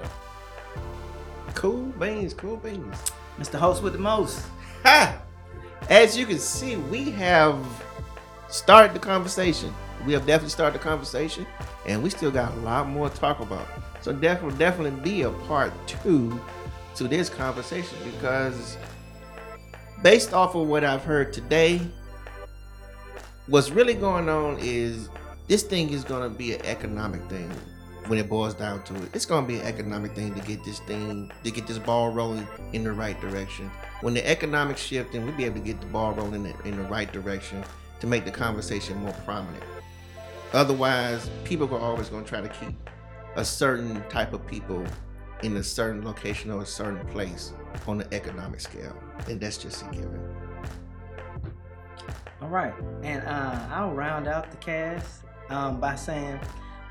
S4: Cool beans, cool beans.
S5: Mr. Host with the most.
S4: Ha! As you can see, we have started the conversation. We have definitely started the conversation, and we still got a lot more to talk about. So definitely, definitely be a part two to this conversation because, based off of what I've heard today, what's really going on is this thing is going to be an economic thing. When it boils down to it, it's going to be an economic thing to get this thing to get this ball rolling in the right direction when the economics shift and we'll be able to get the ball rolling in the, in the right direction to make the conversation more prominent. Otherwise, people are always going to try to keep a certain type of people in a certain location or a certain place on the economic scale. And that's just a given.
S5: All right, and uh, I'll round out the cast um, by saying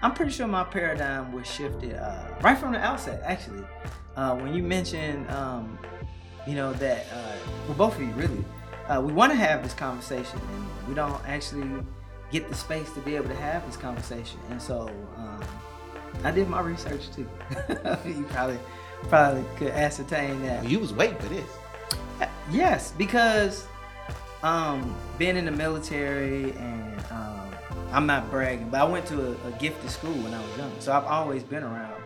S5: I'm pretty sure my paradigm was shifted uh, right from the outset. Actually, uh, when you mentioned, um, you know, that uh, well, both of you really, uh, we want to have this conversation, and we don't actually get the space to be able to have this conversation. And so, um, I did my research too. you probably probably could ascertain that.
S4: You was waiting for this.
S5: Yes, because um, being in the military and um, I'm not bragging, but I went to a, a gifted school when I was young, so I've always been around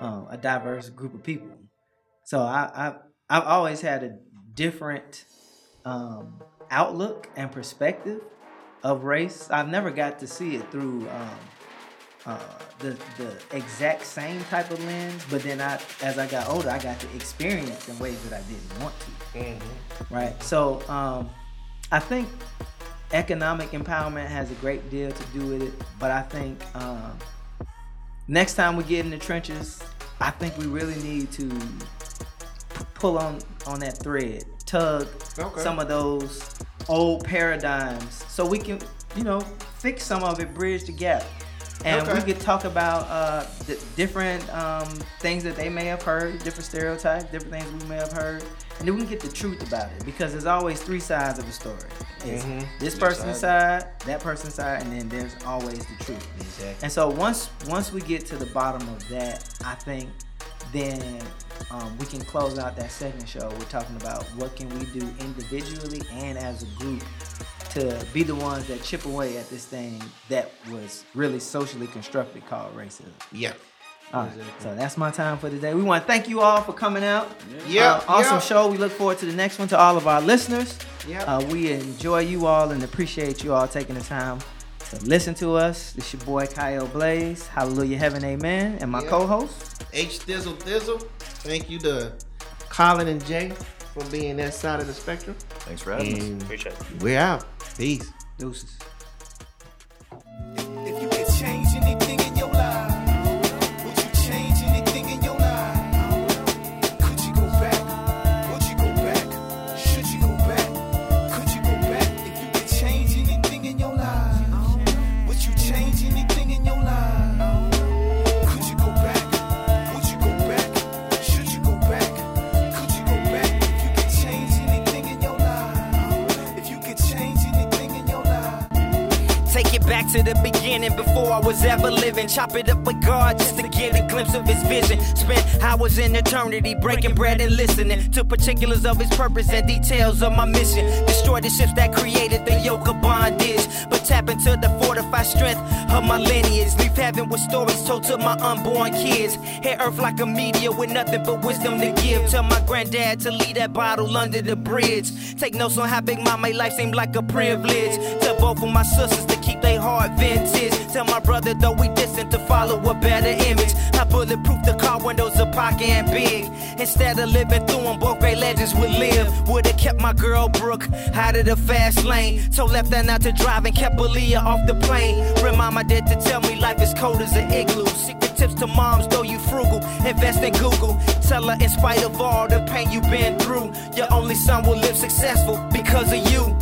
S5: um, a diverse group of people. So I, I I've always had a different um, outlook and perspective of race. I've never got to see it through. Um, uh, the the exact same type of lens, but then I, as I got older, I got to experience in ways that I didn't want to right? So um, I think economic empowerment has a great deal to do with it, but I think um, next time we get in the trenches, I think we really need to p- pull on on that thread, tug
S4: Okay.
S5: some of those old paradigms, so we can you know fix some of it, bridge the gap. And we
S4: Okay.
S5: could talk about uh, the different um, things that they may have heard, different stereotypes, different things we may have heard, and then we can get the truth about it because there's always three sides of a story. It's this person's side. that person's side, and then there's always the truth. And so once once we get to the bottom of that, I think then um, we can close out that second show. We're talking about what can we do individually and as a group to be the ones that chip away at this thing that was really socially constructed called racism.
S4: Yeah.
S5: All right, so that's my time for today. We want to thank you all for coming out.
S4: Yeah,
S5: Uh, awesome
S4: yeah.
S5: show. We look forward to the next one to all of our listeners.
S4: Yeah.
S5: Uh, we enjoy you all and appreciate you all taking the time to listen to us. This your boy Kyle Blaze. Hallelujah, heaven, amen. And my
S4: Yeah.
S5: co-host.
S4: H Thizzle Thizzle, thank you to Colin and Jay for being that side of the spectrum.
S6: thanks for having us
S4: Mm.
S7: Appreciate it.
S4: We're out. Peace.
S5: Deuces.
S8: If you could change anything in your life, would you change anything in your life? Could you go back? Would you go back? Should you go back? Could you go back? If you could change anything in your life, would you change anything in your life? Could you go back? Would you go back? Should you go back? Could you go back? If you could change anything in your life, if you could change anything in your life.
S2: Take it back to the beginning before I was ever living. Chop it up with God just to get a glimpse of his vision. Spent hours in eternity breaking bread and listening to particulars of his purpose and details of my mission. Destroy the ships that created the yoke of bondage, but tap into the fortified strength of my lineage. Leave heaven with stories told to my unborn kids. Hit earth like a meteor with nothing but wisdom to give. Tell my granddad to leave that bottle under the bridge. Take notes on how big my life seemed like a privilege. To both of my sisters to keep their heart vented. Tell my brother though we distant to follow a better image. I bulletproof the car windows of pocket and big. Instead of living through them, both great legends would live. Would've kept my girl Brooke out of the fast lane. So left that out to drive and kept Aaliyah off the plane. Remind my dad to tell me life is cold as an igloo. Secret tips to moms though you frugal. Invest in Google. Tell her in spite of all the pain you've been through, your only son will live successful because of you.